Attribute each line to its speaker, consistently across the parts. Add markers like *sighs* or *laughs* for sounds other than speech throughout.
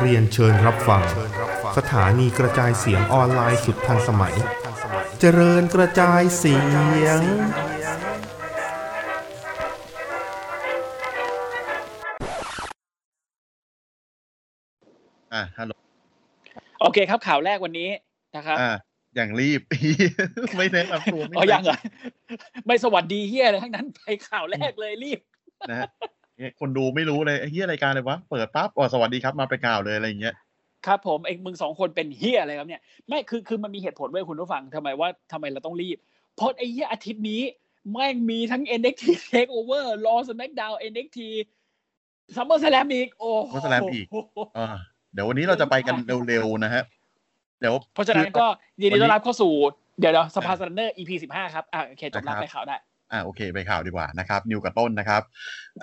Speaker 1: เรียนเชิญรับฟัง สถานีกระจายเสียงออนไลน์สุดทันสมัย เจริญกระจายเสียง
Speaker 2: อ่ะฮัลโหล
Speaker 3: โอเคครับข่าวแรกวันนี้นะครับ
Speaker 2: อ่ะอย่างรีบ *laughs* ไม่แนะนำตัวไม่
Speaker 3: อ๋อยังเหร
Speaker 2: แนะ
Speaker 3: อ ไม่สวัสดีเฮียอะไรทั้งนั้นไปข่าวแรกเลยรีบ
Speaker 2: นะฮะเนี่ยคนดูไม่รู้เลยไอ้เฮียรายการเลยวะ เปิดปั๊บอ๋อสวัสดีครับมาไปนข่าวเลยอะไรอย่างเงี้ย
Speaker 3: ครับผมเองมึงสองคนเป็นเฮียอะไรครับเนี่ยไม่คือคือมันมีเหตุผลเว้ยคุณผู้ฟังทำไมว่าทำไมเราต้องรีบ เพราะไอ้เฮียอาทิตย์นี้แม่งมีทั้ง NXT Takeover Raw SmackDown NXT SummerSlam อีกโอ้โห
Speaker 2: SummerSlam อีก อ่าเดี๋ยววันนี้เราจะไปกันเร็วๆนะฮะ เดี๋ยว
Speaker 3: เพราะฉะนั้นก็ยินดีต้อนรับเข้าสู่เดี๋ยวเดี๋ยวสภาสแตนเดอร์ EP สิบห้าครับอ่ะโอเคจบรับ
Speaker 2: นะครับ
Speaker 3: ไปข่าวได้
Speaker 2: อ่าโอเคไปข่าวดีกว่านะครับ นิวกับต้นนะครับ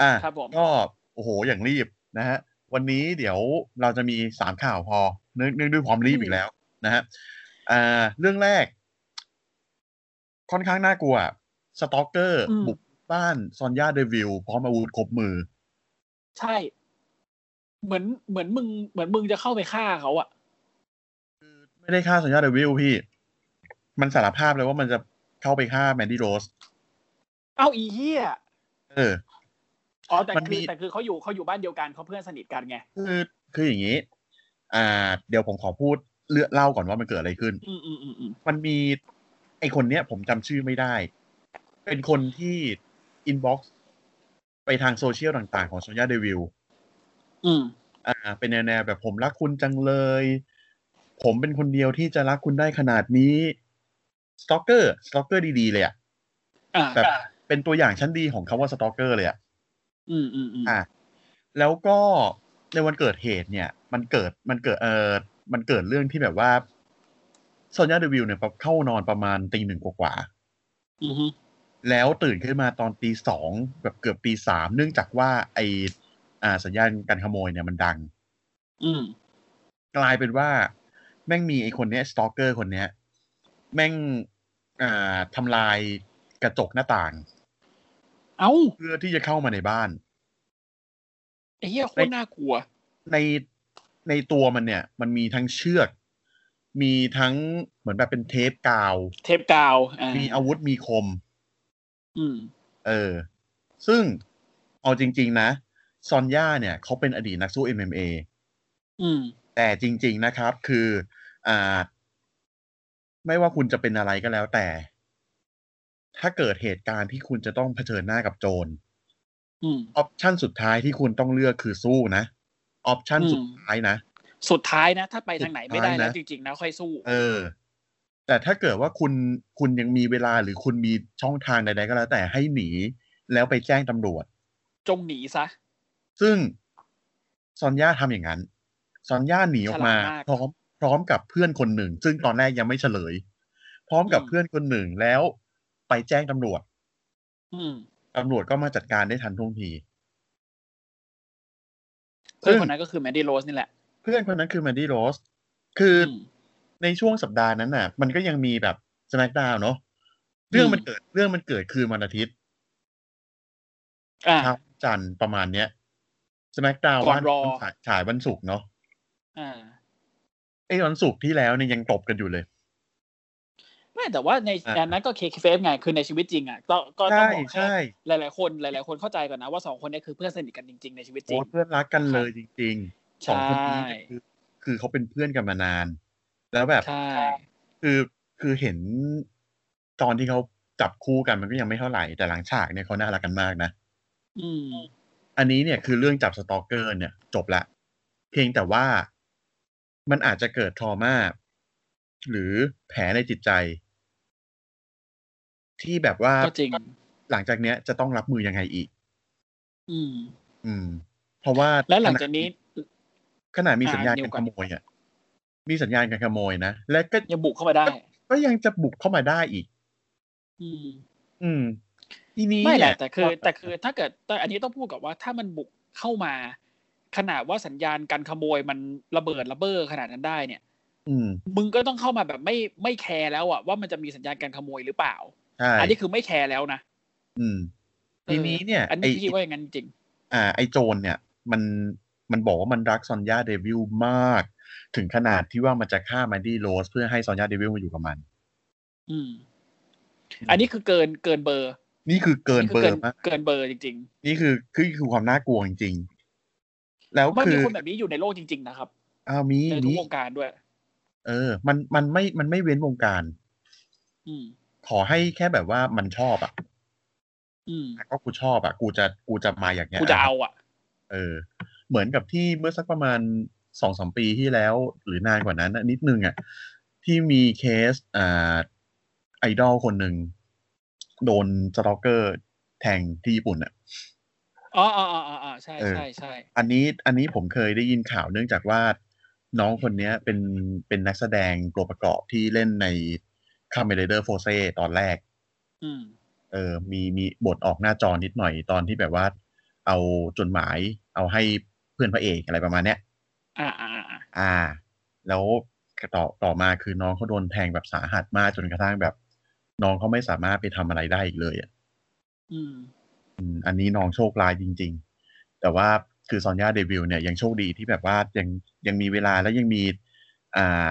Speaker 2: อ่า
Speaker 3: ครับผม
Speaker 2: ก็โอ้โหอย่างรีบนะฮะวันนี้เดี๋ยวเราจะมีสามข่าวพอเนื่องเนื่องด้วยความรีบอีกแล้วนะฮะอ่าเรื่องแรก ค่อนข้างน่ากลัวสตอกเกอร์
Speaker 3: อืม
Speaker 2: บุกบ้านซอนยาเดวิลพร้อมอาวุธครบมือ
Speaker 3: ใช่ เหมือนเหมือนมึงเหมือนมึงจะเข้าไปฆ่าเขาอะ
Speaker 2: ไม่ได้ฆ่าซอนยาเดวิลพี่ มันสารภาพเลยว่ามันจะเข้าไปฆ่าแมนดี้โรส
Speaker 3: เอ้าอีเหี้ย
Speaker 2: เออ
Speaker 3: อ๋อแต่
Speaker 2: มัน
Speaker 3: คื
Speaker 2: มี
Speaker 3: อแต่คือเขาอยู่เขาอยู่บ้านเดียวกันเขาเพื่อนสนิทกันไง
Speaker 2: คือคืออย่างนี้ อ่า เดี๋ยวผมขอพูดเลือกเล่าก่อนว่ามันเกิดอะไรขึ้น
Speaker 3: อืมอืมอืมอืม
Speaker 2: มันมีไอคนเนี้ย ผมจำชื่อไม่ได้ เป็นคนที่อินบ็อกซ์ไปทางโซเชียลต่างๆของซอนยาเดวิล
Speaker 3: อืม
Speaker 2: อ่า เป็นแนวๆแบบผมรักคุณจังเลย ผมเป็นคนเดียวที่จะรักคุณได้ขนาดนี้ สตอกเกอร์ สตอกเกอร์ดีๆ เลยอะ
Speaker 3: อ่า
Speaker 2: แบบเป็นตัวอย่างชั้นดีของคำว่าสตอกเกอร์เลยอะ
Speaker 3: อืมอืมอืม
Speaker 2: อ่ะแล้วก็ในวันเกิดเหตุเนี่ย มันเกิดมันเกิดเออมันเกิดเรื่องที่แบบว่าโซนยาเดวิลเนี่ยเข้านอนประมาณตีหนึ่งกว่า
Speaker 3: อืม
Speaker 2: ๆแล้วตื่นขึ้นมาตอนตีสองแบบเกือบตีสามเนื่องจากว่าไออ่าสัญญาณการขโมยเนี่ยมันดัง
Speaker 3: อืม
Speaker 2: กลายเป็นว่า แม่งมีไอคนเนี้ยสตอกเกอร์คนเนี้ย แม่งอ่าทำลายกระจกหน้าต่าง
Speaker 3: เอ้า
Speaker 2: เพื่อที่จะเข้ามาในบ้าน
Speaker 3: ไอ้เหี้ยโคตรน่ากลัว
Speaker 2: ในในตัวมันเนี่ย มันมีทั้งเชือก มีทั้งเหมือนแบบเป็นเทปกาว
Speaker 3: เทปกาวอ่า
Speaker 2: มีอาวุธมีคม
Speaker 3: อืม
Speaker 2: เออ ซึ่งเอาจริง ๆ นะ ซอนย่าเนี่ยเขาเป็นอดีตนักสู้ MMA
Speaker 3: อืม
Speaker 2: แต่จริง ๆ นะครับ คืออ่า ไม่ว่าคุณจะเป็นอะไรก็แล้วแต่ ถ้าเกิดเหตุการณ์ที่คุณจะต้องเผชิญหน้ากับโจร
Speaker 3: อืม
Speaker 2: ออปชันสุดท้ายที่คุณต้องเลือกคือสู้นะ ออปชัน
Speaker 3: อืม
Speaker 2: สุดท้ายนะ
Speaker 3: สุดท้ายนะ ถ้าไปทางไหน
Speaker 2: สุ
Speaker 3: ไม่ได้
Speaker 2: ดท้ายนะ
Speaker 3: แล้วจริงๆนะค่อยสู้
Speaker 2: เออ แต่ถ้าเกิดว่าคุณคุณยังมีเวลาหรือคุณมีช่องทางใดๆก็แล้วแต่ให้หนี แล้วไปแจ้งตำรวจ
Speaker 3: จงหนีซะ
Speaker 2: ซึ่งซอนย่าทำอย่างนั้น ซอนย่าหนีออกมา
Speaker 3: ฉลาดมาก
Speaker 2: พร้อมพร้อมกับเพื่อนคนหนึ่ง ซึ่งตอนแรกยังไม่เฉลย พร้อมกับ
Speaker 3: อืม
Speaker 2: เพื่อนคนหนึ่งแล้วไปแจ้งตำรวจ
Speaker 3: อืม
Speaker 2: ตำรวจก็มาจัดการได้ทันท่วงที
Speaker 3: เพื่อนคนนั้นก็คือแมนดี้โรสนี่แหละ
Speaker 2: เพื่อนคนนั้นคือแมนดี้โรส คืออ
Speaker 3: ม
Speaker 2: ในช่วงสัปดาห์นั้นน่ะ มันก็ยังมีแบบสแมกดาวเนาะเรื่องมัน
Speaker 3: อืม
Speaker 2: เกิดเรื่องมันเกิดคืนวันอาทิตย์
Speaker 3: อ่า
Speaker 2: เช้าวันจันทร์ประมาณเนี้ยสมักดาว
Speaker 3: ก่
Speaker 2: วั
Speaker 3: อน
Speaker 2: น
Speaker 3: รอ
Speaker 2: ฉายฉายวันศุกร์เนาะ
Speaker 3: อ่า
Speaker 2: ไอ้วันศุกร์ที่แล้วเนี่ยยังตบกันอยู่เลย
Speaker 3: ไม่แต่ว่าใน
Speaker 2: อ่า
Speaker 3: อันนั้นก็เคเคเฟไงคือในชีวิตจริงอ่ะก็ก็ต้อ
Speaker 2: ใช่
Speaker 3: งบอกให้
Speaker 2: ใช่
Speaker 3: หลาย ๆ คน หลาย ๆ คนเข้าใจก่อนนะว่าสองคนเนี้คือเพื่อนสนิทกันจริง ๆ ในชีวิตจ
Speaker 2: โอ้
Speaker 3: ริง
Speaker 2: เพื่อนรักกันเลยจริงๆสองคนนี้
Speaker 3: ใช่
Speaker 2: เนี่ยคือคือเขาเป็นเพื่อนกันมานาน แล้วแบบ
Speaker 3: ใช่
Speaker 2: คือคือเห็นตอนที่เขาจับคู่กันมันก็ยังไม่เท่าไหร่แต่หลังฉากเนี่ยเขาน่ารักกันมากนะ
Speaker 3: อืม
Speaker 2: อันนี้เนี่ยคือเรื่องจับสตอกเกอร์เนี่ยจบละ เพียงแต่ว่ามันอาจจะเกิดทรมาหรือแผลในจิตใจ ที่แบบว่า
Speaker 3: ก็จริง
Speaker 2: หลังจากเนี้ยจะต้องรับมือยังไงอีก
Speaker 3: อืม
Speaker 2: อืม เพราะว่า
Speaker 3: และหลังจากนี้
Speaker 2: ขนาดมีสัญญาณ
Speaker 3: อ่านิ้
Speaker 2: กาว รข
Speaker 3: ก่อน
Speaker 2: โมยอ่ะมีสัญญาณการขโมยนะ และก็
Speaker 3: ยังบุกเข้ามาได้
Speaker 2: ก็ยังจะบุกเข้ามาได้อีก
Speaker 3: อืม
Speaker 2: อืม ทีนี้
Speaker 3: ไม่แหละ
Speaker 2: เนี่ย
Speaker 3: แต่คือแต่คือถ้าเกิดแต่อันนี้ต้องพูดกับว่าถ้ามันบุกเข้ามา ขนาดว่าสัญญาณการขโมยมันระเบิดระเบ้อขนาดนั้นได้เนี่ย
Speaker 2: อืม
Speaker 3: มึงก็ต้องเข้ามาแบบไม่ไม่แคร์แล้วอะว่ามันจะมีสัญญาณการขโมยหรือเปล่า
Speaker 2: ใช่
Speaker 3: อันนี้คือไม่แคร์แล้วนะ
Speaker 2: อืม ทีนี้เนี่ย
Speaker 3: อัน
Speaker 2: ไอ
Speaker 3: นี้พี่ว่าอย่างนั้นจริง
Speaker 2: อ่าไอโจนเนี่ย มันมันบอกว่ามันรักซอนยาเดวิลมาก ถึงขนาดที่ว่ามันจะฆ่าแมนดี้โรสเพื่อให้ซอนยาเดวิลมาอยู่กับมัน
Speaker 3: อืม อันนี้คือเกินเกินเบอร์
Speaker 2: นี่คือเกินเบอ
Speaker 3: คือ
Speaker 2: ร์มาก
Speaker 3: เกินเบอร์จริง
Speaker 2: นี่คือคือคือความน่ากลัวจริงๆ แล้ว
Speaker 3: ๆ มัน
Speaker 2: คื
Speaker 3: มี
Speaker 2: อ
Speaker 3: คนแบบนี้อยู่ในโลกจริง ๆ นะครับ
Speaker 2: อ้าวมี
Speaker 3: ในทุ
Speaker 2: มี
Speaker 3: กวงการด้วย
Speaker 2: เออ มันมันไม่มันไม่เว้นวงการ
Speaker 3: อืม
Speaker 2: ขอให้แค่แบบว่ามันชอบอ่ะ
Speaker 3: อืม
Speaker 2: ก็กูชอบอ่ะ กูจะกูจะมาอย่างเงี้ย
Speaker 3: กูจะเอาอ่ะ
Speaker 2: เออ เหมือนกับที่เมื่อสักประมาณสองสามปีที่แล้ว หรือนานกว่านั้นน่ะนิดนึงอ่ะ ที่มีเคสอ่าไอดอลคนหนึ่งโดนสตอกเกอร์แทงที่ญี่ปุ่นอ่ะ
Speaker 3: อ๋ออ๋ออ๋ออ๋อใช่
Speaker 2: เออ
Speaker 3: ใช่ใช่
Speaker 2: อันนี้อันนี้ผมเคยได้ยินข่าวเนื่องจากว่าน้องคนเนี้ยเป็นเป็นนักแสดงตัวประกอบที่เล่นในคาเมเลเดอร์โฟเซตอนแรก
Speaker 3: อืม
Speaker 2: เออ มีมีบทออกหน้าจอนิดหน่อยตอนที่แบบว่า เอาจดหมาย เอาให้เพื่อนพระเอกอะไรประมาณเนี้ย
Speaker 3: อ่าอ่าอ่า
Speaker 2: อ่า แล้วต่อต่อมาคือน้องเขาโดนแทงแบบสาหัสมากจนกระทั่งแบบ น้องเขาไม่สามารถไปทำอะไรได้อีกเลยอะ
Speaker 3: อืม
Speaker 2: อืมอันนี้น้องโชคร้ายจริง ๆ แต่ว่าคือซอนยาเดวิลเนี่ยยังโชคดีที่แบบว่ายังยังมีเวลาและยังมี อ่า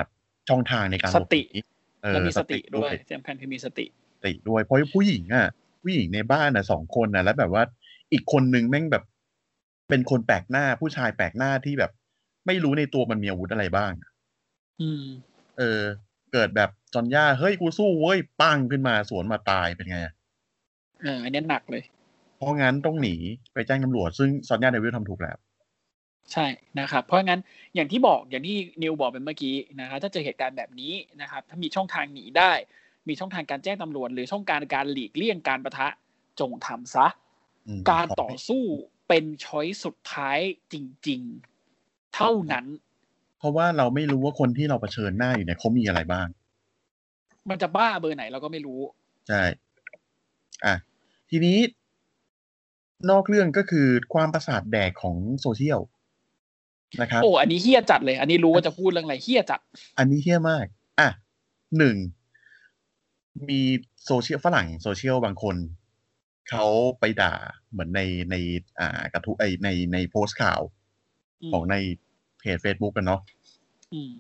Speaker 2: ช่องทางในการหลบ
Speaker 3: สติ
Speaker 2: หนีเอ
Speaker 3: แล้ว
Speaker 2: อ
Speaker 3: มีสติด้วย
Speaker 2: ส
Speaker 3: สำคัญคือมีสติ
Speaker 2: ปกติด้วยเพราะผู้หญิงอ่ะ ผู้หญิงในบ้านอ่ะสองคนอ่ะ แล้วแบบว่าอีกคนนึงแม่งแบบ เป็นคนแปลกหน้าผู้ชายแปลกหน้าที่แบบ ไม่รู้ในตัวมันมีอาวุธอะไรบ้างอะ
Speaker 3: อืม
Speaker 2: เออ เกิดแบบจอนย่าเฮ้ยกูสู้เว้ยปังขึ้นมาสวนมาตายเป็นไงอะ
Speaker 3: เอออันเนี้ยหนักเลย
Speaker 2: เพราะงั้นต้องหนีไปแจ้งตำรวจซึ่งซอนย่าเดวิลทำถูกแล้ว
Speaker 3: ใช่นะครับ เพราะงั้นอย่างที่บอกอย่างที่นิวบอกไปเมื่อกี้นะครับถ้าเจอเหตุการณ์แบบนี้นะครับ ถ้ามีช่องทางหนีได้ มีช่องทางการแจ้งตำรวจ หรือช่องการการหลีกเลี่ยงการประทะจงทำซะ
Speaker 2: อืม
Speaker 3: การต่อสู้เป็นช้อยสุดท้ายจริง ๆ เท่านั้น
Speaker 2: เพราะว่าเราไม่รู้ว่าคนที่เราเผชิญหน้าอยู่เนี่ยเขามีอะไรบ้าง
Speaker 3: มันจะบ้าเบอร์ไหนเราก็ไม่รู้
Speaker 2: ใช่ อ่ะ ทีนี้ นอกเรื่องก็คือความประสาทแดกของโซเชียลนะครับ
Speaker 3: โอ้อันนี้เฮี้ยจัดเลย อันนี้รู้ว่าจะพูดเรื่องอะไรเฮี้ยจัด
Speaker 2: อันนี้เฮี้ยมาก อ่ะหนึ่ง มีโซเชียลฝรั่งโซเชียลบางคน เขาไปด่าเหมือนในในอ่ากระทุไอยในในโพสต์ข่าว
Speaker 3: อืม
Speaker 2: ของในเพจ Facebook กันเนาะ
Speaker 3: อืม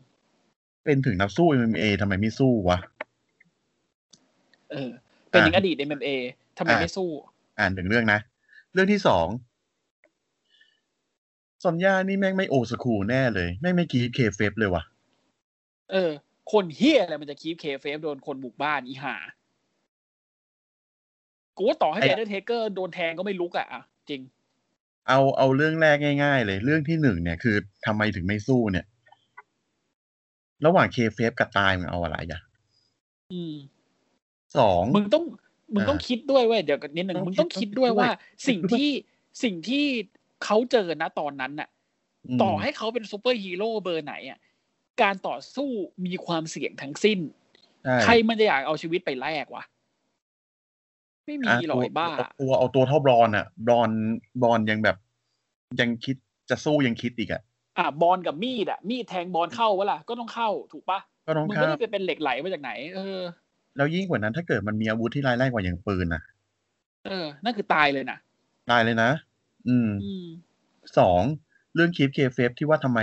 Speaker 2: เป็นถึงนักสู้ MMA ทำไมไม่สู้วะ
Speaker 3: เออ เป็น
Speaker 2: อ่ะ
Speaker 3: ถึงอดีต MMA ทำไม
Speaker 2: อ่ะ
Speaker 3: ไม่สู้
Speaker 2: อ่านหนึ่งเรื่องนะ เรื่องที่สองซอนย่านี่แม่งไม่โอสคูลแน่เลยแม่งไม่กรีดเคเฟเลยวะ่ะ
Speaker 3: เออ คนเฮี้ยอะไรมันจะคีบเคเฟฟโดนคนบุกบ้านอีห่า กูว่าต่อให้
Speaker 2: ไอ้
Speaker 3: เดนเทเกอร์โดนแทงก็ไม่ลุกอะอ่ะ จริง
Speaker 2: เอาเอาเรื่องแรกง่าย ๆ เลย เรื่องที่หนึ่งเนี่ยคือทำไมถึงไม่สู้เนี่ย ระหว่างเคเฟกับตายมึงเอาอะไรอ่ะ
Speaker 3: อืม
Speaker 2: สอง
Speaker 3: มึงต้อง มึงต้อง
Speaker 2: อ่า
Speaker 3: คิดด้วยเว้ยเดี๋ยวกันนิดหนึ่ง
Speaker 2: ต้อง
Speaker 3: มึงต้อง
Speaker 2: คิด
Speaker 3: คิดด้วย
Speaker 2: ต้องคิดด้วย
Speaker 3: ว่า สิ่ง
Speaker 2: คิดด้วย
Speaker 3: ที่สิ่งที่เขาเจอนะตอนนั้นน่ะ
Speaker 2: ม
Speaker 3: ต่อให้เขาเป็นซูเปอร์ฮีโร่เบอร์ไหนอ่ะ การต่อสู้มีความเสี่ยงทั้งสิ้น
Speaker 2: ใช่
Speaker 3: ใครมันจะอยากเอาชีวิตไปแลกวะ ไม่มี
Speaker 2: ะ
Speaker 3: หรอกไอ้บ้า
Speaker 2: เตัวเอาตัวเท่าบรอนอะบรอนบรอนยังแบบ ยังคิดจะสู้ยังคิดอีกอะ
Speaker 3: อ่ะบอลกับมีดอ่ะ มีดแทงบอลเข้าวะล่ะก็ต้องเข้าถูกปะ
Speaker 2: ก็ต้อง
Speaker 3: มึง
Speaker 2: ฆ่า
Speaker 3: ไม่ได้ไปเป็นเหล็กไหลมาจากไหน เออ
Speaker 2: แล้วยิ่งกว่านั้นถ้าเกิดมันมีอาวุธที่ร้ายแรงกว่าอย่างปืนอะ
Speaker 3: เออ นั่นคือตายเลยนะ
Speaker 2: ตายเลยนะ อืม
Speaker 3: อืม
Speaker 2: สองเรื่องคลิปเคเฟฟที่ว่าทำไม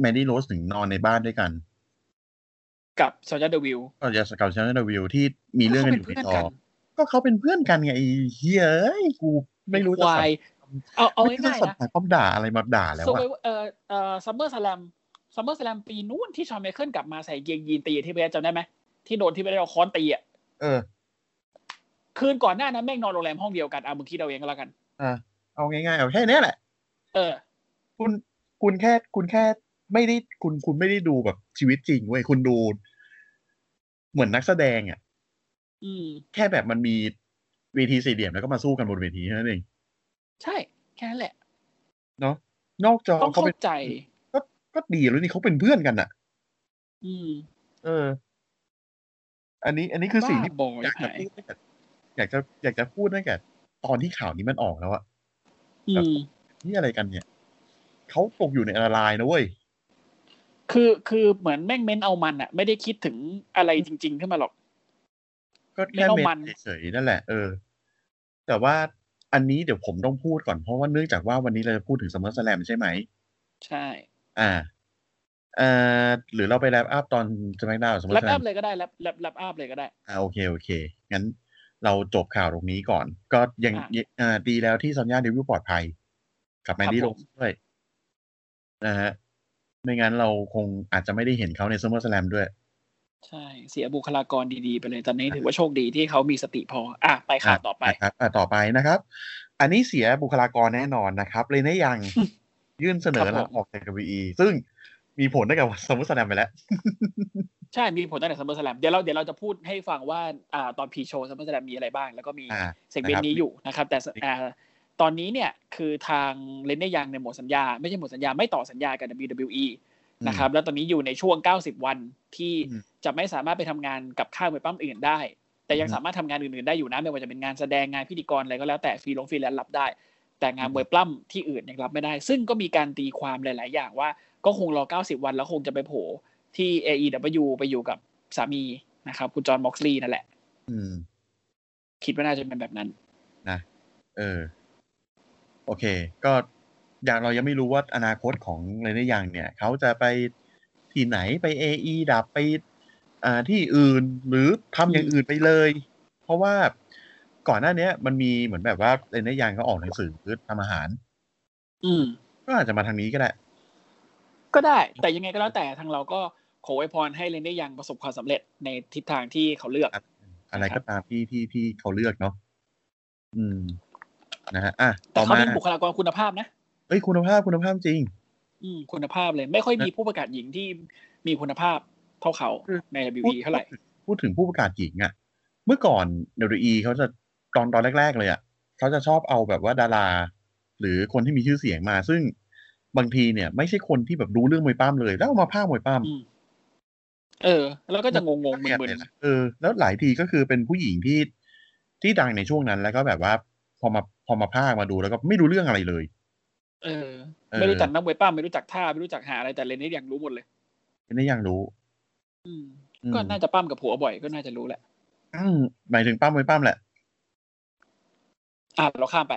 Speaker 2: แมนดี้โรสถึงนอนในบ้านด้วยกัน
Speaker 3: กับซอ l จ a เดวิล
Speaker 2: ก็จะสเกลเชนเดวิลที่มีเรื่องกันอยู่ในจอก็เขาเป็นเพื่อนกันไงไอ้เฮ้ยเอ้ยกูไม่รู้จะ
Speaker 3: วา
Speaker 2: สั
Speaker 3: ย
Speaker 2: บ
Speaker 3: เอาเอา
Speaker 2: ไม่รู้จะ
Speaker 3: ง่าย
Speaker 2: สับ
Speaker 3: ๆนะ
Speaker 2: หาคำด่าอะไรมาด่าแล้ว
Speaker 3: โซ
Speaker 2: อะ
Speaker 3: เวเออเออซัมเมอร์สแลมซัมเมอร์สแลมปีนู้นที่ชอนไมเคิลกลับมาใส่เกงยีนตีที่เบสจำได้ไหมที่โดนที่เบสเอาค้อนตีอ่ะ
Speaker 2: เออ
Speaker 3: คืนก่อนหน้านั้นแม่งนอนโรงแรมห้องเดียวกันเอามึงคิดเอาเองก็แล้วกัน
Speaker 2: อ่ะเอาง่ายๆเอาแค่เนี้ยแหละ
Speaker 3: เออ
Speaker 2: คุณคุณแค่คุณแค่ไม่ได้คุณคุณไม่ได้ดูแบบชีวิตจริงเว้ยคุณดู เหมือนนักแสดงอะ
Speaker 3: อืม
Speaker 2: แค่แบบมันมีเวทีสี่เหลี่ยมแล้วก็มาสู้กันบนเวทีแค่นั่นเอง
Speaker 3: ใช่ แค่นั้นแหละ
Speaker 2: นอกจอ
Speaker 3: ต้อง
Speaker 2: เขา
Speaker 3: เข้า
Speaker 2: เป็น
Speaker 3: ใจ
Speaker 2: ก็ก็ดีแล้วนี่เขาเป็นเพื่อนกันอะ
Speaker 3: อืม
Speaker 2: เออ อันนี้ อันนี้คือ
Speaker 3: บ้า
Speaker 2: สิ่งที่
Speaker 3: บอย
Speaker 2: อยากจะ
Speaker 3: หาย
Speaker 2: พูดตั้งแต่อยากจะอยากจะพูดตั้งแต่ตอนที่ข่าวนี้มันออกแล้วอะ
Speaker 3: อืม
Speaker 2: นี่อะไรกันเนี่ยเขาตกอยู่ในอันตรายนะเว้ย
Speaker 3: คือคือเหมือนแม่งเม้นเอามันอะไม่ได้คิดถึงอะไรจริง ๆ ขึ้นมาหรอก
Speaker 2: ก็แค่
Speaker 3: ไม่ต้อง
Speaker 2: เม
Speaker 3: มัน
Speaker 2: นเฉยๆนั่นแหละ เออ แต่ว่า อันนี้เดี๋ยวผมต้องพูดก่อนเพราะว่าเนื่องจากว่าวันนี้เราจะพูดถึง SummerSlam ใช่ไหม
Speaker 3: ใช่
Speaker 2: อ่าเอ่อหรือเราไปแรปอัพตอนสมัยดาวสมมติ
Speaker 3: แลปอัพเลยก็ได้แลปแลปแลปอัพเลยก็ได้
Speaker 2: อ่าโอเคโอเค งั้นเราจบข่าวตรงนี้ก่อน ก็ยัง
Speaker 3: อ่ะ
Speaker 2: ยังอ่าดีแล้วที่ซอนย่าเดวิลปลอดภัย กับแมนดี้
Speaker 3: ครั
Speaker 2: ล
Speaker 3: บ
Speaker 2: ง
Speaker 3: ผม
Speaker 2: ด้วยนะฮะไม่งั้นเราคงอาจจะไม่ได้เห็นเขาในซัมเมอร์สแลมด้วย
Speaker 3: ใช่ เสียบุคลากรดีๆ ไปเลยตอนนี้ถือว่าโชคดีที่เขามีสติพอ อ่ะ ไปข่าวต่อไป
Speaker 2: นะครับอ่ะต่อไปนะครับ อันนี้เสียบุคลากรแน่นอนนะครับเลยนะยัง *laughs* ยื่นเสนอ
Speaker 3: ครั
Speaker 2: ลา
Speaker 3: บผม
Speaker 2: ออกจาก WWE ซึ่งมีผล *laughs* ได้กับสมมติสแลมไปแล้ว
Speaker 3: ใช่ มีผลตั้งแต่ซัมเมอร์สแลมเดี๋ยวเราเดี๋ยวเราจะพูดให้ฟังว่าอ่าตอนพีโชซัมเมอร์สแลมมีอะไรบ้าง แล้วก็มี
Speaker 2: อ่า
Speaker 3: เซกเมนต์นี้อยู่นะครับ แต่อ่าตอนนี้เนี่ยคือทางเลนเนยังในยหมดสัญญา ไม่ใช่หมดสัญญาไม่ต่อสัญญากับ WWE นะครับแล้วตอนนี้อยู่ในช่วง 90 วันที่
Speaker 2: อืม
Speaker 3: จะไม่สามารถไปทำงานกับค่ายมวยปั้มอื่นได้ แต่ยัง
Speaker 2: อืม
Speaker 3: สามารถทำงานอื่นๆได้อยู่นะไม่ว่าจะเป็นงานแสดงงานพิธีกรอะไรก็แล้วแต่ฟรีลงฟรีแลนซ์รับได้ แต่งาน
Speaker 2: อืม
Speaker 3: มวยปล้ำที่อื่นยังรับไม่ได้ ซึ่งก็มีการตีความหลาย ๆ อย่างว่าก็คงรอ 90 วันแล้วคงจะไปโผล่ที่ AEW ไปอยู่กับสามีนะครับคุณจอห์นม็อกซ์ลีย์นั่นแหละ
Speaker 2: อืม
Speaker 3: คิดว่าน่าจะเป็นแบบนั้น
Speaker 2: เออ โอเค ก็อย่างเรายังไม่รู้ว่าอนาคตของเรเนยังเนี่ย เขาจะไปที่ไหนไปเอไอดับไปอ่าที่อื่นหรือทำอย่างอื่นไปเลย เพราะว่าก่อนหน้าเนี้ย มันมีเหมือนแบบว่าเรเนยังเขาออกหนังสือทำอาหาร
Speaker 3: อืม
Speaker 2: ก็อาจจะมาทางนี้ก็ได้
Speaker 3: ก็ได้แต่ยังไงก็แล้วแต่ทางเราก็ขออวยพรให้เลนได้ยังประสบความสำเร็จในทิศทางที่เขาเลือก
Speaker 2: อะไร
Speaker 3: ครั
Speaker 2: ก็
Speaker 3: บ
Speaker 2: ตามที่ที่ที่เขาเลือกเนาะอืม นะฮะอ่ะ
Speaker 3: แต่
Speaker 2: ต่อ
Speaker 3: เขา
Speaker 2: มา
Speaker 3: เป็นบุคลากรคุณภาพนะ
Speaker 2: เอ้ยคุณภาพคุณภาพจริง
Speaker 3: อืมคุณภาพเลยไม่ค่อยมีผู้ประกาศหญิงที่มีคุณภาพเท่าเขา
Speaker 2: อืม
Speaker 3: ใน WWE เท่าไหร่
Speaker 2: พูดถึงผู้ประกาศหญิงอะเมื่อก่อน WWE เขาจะตอนตอนแรก ๆ เลยอะเขาจะชอบเอาแบบว่าดารา หรือคนที่มีชื่อเสียงมา ซึ่งบางทีเนี่ย ไม่ใช่คนที่แบบรู้เรื่องมวยปั้มเลย แล้วเอามาภาคมวยปั้ม
Speaker 3: อืม เออ แล้วก็จะงงงๆ
Speaker 2: เนี่ย
Speaker 3: มึน
Speaker 2: เนี่ยนะเออแล้วหลายทีก็คือเป็นผู้หญิงที่ที่ดังในช่วงนั้น แล้วก็แบบว่าพอมาพอมาภาคมาดูแล้วก็ไม่รู้เรื่องอะไรเลย
Speaker 3: ๆเออ
Speaker 2: เออ
Speaker 3: ไม่รู้จักนักมวยป้าไม่รู้จักท่าไม่รู้จักหาอะไรแต่เลนนี่ยังรู้หมดเลย
Speaker 2: นี่ยังรู้
Speaker 3: อืม
Speaker 2: อืม
Speaker 3: ก็น่าจะปั้มกับผัวบ่อยก็น่าจะรู้แหละ
Speaker 2: อืมหมายถึงปั้มมวยปั้มแหละ
Speaker 3: อ่ะเราข้ามไป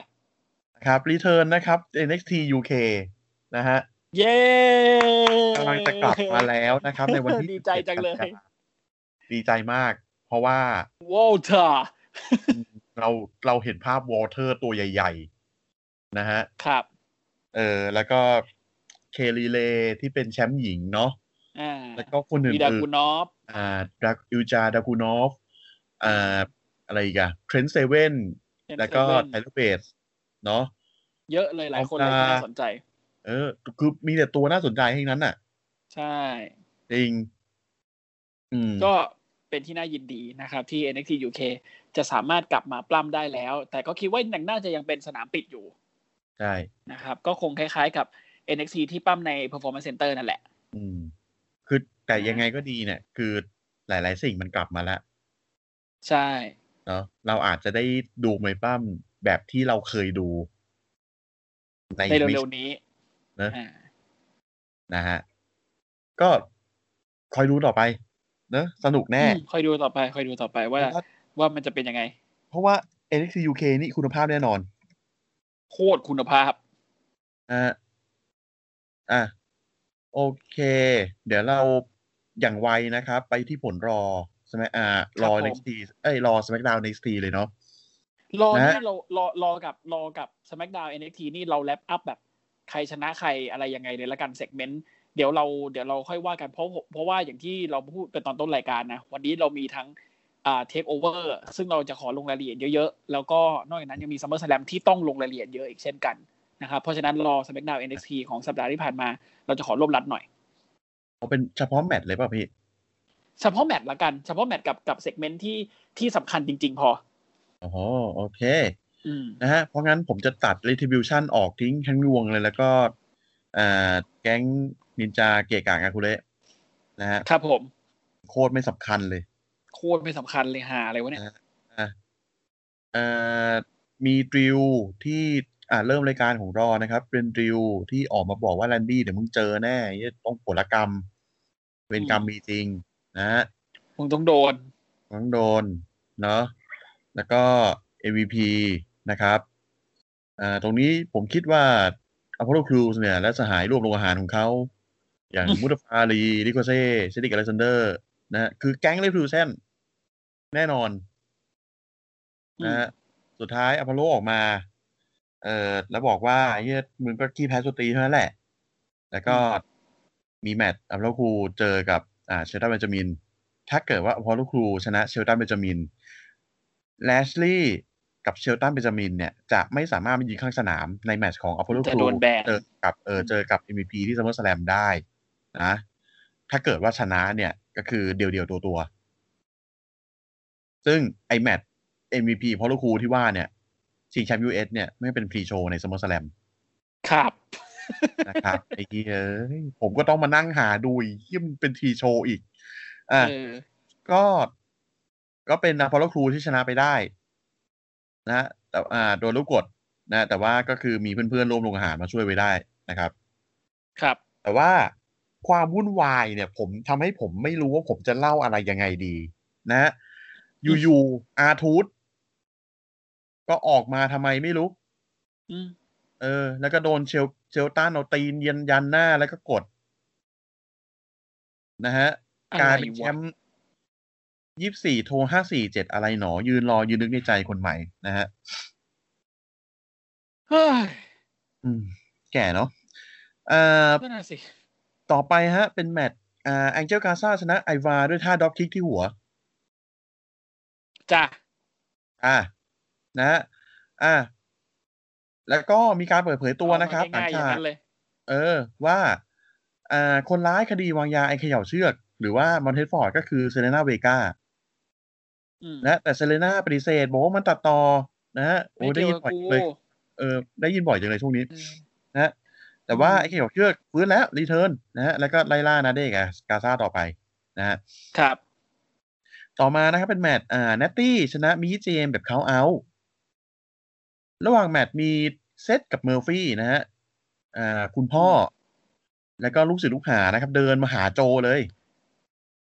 Speaker 2: นะครับรีเทิร์นนะครับ NXT UK นะฮะ
Speaker 3: เย้
Speaker 2: กำลังจะกลับมาแล้วนะครับ ในวันที่
Speaker 3: *laughs* ดีใจจังเลย
Speaker 2: 17ดีใจมาก เพราะว่าว
Speaker 3: อลเตอร์
Speaker 2: เราเราเห็นภาพวอเตอร์ตัวใหญ่ ๆ นะฮะ
Speaker 3: ครับ
Speaker 2: เออ แล้วก็เคลีเลที่เป็นแชมป์หญิงเนาะ
Speaker 3: อ่า
Speaker 2: แล้วก็คนอื่
Speaker 3: มีดาน กูนอฟ
Speaker 2: ๆอ่าดาอิวจาดากูนอฟอ่าอะไรอีกอะเทรนเซเว่น
Speaker 3: Trent
Speaker 2: แล้วก็
Speaker 3: Seven
Speaker 2: ไทเลอร์เบสเนาะ
Speaker 3: เยอะเลยหลายคนเลยที่น่าสนใจ
Speaker 2: เออ คือมีแต่ตัวน่าสนใจทั้งนั้นน่ะ
Speaker 3: ใช่
Speaker 2: จริง อืม
Speaker 3: ก็เป็นที่น่ายินดีนะครับ ที่ NXT UK จะสามารถกลับมาปล้ำได้แล้ว แต่ก็คิดว่าหนังน่าจะยังเป็นสนามปิดอยู่
Speaker 2: ใช่
Speaker 3: นะครับ ก็คงคล้ายๆกับ NXT ที่ปล้ำใน Performance Center นั่นแหละ
Speaker 2: อืม คือแต่
Speaker 3: อ่ายั
Speaker 2: ยังไงก็ดีเนี่ย คือหลาย ๆ สิ่งมันกลับมาแล้ว
Speaker 3: ใช่
Speaker 2: เนาะเราอาจจะได้ดูมวยปั้มแบบที่เราเคยดู ใน
Speaker 3: ใน
Speaker 2: ไม่
Speaker 3: เร็วๆนี้
Speaker 2: นะ
Speaker 3: อ่า
Speaker 2: นะฮะ ก็คอยดูต่อไป เนอะสนุกแน่
Speaker 3: อืมคอยดูต่อไปคอยดูต่อไปว่า ว่ามันจะเป็นยังไง
Speaker 2: เพราะว่า NXT UK นี่คุณภาพแน่นอน
Speaker 3: โคตรคุณภาพ
Speaker 2: นะฮะอ่ะ โอเค เดี๋ยวเราอย่างไวนะครับ ไปที่ผลรอสมัยอ่ารอ
Speaker 3: ครับผม
Speaker 2: NXT เอ้ยรอ SmackDown NXT เลยเนาะ
Speaker 3: รอ
Speaker 2: นะ
Speaker 3: นี่เรารอรอกับรอกับ SmackDown NXT นี่เราแลปอัพแบบใครชนะใครอะไรยังไงเลยละกันเซกเมนต์เดี๋ยวเราเดี๋ยวเราค่อยว่ากันเพราะเพราะว่าอย่างที่เราพูดไปตอนต้นรายการนะ วันนี้เรามีทั้งอ่าเทคโอเวอร์ซึ่งเราจะขอลงรายละเอียดเยอะๆ แล้วก็นอกจากนั้นยังมีซัมเมอร์ส m ลมที่ต้องลงรายละเอียดเยอะอีกเช่นกันนะครับเพราะฉะนั้นรอ SmackDown NXT ของสัปดาห์ที่ผ่านมา เราจะขอรวบรัดหน่อย
Speaker 2: าเป็นเฉพาะแมตช์เลยเปล่ะพี่
Speaker 3: เฉพาะแมตช์ละกันเฉพาะแมตช์กับกับเซกเมนต์ที่ที่สำคัญจริง ๆ พอ
Speaker 2: โอ้โหโอเค
Speaker 3: อืม
Speaker 2: นะฮะ เพราะงั้นผมจะตัด retribution ออกทิ้งทั้งยวงเลยแล้วก็อ่าแก๊งนินจาเกะกะกันคุเละนะฮะ
Speaker 3: ครับผม
Speaker 2: โคตรไม่สำคัญเลย
Speaker 3: โคตรไม่สำคัญเลยหาอะไรวะเนี่ย
Speaker 2: อ่ะเอ่อมีดริวที่อ่าเริ่มรายการของรอนะครับ เป็นดริวที่ออกมาบอกว่าแลนดี้เดี๋ยวมึงเจอแน่เหี้ยต้องผลกรรม เวรกรรมมีจริง นะฮะ
Speaker 3: มึงต้องโดน
Speaker 2: น้องโดน เนาะแล้วก็ MVP นะครับ อ่าตรงนี้ผมคิดว่าอพอลโลครูสเนี่ย และสหายร่วมโรงอาหารของเขา อย่าง *laughs* มุตฟารีดิโกเซ่เซดิกอเล็กซานเดอร์ นะฮะคือแก๊งเลฟทูเซนแน่นอน นะฮะสุดท้ายอพอลโลออกมา เอ่อแล้วบอกว่าเฮียมึงก็ขี้แพ้สตรีเท่านั้นแหละ แล้วก็มีแมตช์อพอลโลครูเจอกับ อ่าเชลตันเบนจามิน ถ้าเกิดว่าอพอลโลครูชนะเชลตันเบนจามินแลชลีย์กับเชลตันเบนจามินเนี่ย จะไม่สามารถมายืนข้างสนามในแมตช์ของอพอลโลค
Speaker 3: จะ
Speaker 2: รู
Speaker 3: โดนแบน
Speaker 2: เจอกับเออเจอกับ MVP ที่ซัมเมอร์สแลมได้นะถ้าเกิดว่าชนะเนี่ย ก็คือเดียวเดียวตัวตัวๆซึ่งไอแมตช์ MVP พอลโลครูที่ว่าเนี่ยชิงแชมป์ US เนี่ยไม่เป็นพรีโชว์ในซัมเมอร์สแลม
Speaker 3: ครับ
Speaker 2: นะครับไอ้เหี้ยเอ้ยผมก็ต้องมานั่งหาดูอีกเหี้ยมนเป็นทีโชว์อีก อ่ะ
Speaker 3: เออ
Speaker 2: ก็ ก็เป็นอพอลโลครูที่ชนะไปได้ นะฮะแต่อ่า โดนลูกกดนะ แต่ว่าก็คือมีเพื่อนๆร่วมลงอาหารมาช่วยไว้ได้นะครับ
Speaker 3: ครับ
Speaker 2: แต่ว่าความวุ่นวายเนี่ย ผมทำให้ผมไม่รู้ว่าผมจะเล่าอะไรยังไงดี นะฮะอยู่ๆอาทูตก็ออกมาทำไมไม่รู้
Speaker 3: อืม
Speaker 2: เออ แล้วก็โดนเชลเชลตันเอาตีนเย็นยันหน้าแล้วก็กด นะฮะ
Speaker 3: อะไร
Speaker 2: กลายเป็น
Speaker 3: วะ
Speaker 2: แชมป์ยี่สี่โทรห้าสี่เจ็ดอะไรหนอ ยืนรอ ยืนนึกในใจคนใหม่นะฮะ
Speaker 3: เฮ้ย
Speaker 2: อืม แก่เนาะเอ่อ
Speaker 3: นั่นนะสิ
Speaker 2: ต่อไปฮะ เป็นแมตช์อ่าแองเจลกาซาชนะไอวาด้วยท่าด็อกคิกที่หัว
Speaker 3: จ้ะ
Speaker 2: อ่า นะฮะอ่า แล้วก็มีการเปิดเผยตัว
Speaker 3: เอามา
Speaker 2: นะครับหลั
Speaker 3: ง่ายๆอย่า
Speaker 2: จ
Speaker 3: ง
Speaker 2: ก
Speaker 3: นั้นเลย
Speaker 2: เออว่าอ่าคนร้ายคดีวางยาไอเขย่าเชือก หรือว่ามอนเทสฟอร์ดก็คือเซเลนาเวกา
Speaker 3: อืม
Speaker 2: นะแต่เซเลนาปฏิเสธบอกว่ามันตัดต่อนะฮะโอ้
Speaker 3: ไม่
Speaker 2: ได้
Speaker 3: เกี่ยว
Speaker 2: ยินบ่
Speaker 3: กับ
Speaker 2: อยจัง
Speaker 3: กู
Speaker 2: เลยเออได้ยินบ่อยจังเลยช่วงนี้
Speaker 3: เออ
Speaker 2: นะฮะแต่ว่า
Speaker 3: อืม
Speaker 2: ไอเขย่าเชือกฟื้นแล้วรีเทิร์นนะฮะแล้วก็ไล่ล่านาเดกบกาซาต่อไปนะฮะ
Speaker 3: ครับ
Speaker 2: ต่อมานะครับเป็นแมตช์อ่าเนตตี้ชนะมิเจมส์แบบเขาเอาท์ระหว่างแมตช์มีเซตกับเมอร์ฟี่นะฮะอ่าคุณพ่อ แล้วก็ลูกศิษย์ลูกหานะครับ เดินมาหาโจเลย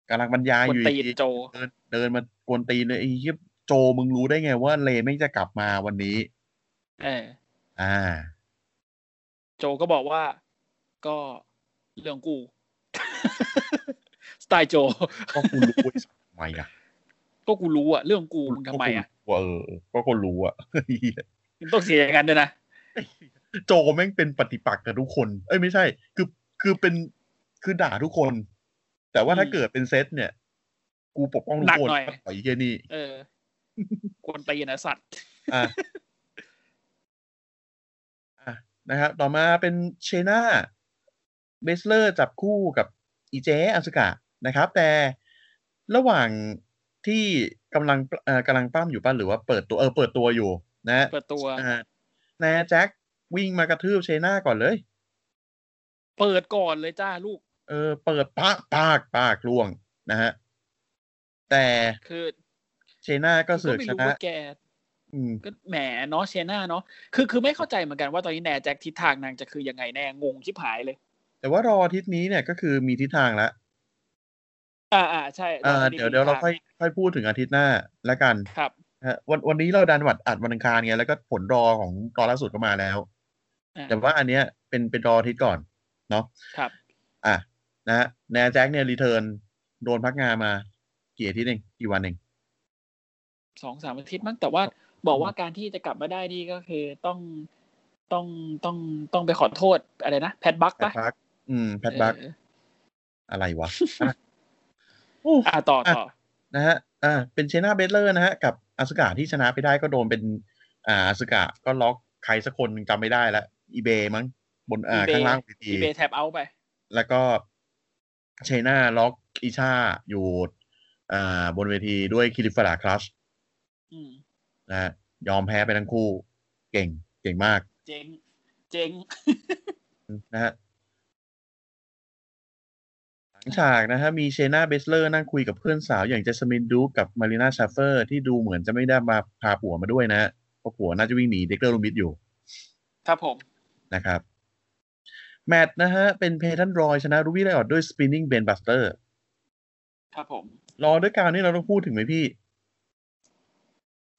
Speaker 2: กำลังบรรยาย
Speaker 3: ค
Speaker 2: อนยู่
Speaker 3: ตีน
Speaker 2: ดี
Speaker 3: โจ
Speaker 2: ๆเดินเดินมากวนตีนเลยไอ้เหี้ยโจมึงรู้ได้ไงว่าเลไม่งจะกลับมาวันนี้
Speaker 3: เออ
Speaker 2: อ่า
Speaker 3: โจก็บอกว่า ก็เรื่อง
Speaker 2: *laughs*
Speaker 3: กู สไตล์โจ
Speaker 2: ก็คุณรู้ไว้สักทำไมอ่ะ
Speaker 3: ก็กูรู้อะเรื่องกูมึงทำไมอะ
Speaker 2: ก็กูรู้เออ ก็คนรู้อ่ะเหี้ย
Speaker 3: มึงต้องเสียอย่างนั้นด้วยนะ
Speaker 2: โจแม่งเป็นปฏิปักษ์กับทุกคน เอ้ยไม่ใช่ คือคือเป็นคือด่าทุกคน แต่ว่าถ้า
Speaker 3: อืม
Speaker 2: เกิดเป็นเซตเนี่ย กูปกป้องทุ
Speaker 3: หนั
Speaker 2: ก
Speaker 3: ก
Speaker 2: คน
Speaker 3: หน่อย
Speaker 2: ไอ้เหี้ยนี่
Speaker 3: เอ
Speaker 2: *laughs*
Speaker 3: อ คนตีนนะสัตว์
Speaker 2: อ่ะอ่ะนะครับต่อมาเป็นเชน่าเบสเลอร์จับคู่กับอีเจอัสกะนะครับ แต่ระหว่างที่กำลังเอ่อกำลังปั้มอยู่ป่ะหรือว่าเปิดตัวเออเปิดตัวอยู่นะ
Speaker 3: เปิดตัว
Speaker 2: อ่าแนาแจ็ควิ่งมากระทืบเชน่าก่อนเลย
Speaker 3: เปิดก่อนเลยจ้าลูก
Speaker 2: เออ เปิดปากปากปากล่วงนะฮะแต่
Speaker 3: คือ
Speaker 2: เชน่าก็
Speaker 3: กู
Speaker 2: เสือก
Speaker 3: ไม่
Speaker 2: ช
Speaker 3: รู้
Speaker 2: นะ
Speaker 3: ว่าแก
Speaker 2: อืม
Speaker 3: ก็แหมเนาะเชน่าเนาะ คือคือไม่เข้าใจเหมือนกันว่าตอนนี้แนแจ็คทิศทางนางจะคือยังไงแน่งงชิบหายเลย
Speaker 2: แต่ว่ารออาทิตย์นี้เนี่ยก็คือมีทิศทางแล้ว
Speaker 3: อ่าอ่าใช่
Speaker 2: อ่า
Speaker 3: ตนนี้
Speaker 2: เดี๋ยวเดี๋ยวเราค่อยค่อยพูดถึงอาทิตย์หน้าละกัน
Speaker 3: ครับ
Speaker 2: นะฮะวันวันนี้เราดันวัดอัดวันอังคารไงแล้วก็ผลรอของตอนล่าสุดก็มาแล้ว
Speaker 3: อ่า
Speaker 2: แต่ว่าอันเนี้ยเป็นเป็นรออาทิตย์ก่อน เนาะ
Speaker 3: ครับ
Speaker 2: อ่ะนะฮะแนนแจ็คเนี่ยรีเทิร์นโดนพักงานมากี่อาทิตย์เองกี่วันเอง
Speaker 3: สองสามอาทิตย์มั้งแต่ว่าบอกว่าการที่จะกลับมาได้นี่ก็คือต้องต้องต้องต้องไปขอโทษอะไรนะแพทบัก
Speaker 2: แพท
Speaker 3: ปะ
Speaker 2: บัก อืม แพทบัก
Speaker 3: เออ
Speaker 2: อะไรวะ
Speaker 3: *laughs* อ่าต่อต่อ
Speaker 2: นะฮะ อ่า เป็นเชนาเบตเลอร์นะฮะ กับอาสกาที่ชนะไปได้ก็โดนเป็น อ่าอาสกาก็ล็อกใครสักคนหนึ่งจำไม่ได้ละอีเบมั้งบนอ่าข้างล่างเวที
Speaker 3: อีเบย์แท็บเอาไป
Speaker 2: แล้วก็เชน่าล็อกอีชาอยู่อ่าบนเวทีด้วยคิริฟาราคลัช
Speaker 3: อืม
Speaker 2: นะฮะยอมแพ้ไปทั้งคู่ เก่งเก่งมาก
Speaker 3: เจ๊งเจ๊ง
Speaker 2: นะฮะหลังฉากนะฮะมีเชน่าเบสเลอร์นั่งคุยกับเพื่อนสาวอย่างเจสมินดูกับมารีนาชาเฟอร์ ที่ดูเหมือนจะไม่ได้มาพาผัวมาด้วยนะฮะเพราะผัวน่าจะวิ่งหนีเด็กเตอร์ลูมิดอยู่
Speaker 3: ครับผม
Speaker 2: นะครับ แมตช์นะฮะ เป็นเพทันรอยชนะรูบี้ไรออดด้วยสปินนิ่งเบนบัสเตอร์
Speaker 3: ครับผม
Speaker 2: รอด้วยกาวนี่เราต้องพูดถึงไหมพี่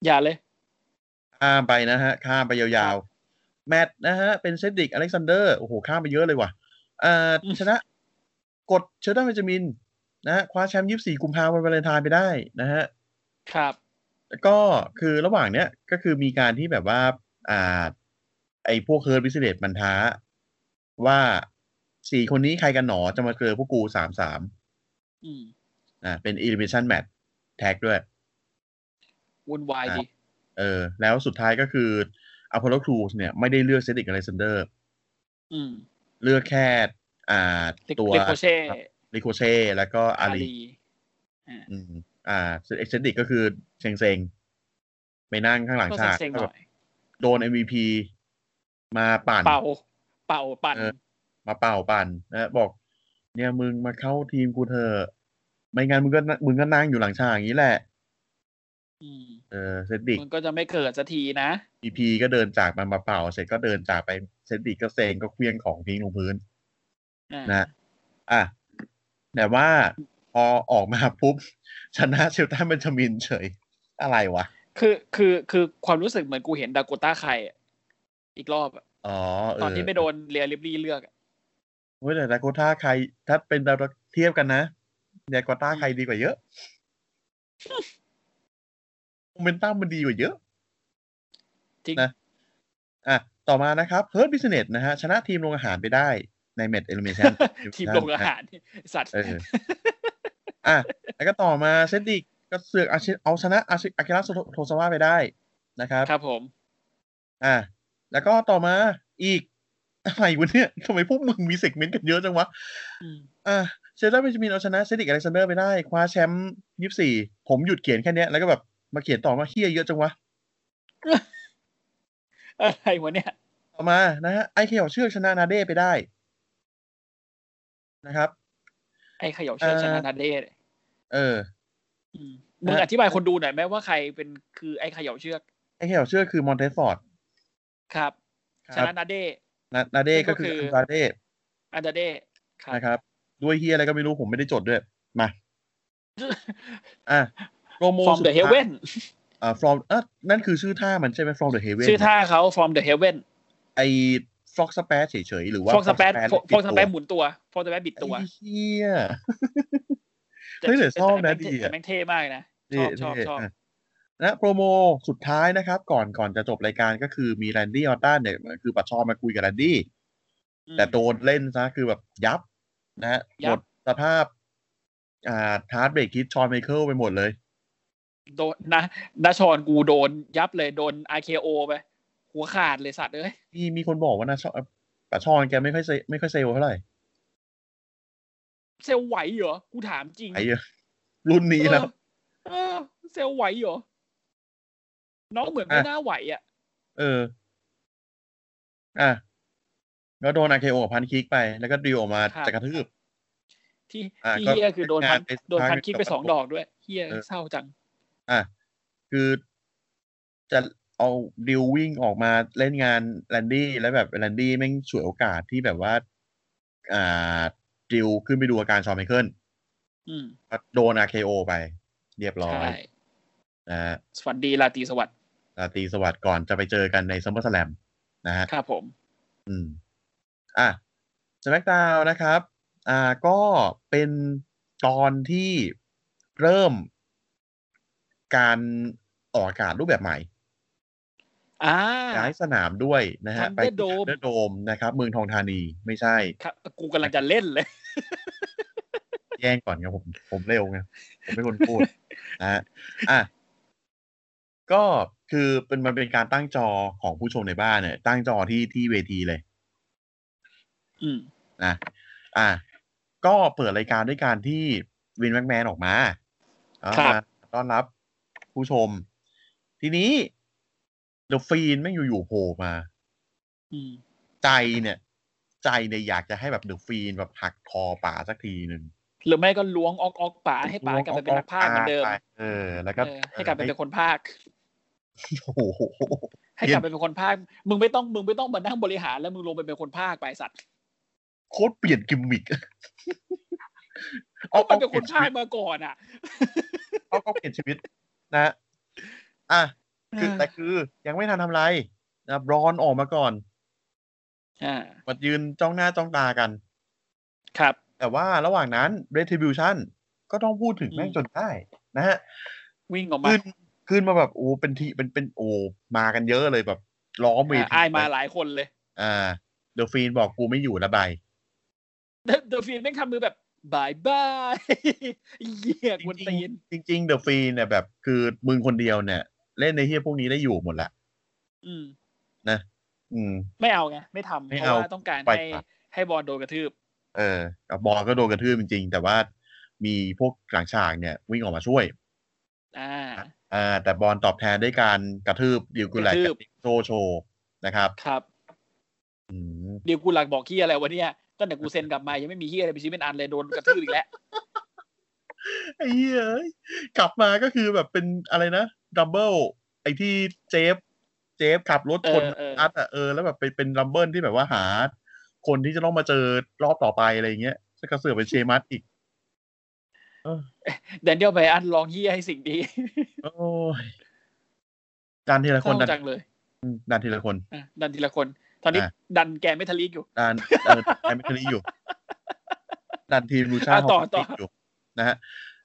Speaker 3: อย่าเลย
Speaker 2: ข้ามไปนะฮะ ข้ามไปยาว แมตช์นะฮะ เป็นเซดริกอเล็กซานเดอร์ โอ้โห ข้ามไปเยอะเลยว่ะอ่า
Speaker 3: อืม
Speaker 2: ชนะ กดเชอร์ตันเบนจามิน นะฮะ คว้าแชมป์ยี่สี่กุมภาพันธ์วันวาเลนไทน์ไปได้นะฮะ
Speaker 3: ครับ
Speaker 2: แล้วก็คือระหว่างเนี้ยก็คือมีการที่แบบว่า อ่า ไอ้พวกเฮิร์ตบิสเดตมันท้า ว่าสี่คนนี้ใครกันหนอจะมาเจอพวกกูสามสาม
Speaker 3: อืม
Speaker 2: อ่าเป็นอิลิเมชันแมตช์แท็กด้วย
Speaker 3: วุ่นวายดี
Speaker 2: เออ แล้วสุดท้ายก็คืออพอลโลครูสเนี่ย ไม่ได้เลือกเซดริกอเล็กซานเดอร์
Speaker 3: อืม
Speaker 2: เลือกแค่ อ่า
Speaker 3: ลิ
Speaker 2: ตัว
Speaker 3: ลิโคเช่
Speaker 2: ลิโคเช่แล้วก็อา
Speaker 3: อา
Speaker 2: ลี
Speaker 3: ลี
Speaker 2: อืมอ่าเอ็กเซนดิกก็คือเซงเซงไปนั่งข้างหลัง
Speaker 3: ก็
Speaker 2: ฉาก
Speaker 3: เซ็งๆห
Speaker 2: ก็แบ
Speaker 3: น่
Speaker 2: บ
Speaker 3: อย
Speaker 2: โดน MVP มาปั่น
Speaker 3: เป่าเป่าปั่น
Speaker 2: เออ มาเป่าปั่นนะบอก เนี่ยมึงมาเข้าทีมกูเถอะไม่งั้นมึงก็มึงก็นั่งอยู่หลังฉากอย่างนี้แหละ
Speaker 3: อืม
Speaker 2: เออเซนดิก
Speaker 3: มันก็จะไม่เกิดสักทีนะ
Speaker 2: EP ก็เดินจากมันมาเป่า เสร็จก็เดินจากไปเซนดิกก็เซงก็เคลี้ยงของทิ้งลงพื้น
Speaker 3: อ่า
Speaker 2: นะอ่ะแต่ว่าพอออกมาปุ๊บ *laughs* ชนะเชลตันเบนจามินเฉย อะไรวะ
Speaker 3: คือคือคือความรู้สึกเหมือนกูเห็นดาโกต้าไคอะอีกรอบอะ
Speaker 2: อ๋อเ
Speaker 3: ตอนที่ไม่โดนเรียลิบลีเลือกอะ
Speaker 2: เฮ้ยแต่ดาโกต้าใคร ถ้าเป็นดาวเทียบกันนะดาโกต้าใครดีกว่าเยอะ *laughs* โมเมนตัมมันดีกว่าเยอะ
Speaker 3: จริง
Speaker 2: นะ อ่ะ ต่อมานะครับเฮิร์ตบิสเนสนะฮะ ชนะทีมโรงอาหารไปได้ในแมตช์เอลิเมชัน
Speaker 3: *laughs* ทีมโรงอาหารสัตว์
Speaker 2: เออ อ่ะ แล้วก็ต่อมาเซนดิกก็เสือกเอาชเอาชนะอาชิอากิระโทซาวะไปได้นะครับ
Speaker 3: ครับผม
Speaker 2: อ่ะ แล้วก็ต่อมาอีก อะไรวะเนี่ยทำไมพวกมึงมีเซกเมนต์กันเยอะจังวะ
Speaker 3: อืม
Speaker 2: อ่ะเชลตันเบนจามินเอาชนะเซดิกอเล็กซานเดอร์ไปได้ คว้าแชมป์ยี่สี่ผมหยุดเขียนแค่เนี้ย แล้วก็แบบมาเขียนต่อว่าเฮียเยอะจังวะ
Speaker 3: อะไรวะเนี่ย
Speaker 2: ต่อมานะฮะไอเคียวเชือกชนะนาเด้ไปได้ นะครับ
Speaker 3: ไอ้เขย่าเชือกชนะนาเดช
Speaker 2: เออ
Speaker 3: อืมมึงอธิบายคนดูหน่อยไหมว่าใครเป็นคือไอ้เขย่าเชือก
Speaker 2: ไอเคียวเชือกคือมอนเทสฟอร์ด
Speaker 3: ครับ ช
Speaker 2: ครับ
Speaker 3: นะนาเดช
Speaker 2: นานาเด้ก็คือ
Speaker 3: ก็คือ
Speaker 2: อันดราเด้
Speaker 3: อันดาเดชครับ
Speaker 2: นะครับ ด้วยเฮียอะไรก็ไม่รู้ผมไม่ได้จดด้วย มา อ่ะโปรโม
Speaker 3: from
Speaker 2: สุดท้า
Speaker 3: the
Speaker 2: ย
Speaker 3: heaven
Speaker 2: อ่า from เอ่ะนั่นคือชื่อท่ามันใช่ไหม from the heaven
Speaker 3: ชื่อท่าเขา from the heaven
Speaker 2: ไอ frog splash เฉยๆหรือว่า
Speaker 3: ฟองส
Speaker 2: frog
Speaker 3: เปซ
Speaker 2: splash
Speaker 3: ฟองสเปซหมุนตัวฟองสเปซบิดตัว
Speaker 2: ไอ้เฮีย เฮ้ยแต่ชอบนะดีอะ
Speaker 3: แต่แม่งเท่มากนะ ช
Speaker 2: นี่
Speaker 3: อบชอบ
Speaker 2: นี่
Speaker 3: ชอบ
Speaker 2: ะและโปรโมสุดท้ายนะครับ ก่อนก่อนจะจบรายการก็คือมีแรนดี้ออตตันเนี่ยคือปัดชอบมาคุยกับแรนดี้
Speaker 3: อืม
Speaker 2: แต่โดนเล่นซะคือแบบยับ นะฮะ
Speaker 3: ยั
Speaker 2: หม
Speaker 3: บ
Speaker 2: ดสภาพ อ่าทาร์ดเบรกคิดชอนไมเคิลไปหมดเลย
Speaker 3: โดนนะนาชอนกูโดนยับเลยโดน RKO ไป หัวขาดเลยสัตว์เอ้ย
Speaker 2: มีมีคนบอกว่านะชอบปัดชอนแกไม่ค่อยเซไม่ค่อยเซลเท่าไหร่
Speaker 3: เซลลไหวเหรอ กูถามจริง
Speaker 2: ไอ้เหี้ยรุ่นนี้แล้ว
Speaker 3: เออเซลลไหวเหรอ น้องเหมือนไม่
Speaker 2: อ่ะ
Speaker 3: น่าไหวอ่ะ
Speaker 2: เออ อ่ะก็โดนอาเคโอกับพันคิกไป แล้วก็ดิวออกมา
Speaker 3: ครับ
Speaker 2: จะกระทืบ
Speaker 3: ที่
Speaker 2: อ่ะ
Speaker 3: ที่
Speaker 2: ก็
Speaker 3: เฮียคือโดนพัน
Speaker 2: งานไป
Speaker 3: โดนพันคิดไปสอง
Speaker 2: สักพัก
Speaker 3: ดอกด้วยเฮีย
Speaker 2: เออ
Speaker 3: เศร้าจัง
Speaker 2: อ่ะคือจะเอาดิววิ่งออกมาเล่นงานแลนดี้แล้วแบบแลนดี้แม่งฉวยโอกาสที่แบบว่า อ่าดิวขึ้นไปดูอาการชอนไมเคิล
Speaker 3: อืม
Speaker 2: ก็โดน RKO ไป เรียบร้อ
Speaker 3: ใช่
Speaker 2: ยนะฮะ
Speaker 3: สวัสดีราตรีสวัสดิ์
Speaker 2: ราตรีสวัสดิ์ก่อนจะไปเจอกันในซัมเมอร์สแลมนะฮะ
Speaker 3: ครับผม
Speaker 2: อืม อ่ะสแมกดาวนะครับ อ่าก็เป็นตอนที่เริ่มการออกอากาศรูปแบบใหม่
Speaker 3: อ่า
Speaker 2: ย้ายสนามด้วยนะฮะ
Speaker 3: Thunderdome
Speaker 2: ไปเดอร์โดมนะครับ เมืองทองธานีไม่ใช่
Speaker 3: ครับกูกำลังจะเล่นเลย
Speaker 2: แย่งก่อนครับผม ผมเร็วไงผมเป็นคนพูด *laughs* นะฮะอ่ะก็คือเป็นมันเป็นการตั้งจอของผู้ชมในบ้านเนี่ย ตั้งจอที่ที่เวทีเลย
Speaker 3: อืม
Speaker 2: นะอ่ะก็เปิดรายการด้วยการที่วินแม็กแมนออกมาเอา
Speaker 3: ครับ
Speaker 2: มาต้อนรับผู้ชม ทีนี้เดอะฟีนไม่งอยู่ๆโผล่มา
Speaker 3: อืม
Speaker 2: ใจเนี่ย ใจเนี่ยอยากจะให้แบบเดอะฟีนแบบหักคอป๋าสักทีหนึ่ง
Speaker 3: หรือไม่ก็ล้วงออกออกป๋าให้ป๋ากลับไปเป็นนักพากย์เหมือนเดิม
Speaker 2: ไปเออ แล้วก็
Speaker 3: เออให้กลับไปเป็นคนภาค
Speaker 2: โอ้โห
Speaker 3: ให้กลับไปเป็นคนภาค มึงไม่ต้องมึงไม่ต้องมานั่งบริหารแล้วมึงลงไปเป็นคนภาคไปสัตว์
Speaker 2: โคตรเปลี่ยนกิมมิก
Speaker 3: ก็มัน
Speaker 2: เป
Speaker 3: เป็นค
Speaker 2: ลี่ย
Speaker 3: น
Speaker 2: นชีวิ
Speaker 3: ภาค
Speaker 2: ต
Speaker 3: มาก่อนอ่ะ
Speaker 2: เอาเอาเปลี่ยนชีวิต นะฮะอ่ะ คือแต่คือยังไม่ทันทำอะไรนะบรอนออกมาก่อน
Speaker 3: อ่า
Speaker 2: มายืนจ้องหน้าจ้องตากัน
Speaker 3: ครับ
Speaker 2: แต่ว่าระหว่างนั้น retribution ก็ต้องพูดถึง
Speaker 3: อืม
Speaker 2: แม่งจนได้นะฮะ
Speaker 3: วิ่งออกมา
Speaker 2: ขึ้นขึ้นมาแบบโอ้เป็นทีเป็นเป็นโอ้มากันเยอะเลยแบบล้อมเว
Speaker 3: อ่า
Speaker 2: ที
Speaker 3: อายมาหลายคนเลย
Speaker 2: อ่าเดอะฟีนบอกกูไม่อยู่ละใบาย
Speaker 3: เดอะฟินแม่งทำมือแบบบายบาย *laughs* เหยียกวนตีน
Speaker 2: จริงๆเดอะฟีนเนี่ยแบบคือมึงคนเดียวเนี่ย เล่นในที่พวกนี้ได้อยู่หมดละ
Speaker 3: อืม
Speaker 2: อืม
Speaker 3: ไม่เอาไง ไม่ทำ
Speaker 2: ไม่
Speaker 3: เพ
Speaker 2: เอา
Speaker 3: ราะว่าต้องการ
Speaker 2: ไป
Speaker 3: ให้
Speaker 2: ครับ
Speaker 3: ให้บอลโดนกระทืบ
Speaker 2: เออกับบอลก็โดนกระทืบจริงๆ แต่ว่ามีพวกหลังฉากเนี่ย วิ่งออกมาช่วย
Speaker 3: อ่า
Speaker 2: อ่า แต่บอลตอบแทนด้วยการกระทืบดิวกุแลก
Speaker 3: กระทื
Speaker 2: กับบ โชว์โชว์นะครับ
Speaker 3: ครับ
Speaker 2: อืม
Speaker 3: เดี๋ยวกูหลักบอกขี้ยอะไรวะเนี่ยตั้งแต่กูเซ็นกลับมายังไม่มีขี้ยอะไรเป็นชิ้นเป็นอันเลยโดนกระทืบอีกแล้ว
Speaker 2: ไอ้เหี้ยเอ้ยกลับมาก็คือแบบเป็นอะไรนะดัมเบิลไอ้ที่เจฟ เจฟขับรถชน
Speaker 3: เออเอออั
Speaker 2: อัดอะเออแล้วแบบไปเป็นดัมเบิลที่แบบว่าหา คนที่จะต้องมาเจอรอบต่อไปอะไรอย่างเงี้ยจะกระเสือกเป็นเชมัสอีก
Speaker 3: แดเนียลไบรอันลองขี้ยให้สิ่งดี
Speaker 2: โอ้ยดันทีละคนดั
Speaker 3: เข้าน จังเลย
Speaker 2: ดันทีละคน
Speaker 3: อ่ะดันทีละคน ตอนนี้
Speaker 2: อ่ะ
Speaker 3: ดันแกนไม่ทะลิกอยู่
Speaker 2: ดันเออไอเมคานีอยู่ ดันทีมลูชา
Speaker 3: อ่ะต่อ
Speaker 2: ฮก
Speaker 3: ต่อ
Speaker 2: กี้อยู่นะฮะ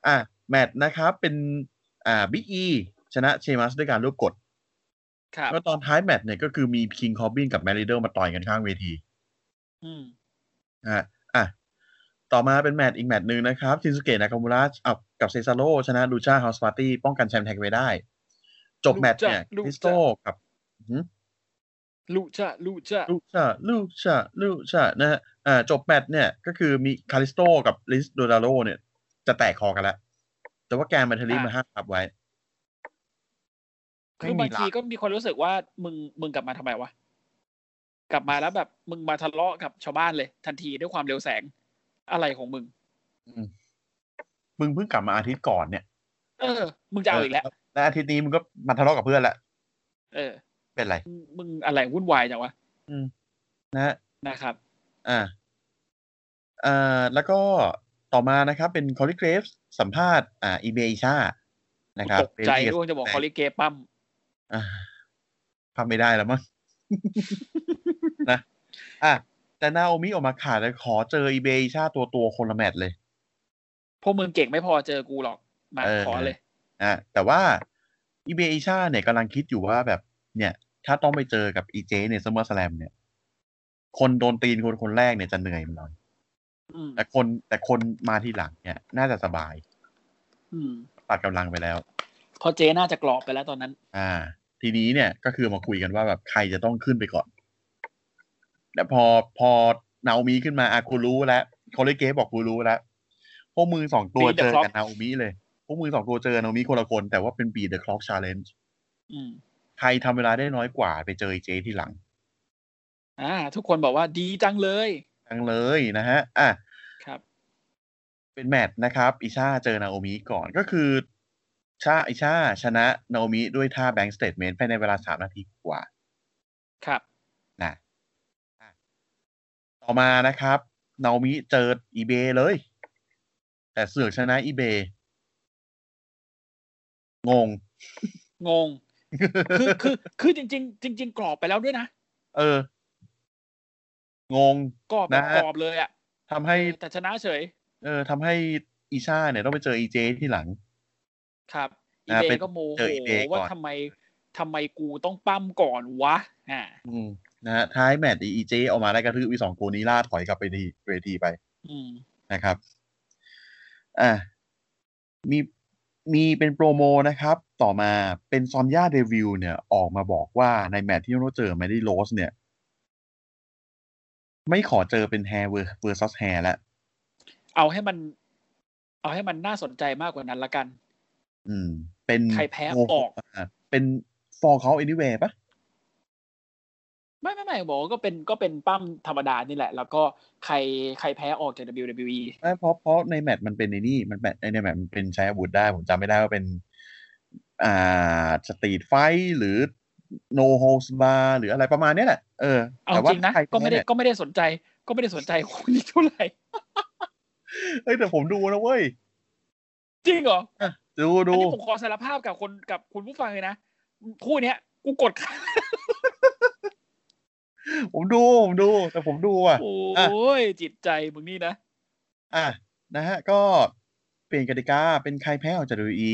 Speaker 2: อ่ะแมตช์นะครับเป็นอ่าบิ๊กอีชนะเชมัสด้วยการรูปกด
Speaker 3: ครับ
Speaker 2: แล้วตอนท้ายแมตช์เนี่ยก็คือมีคิงคอ r บินกับแมริเดอร์มาต่อยกันข้างเวที
Speaker 3: อืม
Speaker 2: นะฮะอ่ะ ต่อมาเป็นแมตช์อีกแมตช์หนึ่งนะครับชินสุเกะนากามูระอ่ะกับเซซาโรชนะลูชาเฮาส์ปาร์ตี้ป้องกันแชมป์แท็กไว้ได้ จบแมตช์เนี่ย
Speaker 3: Lucha
Speaker 2: คริสโตกับ
Speaker 3: ลูจ้าลูจ้า
Speaker 2: ลูชาลูชาลูชานะฮะอ่าจบแมตช์เนี่ย ก็คือมีคาริสโตกับลิสโดดาโรเนี่ย จะแตกคอกันแล้วแต่ว่าแกนแมทเทอรี่มาห้ามทับไว้
Speaker 3: คือบางทีก็มีคนรู้สึกว่ามึงมึงกลับมาทำไมวะ กลับมาแล้วแบบมึงมาทะเลาะกับชาวบ้านเลย ทันทีด้วยความเร็วแสงอะไรของมึง
Speaker 2: มึงเพิ่งกลับมาอาทิตย์ก่อนเนี่ย
Speaker 3: เออ มึงจะเอาอีกแล้ว
Speaker 2: และอาทิตย์นี้มึงก็มาทะเลาะกับเพื่อนละ
Speaker 3: เออ
Speaker 2: เป็นไร
Speaker 3: มึงมึงอะไรวุ่นวายจังวะ
Speaker 2: นะฮะ
Speaker 3: นะครับ
Speaker 2: อ่าอ่าแล้วก็ต่อมานะครับ เป็นคอล g เกรฟสัมภาษณ์อ่าอีเบชานะครับ
Speaker 3: ตกใจ
Speaker 2: เป็นเ
Speaker 3: ด้วยจะบอกคอลิเกปั้ม
Speaker 2: อ่าทำไม่ได้แล้วมั้ง *laughs* นะอ่ะแต่นาโอมิออกมาขาดเลยขอเจออีเบชาตัวตัวๆคนละแมตช์เลย
Speaker 3: พวกมึงเก่งไม่พอเจอกูหรอก มา
Speaker 2: เออ
Speaker 3: ขอเลย
Speaker 2: อ่ะแต่ว่าอีเบชาเนี่ยกำลังคิดอยู่ว่าแบบ เนี่ย ถ้าต้องไปเจอกับอีเจในซัมเมอร์สแลมเนี่ย คนโดนตีนคนคนแรกเนี่ยจะเหนื่อยมันหน่อย
Speaker 3: อืม
Speaker 2: แต่คนแต่คนมาทีหลังเนี่ย น่าจะสบาย
Speaker 3: อืม
Speaker 2: ตัดกำลังไปแล้ว
Speaker 3: เพอเจน่าจะกรอบไปแล้วตอนนั้น
Speaker 2: อ่า ทีนี้เนี่ยก็คือมาคุยกันว่าแบบใครจะต้องขึ้นไปก่อน แต่พอพอนาโอมิขึ้นมาอากูรู้แล้วเขาเลยเกฟบอกกูรู้แล้วพวกมือสองตัว
Speaker 3: Beat the
Speaker 2: เจอ
Speaker 3: clock
Speaker 2: กับนาโอมิเลย พวกมือสองตัวเจอนาโอมิคนละคน แต่ว่าเป็นบีเดอะคล็อกชาเลนจ์
Speaker 3: อืม
Speaker 2: ใครทำเวลาได้น้อยกว่าไปเจอไอ้เจที่หลัง
Speaker 3: อ่า ทุกคนบอกว่าดีจังเลย
Speaker 2: ทั้งเลยนะฮะ อ่ะ
Speaker 3: ครับ
Speaker 2: เป็นแมตช์นะครับ อิชาเจอนาโอมิก่อนก็คือชาอิชาชนะนาโอมิด้วยท่าแบง k ์สเตทเมนต์ภายในเวลาสามนาทีกว่า
Speaker 3: ครับ
Speaker 2: นะอ่ะต่อมานะครับนาโอมิเจออีเบเลย แต่เสือกชนะอีเบงง *laughs*
Speaker 3: งง คือคือคือจริง ๆ จริง ๆ กรอบไปแล้วด้วยนะ
Speaker 2: เออ งง
Speaker 3: กรอบแบบ
Speaker 2: นะฮะ
Speaker 3: กรอบเลยอ่ะ
Speaker 2: ทำให้
Speaker 3: เออแต่ชนะเฉย
Speaker 2: เออทำให้อีชาเนี่ยต้องไปเจออีเจที่หลัง
Speaker 3: ครับอี
Speaker 2: อ่า
Speaker 3: เบ
Speaker 2: เป็น
Speaker 3: ก็โม
Speaker 2: เจ
Speaker 3: โห
Speaker 2: อ eBay ก่อน
Speaker 3: ว่าทำไมทำไมกูต้องปั้มก่อนวะ อ่า
Speaker 2: อืมนะฮะท้ายแมตช์อีเจออกมาได้กระทืบอีสองตัวนี้ล่าถอยกลับไปดีเวทีไป
Speaker 3: อืม
Speaker 2: นะครับ อ่ะมีมีเป็นโปรโมนะครับ ต่อมาเป็นซอมย่าเดวิลเนี่ย ออกมาบอกว่าในแมตช์ที่โนเจอแมดดี้โรสเนี่ย ไม่ขอเจอเป็นแฮร์เวอร์ซัสแฮร์แล้ว
Speaker 3: เอาให้มัน เอาให้มันน่าสนใจมากกว่านั้นละกัน
Speaker 2: อืม เป็น
Speaker 3: ใครแพ้
Speaker 2: โโห
Speaker 3: ออก
Speaker 2: ะเป็นฟอร์เขา anyway ปะ
Speaker 3: ไม่ไม่ไม่บอกว่าก็เป็นก็เป็นปั้มธรรมดานี่แหละ แล้วก็ใครใครแพ้ออกจาก WWE
Speaker 2: ไม่เพราะเพราะในแมตช์มันเป็นในนี่มันแมตช์ในแมตช์มันเป็นใช้อาวุธได้ ผมจำไม่ได้ว่าเป็น อ่าสตรีทไฟหรือโนโฮสบาหรืออะไรประมาณเนี้ยแหละเออ
Speaker 3: เอา
Speaker 2: แต่
Speaker 3: จ
Speaker 2: ว่า
Speaker 3: ริงนะ
Speaker 2: ใครแพ้
Speaker 3: ก็ไม่ได้
Speaker 2: เนี่ย
Speaker 3: ก็ไม่ได้สนใจ ก็ไม่ได้สนใจ *laughs* คนนี้เท่าไหร่
Speaker 2: เอ้ยแต่ผมดูนะเว้ย
Speaker 3: จริงเหรอ
Speaker 2: ดู
Speaker 3: อัน
Speaker 2: ดู
Speaker 3: นี้ผมขอสารภาพกับคนกับคุณผู้ฟังเลยนะคู่เนี้ยกูกด
Speaker 2: ผมดูผมดู แต่ผมดูอ่ะ
Speaker 3: โอ้ยจิตใจมึงนี่นะ
Speaker 2: อ่ะนะฮะก็เปลี่ยนกติกาเป็นใครแพ้ออกจาก WWE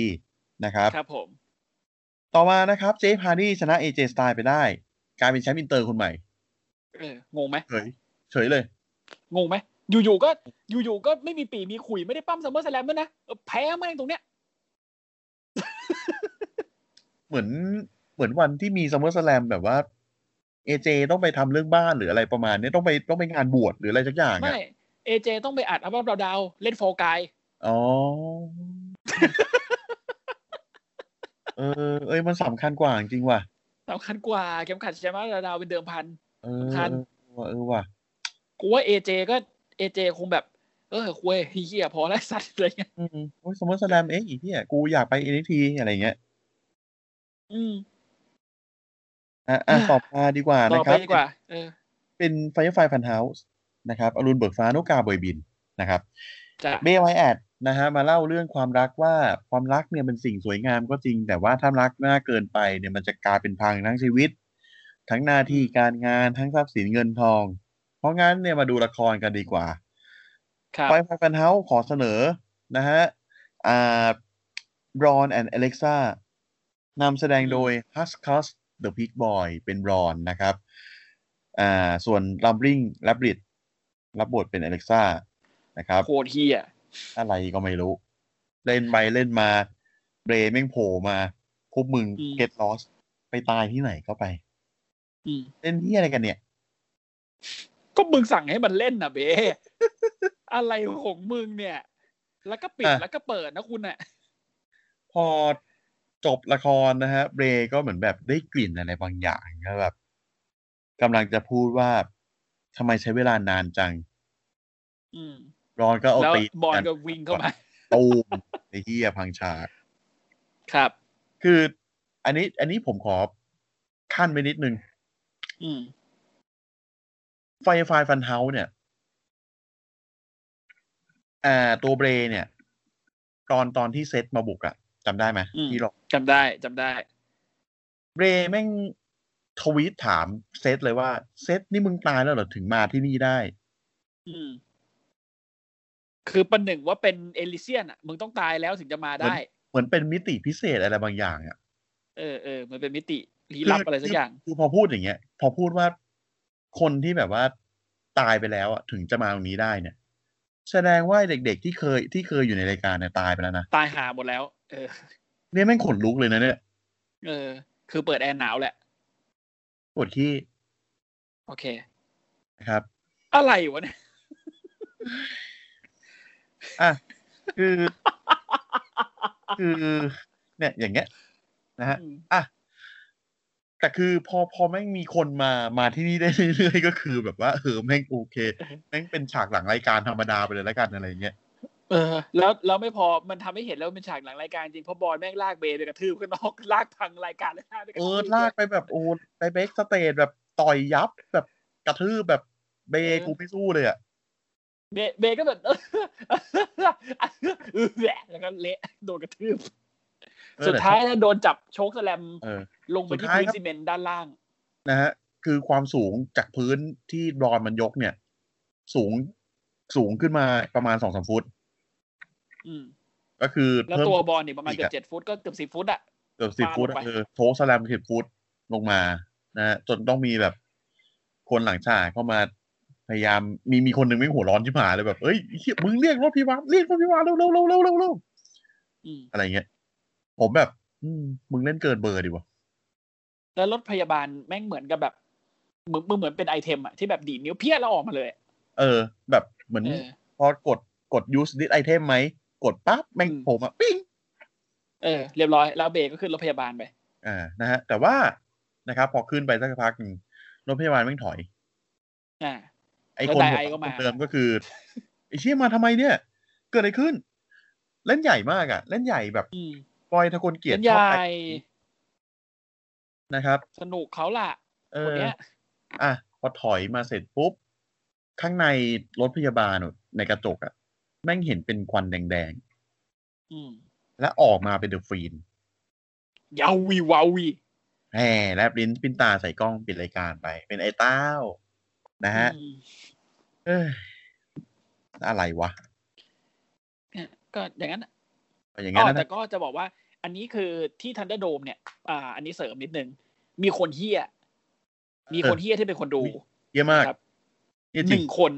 Speaker 2: นะครับ
Speaker 3: ครับผม
Speaker 2: ต่อมานะครับเจฟฮาร์ดี้ชนะเอเจสไตล์ไปได้ กลายเป็นแชมป์อินเตอร์คนใหม่
Speaker 3: เอองงไหม
Speaker 2: เฉยเฉยเลย
Speaker 3: งงไหมอยู่ๆก็อยู่ๆก็ไม่มีปีมีขุยไม่ได้ปั้มซัมเมอร์สแลมด้วยนะเออแพ้แม่งตรงเนี้ย
Speaker 2: เหมือนเหมือนวันที่มีซัมเมอร์สแลมแบบว่าเอเจต้องไปทำเรื่องบ้านหรืออะไรประมาณเนี้ยต้องไปต้องไปงานบวชหรืออะไรสักอย่าง
Speaker 3: ไม่
Speaker 2: อ่ะ
Speaker 3: เอเจต้องไปอัดอัลบั้มดาวๆเล่นโฟกาย
Speaker 2: อ๋อ *laughs* เออ เอ้ยมันสำคัญกว่าจริงว่ะ
Speaker 3: สำคัญกว่าเข็มขัดแชมป์ดาวๆเป็นเดิมพัน
Speaker 2: เออ
Speaker 3: สำคัญ
Speaker 2: เออว่ะเออว่ะ
Speaker 3: กูว่าเอเจก็เอเจคงแบบ เออคุยเฮียพอแล้วไอ้สัตว์อะไรเงี้ย
Speaker 2: อืมโอ้ยสมมติสแลมเอ๊ะอีกที่อ่ะกูอยากไปเอ็นทีอะไรเงี้ย
Speaker 3: อืม
Speaker 2: อ่ะอ่ะต่อมาดีกว่า
Speaker 3: ต่
Speaker 2: นะ
Speaker 3: อ
Speaker 2: ค
Speaker 3: ไป
Speaker 2: รับ
Speaker 3: ดีกว่า เออ
Speaker 2: เป็นไฟไฟพันเฮาส์นะครับอรุณเบิกฟ้านุกาเบยบินนะครับ
Speaker 3: จะ
Speaker 2: เบย์ไวแอดนะฮะมาเล่าเรื่องความรักว่าความรักเนี่ยเป็นสิ่งสวยงามก็จริง แต่ว่าถ้ารักมากเกินไปเนี่ยมันจะกลายเป็นพังทั้งชีวิต ทั้งหน้าที่การงานทั้งทรัพย์สินเงินทอง เพราะงั้นเนี่ยมาดูละครกันดีกว่า
Speaker 3: ครับ
Speaker 2: ไฟไฟฟันเฮาขอเสนอนะฮะ อ่าบรอนแอนด์อเล็กซ่านำแสดงโดยฮัสคัสเดอะพิกบอยเป็นบรอนนะครับ อ่า ส่วนลัมบ i ิงแลบริดรับบทเป็นอเล็กซ่านะครับ
Speaker 3: โคตรเฮีย
Speaker 2: อะไรก็ไม่รู้ เล่นไปเล่นมา เบรแม่งโผล่มาพวกมึงเก็ตลอสไปตายที่ไหนก็ไป
Speaker 3: อืม
Speaker 2: เล่นที่อะไรกันเนี่ย
Speaker 3: ก็มึงสั่งให้ *laughs* มันเล่นนะเบ อะไรของมึงเนี่ย แล้วก็ปิด
Speaker 2: อ่ะ
Speaker 3: แล้วก็เปิดนะคุณน่ะ
Speaker 2: พอจบละครนะฮะ เบรก็เหมือนแบบได้กลิ่นอะไรบางอย่างก็แบบกำลังจะพูดว่าทำไมใช้เวลานานจัง
Speaker 3: อืม
Speaker 2: รอนก็เอา
Speaker 3: แล้ว
Speaker 2: ตี
Speaker 3: บอลก็วิ่งเข้ามา
Speaker 2: ตูม *laughs* ไอ้เหี้ยพังฉาก
Speaker 3: ครับ
Speaker 2: คือ อันนี้ อันนี้ผมขอขั้นไปนิดนึง
Speaker 3: อืม
Speaker 2: ไฟไฟฟันเฮาเนี่ย อ่า ตัวเบรเนี่ย ตอนตอนที่เซตมาบุกอะจำได้ไหม
Speaker 3: อืม
Speaker 2: ที่เรา
Speaker 3: จำได้จำได้
Speaker 2: เรย์แม่งทวีตถามเซธเลยว่า เซธนี่มึงตายแล้วเหรอถึงมาที่นี่ได้
Speaker 3: อืม คือประหนึ่งว่าเป็นเอลิเซียนอ่ะ มึงต้องตายแล้วถึงจะมาได้
Speaker 2: เหมือนเป็นมิติพิเศษอะไรบางอย่างอ่ะ
Speaker 3: เออเออมันเป็นมิติลี้ลับอะไรสักอย่าง
Speaker 2: คืคือพอพูดอย่างเงี้ย พอพูดว่าคนที่แบบว่าตายไปแล้วอ่ะถึงจะมาตรงนี้ได้เนี่ย แสดงว่าเด็กๆที่เคยที่เคยอยู่ในรายการเนี่ยตายไปแล้วนะ
Speaker 3: ตายหาหมดแล้ว เออ
Speaker 2: เนี่ยแม่งขนลุกเลยนะเนี่ย
Speaker 3: เออ คือเปิดแอร์หนาวแหละ
Speaker 2: ปวดขี้
Speaker 3: โอเค
Speaker 2: นะครับ
Speaker 3: อะไรวะเนี่ย
Speaker 2: อ่ะคือ คือ เนี่ย อย่างเงี้ยนะฮะ อ่ะแต่คือพอพอแม่งมีคนมามาที่นี่ได้เรื่อยๆก็คือแบบว่าเออแม่งโอเคแม่งเป็นฉากหลังรายการธรรมดาไปเลยแล้วกันอะไรเงี้ย
Speaker 3: เออ แล้วแล้วไม่พอมันทำให้เห็นแล้ววาเป็นฉากหลังรายการจริงเพราะบอยแม่งลากเบย์ไปกระทืบข้างนอก *laughs* ลากพังรายการเลยลากไปกระ
Speaker 2: เอ
Speaker 3: ทืบ
Speaker 2: อลากไปแบบโอ้ไปเบรกสเตจแบบต่อยยับแบบกระทืบแบบเบกูไม่สู้เลยอ่ะ
Speaker 3: เบย์เบย์ก็แบบ *laughs* เออเออแล้วก็เละโดนกระทืบ
Speaker 2: เออ
Speaker 3: สุดท้ายแล้วโดนจับโชกสแลม
Speaker 2: เออ
Speaker 3: ลงไปที่
Speaker 2: สุดท้าย
Speaker 3: พื้น
Speaker 2: ครับ
Speaker 3: ซีเมนต์ด้านล่าง
Speaker 2: นะฮะคือความสูงจากพื้นที่รอนมันยกเนี่ย สูงสูงขึ้นมาประมาณสองสามฟุต
Speaker 3: อืม
Speaker 2: ก็คือ
Speaker 3: แล้ว
Speaker 2: เพิ่ม
Speaker 3: ตัวบอลเนี่ยประมาณ
Speaker 2: อีก
Speaker 3: เกือบ
Speaker 2: อะ
Speaker 3: เจ็ดฟุตก็เกือบสิบฟุตอ่ะ
Speaker 2: เกือบสิบ
Speaker 3: ปา
Speaker 2: ฟุต
Speaker 3: ลงไป
Speaker 2: เออโชว์สแลมสิบฟุตลงมานะฮะจนต้องมีแบบคนหลังฉากเข้ามาพยายามมีมีคนหนึ่งไม่งหัวร้อนชิบหายเลยแบบเอ้ยเหี้ยมึงเรียกรถพยาบาลเรียกรถพยาบาลเร็วเร็วเร็วเร็วเร็วเร็ว
Speaker 3: อืม
Speaker 2: อะไรเงี้ย ผมแบบ อืมมึงเล่นเกินเบอร์ดีวะ
Speaker 3: แล้วรถพยาบาลแม่งเหมือนกับแบบเหมือนเหมือนเป็นไอเทมอะที่แบบดีดนิ้วเพี้ยแล้วออกมาเลยอะ
Speaker 2: เออ แบบเหมือน
Speaker 3: เออ
Speaker 2: พอกดกด use this item ไหม กดปั๊บแม่ง
Speaker 3: อืม
Speaker 2: ผมอ่ะปิ้ง
Speaker 3: เออเรียบร้อยแล้วเบรกก็ขึ้นรถพยาบาลไป
Speaker 2: อ่านะฮะ แต่ว่านะครับ พอขึ้นไปสักพักหนึ่งรถพยาบาลแม่งถอย
Speaker 3: อ่า
Speaker 2: ไอ้คน
Speaker 3: แล้วไดไอก็มา
Speaker 2: คนเดิมก็คือ ไอ้เชี่ยมาทำไมเนี่ย เกิดอะไรขึ้น เล่นใหญ่มากอะเล่นใหญ่แบบ
Speaker 3: อืม
Speaker 2: บอยทะกลเกียร
Speaker 3: เป็
Speaker 2: ติ
Speaker 3: น
Speaker 2: ชอบ
Speaker 3: ใหญ่
Speaker 2: ไปนะครับ
Speaker 3: สนุกเขาล่ะ
Speaker 2: เอ
Speaker 3: คน
Speaker 2: อ
Speaker 3: เนี้ย
Speaker 2: อ่ะพอถอยมาเสร็จปุ๊บ ข้างในรถพยาบาลอะในกระจกอะแม่งเห็นเป็นควันแดง
Speaker 3: อืม
Speaker 2: ๆ และออกมาเป็นเดอะฟีน
Speaker 3: ยาวีวาวี
Speaker 2: แหมแลบลิ้นปิ้นตาใส่กล้องปิดรายการไป เป็นไอ้เต้า นะฮะ
Speaker 3: อืม
Speaker 2: เอ้ยอะไรวะ
Speaker 3: เนี่ยก็อย่างนั้นอะ
Speaker 2: เอาอย่าง
Speaker 3: อ๋
Speaker 2: งั้น
Speaker 3: อ
Speaker 2: นะ
Speaker 3: แต่ก็จะบอกว่า อันนี้คือที่ทันเดอร์โดมเนี่ย อ่า อันนี้เสริมนิดนึง มีคนเฮี้ย มีคนเฮี้ยที่เป็นคนดู
Speaker 2: เยี่ยมมาก
Speaker 3: ครับ
Speaker 2: เนี่ย
Speaker 3: ห
Speaker 2: จริ
Speaker 3: นึ่
Speaker 2: ง
Speaker 3: งคน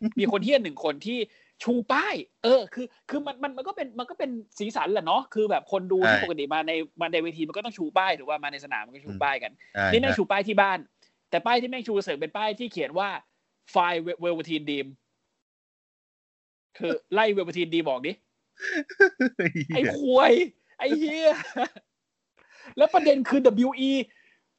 Speaker 2: *laughs*
Speaker 3: มีคนเฮี้ยหนึ่งคนที่ชูป้าย เออ คือ คือมันมันมันก็เป็นมันก็เป็นสีสันแหละเนาะคือแบบคนดูที่ปกติมาในมาในเวทีมันก็ต้องชูป้ายหรือว่ามาในสนามมันก็ชูป้ายกัน
Speaker 2: ใช่
Speaker 3: นี่แม่ง
Speaker 2: ฮะ
Speaker 3: ชูป้ายที่บ้าน แต่ป้ายที่แม่งชูเสริมเป็นป้ายที่เขียนว่าไฟเวลเวทีนดีมคือไล่เวลเวทีนดีมออกดิ ไอ้ควยไอ้เฮียแล้วประเด็นคือ WE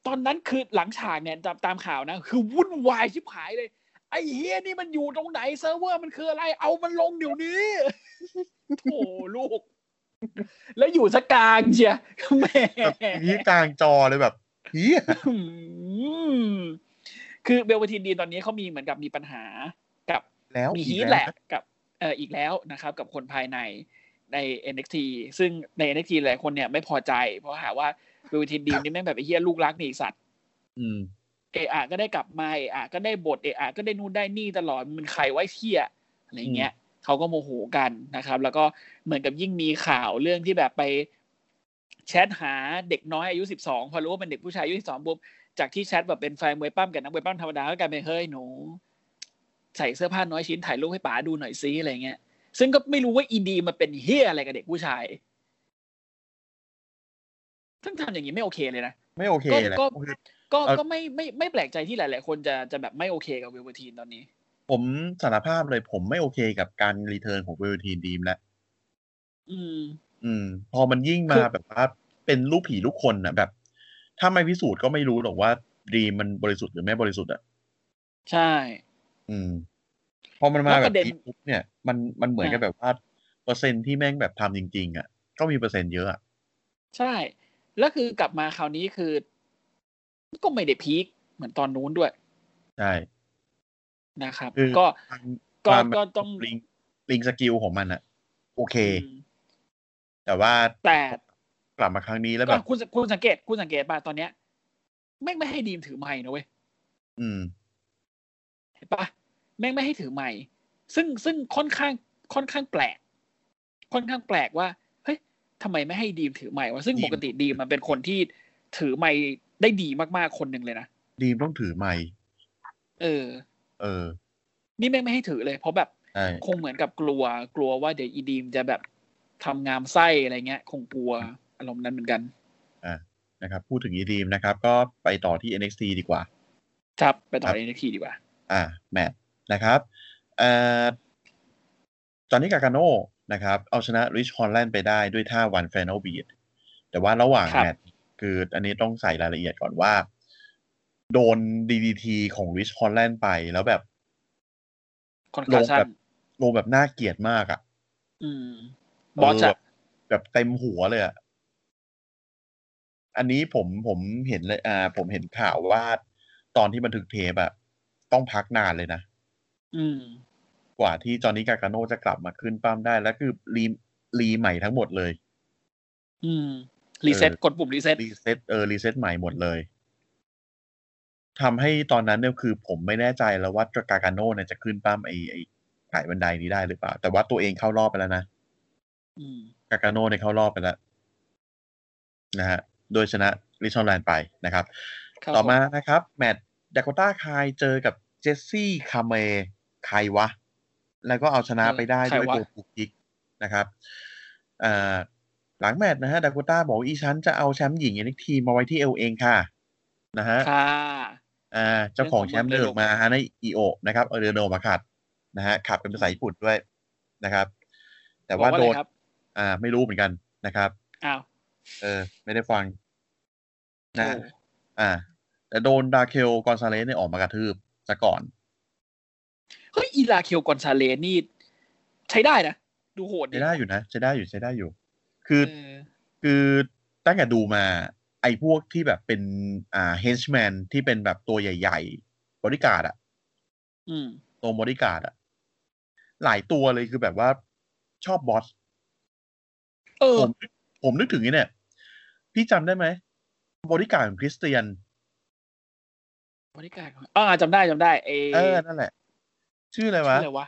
Speaker 3: ตอนนั้นคือหลังฉากเนี่ยตามตามข่าวนะ คือวุ่นวายชิบหายเลย ไอ้เฮียนี่มันอยู่ตรงไหนเซิร์ฟเวอร์มันคืออะไร เอามันลงเดี๋ยวนี้ โถลูก แล้วอยู่สกกลางเชียร์แหม่
Speaker 2: แบบนี้กลางจอเลยแบบเฮีย
Speaker 3: อืมคือเบลวาทีนดีนตอนนี้เขามีเหมือนกับมีปัญหากับ
Speaker 2: แล้ว
Speaker 3: มีฮี
Speaker 2: อี
Speaker 3: ท
Speaker 2: ก
Speaker 3: แห
Speaker 2: ว
Speaker 3: ละกับเอ่ออีกแล้วนะครับ กับคนภายในใน NXT ซึ่งใน NXT หลายคนเนี่ยไม่พอใจ เพราะหาว่าเบลทินดีมนี่แม่งแบบไอ้เหี้ยลูกรักหนี่สัตว์
Speaker 2: อืม
Speaker 3: เอะอะก็ได้กลับมาเอะอะก็ได้บทเอะอะก็ได้นู่นได้นี่ตลอดมันใครไว้เที่ยอะไรอย่างเงี้ยเขาก็โมโหกันนะครับ แล้วก็เหมือนกับยิ่งมีข่าวเรื่องที่แบบไปแชทหาเด็กน้อยอายุสิบสองพอรู้ว่าเป็นเด็กผู้ชายอายุสิบสองปุ๊บจากที่แชทแบบเป็นแฟนมวยปั้มกับนักมวยปั้มธรรมดาก็กลายเป็นเฮ้ยหนู ใส่เสื้อผ้าน้อยชิ้นถ่ายรูปให้ป๋าดูหน่อยซิอะไรเงี้ย ซึ่งก็ไม่รู้ว่าอีดีมันเป็นเฮียอะไรกับเด็กผู้ชาย ซึ่งทำอย่างนี้ไม่โอเคเลยนะ
Speaker 2: ไม่โอเค
Speaker 3: ก็
Speaker 2: แหละ
Speaker 3: ก็
Speaker 2: โอเค
Speaker 3: ก็
Speaker 2: เอ่อ
Speaker 3: ก็ไม่ไม่ไม่แปลกใจที่หลาย ๆ คนจะจะแบบไม่โอเคกับเวลเวอร์ทีนตอนนี้
Speaker 2: ผมสารภาพเลยผมไม่โอเคกับการรีเทิร์นของเวลทีนดีมแล้ว
Speaker 3: อืม
Speaker 2: อืม พอมันยิ่ง
Speaker 3: คื
Speaker 2: มา
Speaker 3: อ
Speaker 2: แบบว่าเป็นลูกผีลูกคนน่ะแบบ ถ้าไม่พิสูจน์ก็ไม่รู้หรอกว่าดีมมันบริสุทธิ์หรือไม่บริสุทธิ์อ่ะ
Speaker 3: ใช่
Speaker 2: อืม พอมันมา
Speaker 3: แล้ว
Speaker 2: แบบ
Speaker 3: ประเด็น
Speaker 2: นี้ปุ๊บเนี่ย มันมันเหมือน
Speaker 3: อ่ากั
Speaker 2: กับแบบว่าเปอร์เซ็นต์ที่แม่งแบบทำจริง ๆ อ่ะ ก็มีเปอร์เซ็นต์เยอะอ่ะ
Speaker 3: ใช่ แล้วคือกลับมาคราวนี้คือ ก็ไม่ได้พีคเหมือนตอนนู้นด้วย
Speaker 2: ใช่
Speaker 3: นะครับ
Speaker 2: คือ
Speaker 3: ก็
Speaker 2: ความ
Speaker 3: ก็
Speaker 2: ความ
Speaker 3: ก็ต้อง
Speaker 2: ลิงลิงสกิลของมันอ่ะ โอเค
Speaker 3: อืม
Speaker 2: แต่ว่า
Speaker 3: แต่
Speaker 2: กลับมาครั้งนี้แล้วแบ
Speaker 3: ก็
Speaker 2: บ
Speaker 3: คุณคุณสังเกตคุณสังเกตป่ะตอนเนี้ยแม่งไม่ให้ดีมถือไม้นะเว้ย
Speaker 2: อืม
Speaker 3: เห็นปะแม่งไม่ให้ถือไม้ซึ่งซึ่งค่อนข้างค่อนข้างแปลก ค่อนข้างแปลกว่าเฮ้ยทำไมไม่ให้ดีมถือไม้วะซึ่ง
Speaker 2: ดีม
Speaker 3: ปกติดีมมันเป็นคนที่ถือไม้ได้ดีมากๆคนหนึ่งเลยนะ
Speaker 2: ดีมต้องถือไมค์
Speaker 3: เออ
Speaker 2: เออ
Speaker 3: นี่แม่งไม่ให้ถือเลย เพราะแบบ
Speaker 2: ใช่
Speaker 3: คงเหมือนกับกลัว กลัวว่าเดี๋ยวอีดีมจะแบบทำงามไส้อะไรเงี้ย คงกลัวอารมณ์นั้นเหมือนกัน
Speaker 2: นะครับ พูดถึงอีดีมนะครับ ก็ไปต่อที่ NXT ดีกว่า
Speaker 3: ครับ ไปต่
Speaker 2: ครั
Speaker 3: อบ ในนาทีดีกว่า
Speaker 2: อ่า แมตช์นะครับเอ่อจอนนี่กาการโน่นะครับ เอาชนะริชฮอลแลนด์ไปได้ด้วยท่าวันแฟนอลบีดแต่ว่าระหว่าง
Speaker 3: ครับ
Speaker 2: แมตช์คืออันนี้ต้องใส่รายละเอียดก่อนว่า โดน DDT ของริชฮอลแลนด์ไปแล้วแบบ
Speaker 3: คอน
Speaker 2: ล
Speaker 3: คาง ชั่
Speaker 2: แบ
Speaker 3: น
Speaker 2: บลงแบบน่าเกลียดมากอะ่ะ
Speaker 3: อืมบอส
Speaker 2: เ
Speaker 3: จะ
Speaker 2: แบบเต็มหัวเลยอะ่ะอันนี้ผมผมเห็นเลยอ่า ผมเห็นข่าวว่าตอนที่บันทึกเทปอะต้องพักนานเลยนะ
Speaker 3: อืม
Speaker 2: กว่าที่จอห์นนี่กาการโน่จะกลับมาขึ้นปั้มได้ แล้วคือรีรีใหม่ทั้งหมดเลย
Speaker 3: อืมรีเซ็ตกดปุ่มรีเซ็ต
Speaker 2: รีเซ็ตเออรีเซ็ตใหม่หมดเลยทำให้ตอนนั้นเนี่ยคือผมไม่แน่ใจแล้วว่ากาการโน่เนี่ยจะขึ้นปั้มไอไอไถ่ายบันไดนี้ได้หรือเปล่า แต่ว่าตัวเองเข้ารอบไปแล้วนะ
Speaker 3: อืม
Speaker 2: กาการโน่เนี่ยเข้ารอบไปแล้วนะฮะ โดยชนะริชอนแลนด์ไปนะครับ
Speaker 3: ครับ
Speaker 2: ต่อมานะครับ แมตช์ดากต้าคายเจอกับเจสซี่คาเมใครวะ แล้วก็เอาชนะ
Speaker 3: เออ
Speaker 2: ไปได้
Speaker 3: ใคร
Speaker 2: ด้วย
Speaker 3: วะ
Speaker 2: ตัวปุกกิกนะครับเอ่อหลังแมตช์นะฮะดากต้าบอกว่าอีฉันจะเอาแชมป์หญิง NXT มาไว้ที่เอวเองค่ะนะฮะ
Speaker 3: ค่ะ
Speaker 2: อ่าเจ้าของแชมป์
Speaker 3: เรื่
Speaker 2: เดิ
Speaker 3: อง
Speaker 2: น
Speaker 3: ของ
Speaker 2: ออกมาฮะในอีโอนะครับเอาเดินออกมาขัดนะฮะขัดเป็นภาษาญี่ปุ่นด้วยนะครับ แต่ว่า
Speaker 3: บอก
Speaker 2: โด
Speaker 3: อะไร
Speaker 2: น
Speaker 3: ครับ
Speaker 2: อ่าไม่รู้เหมือนกันนะครับ
Speaker 3: อ้าว
Speaker 2: เออ ไม่ได้ฟังนะ
Speaker 3: โอ้
Speaker 2: อ่า แต่โดนดาเคลกอนซาเลสเนี่ยออกมากระทืบซะก่อน
Speaker 3: เฮ้ยอีลาเคียวกอนซาเลสนี่ ใช้ได้นะ ดูโหด
Speaker 2: ใช้ได้อยู่นะใช้ได้อยู่ใช้ได้อยู่ คือ
Speaker 3: เออ
Speaker 2: คือตั้งแต่ดูมา ไอ้พวกที่แบบเป็นอ่าเฮนชแมนที่เป็นแบบตัวใหญ่ๆบริการดอะ
Speaker 3: อืม
Speaker 2: ตัวบริการดอะหลายตัวเลยคือแบบว่าชอบบอส
Speaker 3: เออ
Speaker 2: ผมผมนึกถึงนี่เนี่ย พี่จำได้ไหม บริการดของคริสเตียน
Speaker 3: บริการอ่าจำได้จำได้เอ
Speaker 2: เออ นั่นแหละ ชื่ออะไรวะ
Speaker 3: ชื่ออะไรวะ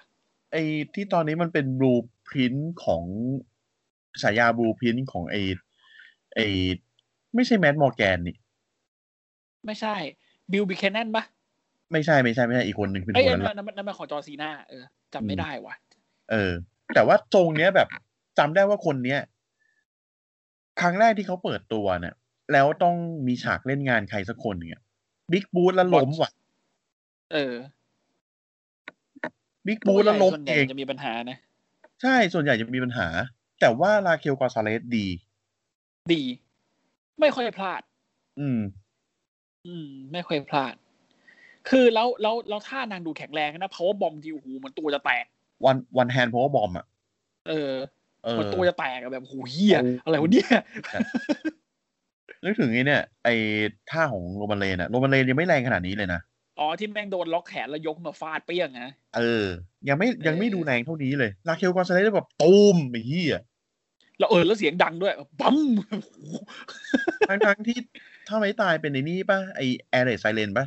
Speaker 2: ไอ้ที่ตอนนี้มันเป็นบลูพินของฉายาบลูพินของไอ้ไอ้ไม่ใช่แมดมอร์แกนนี่
Speaker 3: ไม่ใช่บิลบิ c คนแนนปะ
Speaker 2: ไม่ใช่ไม่ใช่ไม่ใช่อีกคนหนึ่งเป็น
Speaker 3: ไอ้ย
Speaker 2: คน
Speaker 3: อัน
Speaker 2: นั้น
Speaker 3: นั้
Speaker 2: ละ
Speaker 3: นนั่นนั่นมันของจอร์ซีนาเออจำไม่ได้ว่ะ
Speaker 2: เออ แต่ว่าทรงเนี้ยแบบจำได้ว่าคนเนี้ย ครั้งแรกที่เขาเปิดตัวเนี่ย แล้วต้องมีฉากเล่นงานใครสักคนเนี่ยบิ๊กบูธแล้วล้มว่ะ
Speaker 3: เออ
Speaker 2: บิ๊กบูธแล้วล้ม
Speaker 3: ส่วนใหญ่
Speaker 2: เอง
Speaker 3: จะมีปัญหานะ
Speaker 2: ใช่ส่วนใหญ่จะมีปัญหา แต่ว่าลาเคลกอซาเลสดี
Speaker 3: ดี ไม่ค่อยพลาด
Speaker 2: อืม
Speaker 3: อืม ไม่ค่อยพลาด คือแล้วแล้วแล้วท่านางดูแข็งแรงนะเพราะว่าบอมดีโอ้โหเหมันตัวจะแตก
Speaker 2: วันวันแฮนด์พาวเวอร์บอมอ่ะ
Speaker 3: เออ
Speaker 2: เอ
Speaker 3: เห
Speaker 2: อ
Speaker 3: มันตัวจะแตกอะแบบโอ้โหเหี้ย
Speaker 2: โอ้
Speaker 3: อะไรวะเนี่ย
Speaker 2: นึกถึงไอ้เนี่ยไอ้ท่าของโรมันเลนอะโรมันเลนยังไม่แรงขนาดนี้เลยนะ
Speaker 3: อ๋อที่แม่งโดนล็อกแขนแล้วยกมาฟาดเปี้ยงนะ
Speaker 2: เออ ยังไม่ยังไม่
Speaker 3: เออ
Speaker 2: ดูแรงเท่านี้เลยลาเคลกอนซาเลสแบบตูมไอ้เหี้ย
Speaker 3: แล้วเออแล้วเสียงดังด้วยปั๊ม *laughs* โอ้โห
Speaker 2: ทั้งทั้งที่ถ้าไม่ตายเป็นไอ้นี่ป่ะไอแอร์เรสไซเลนป่ะ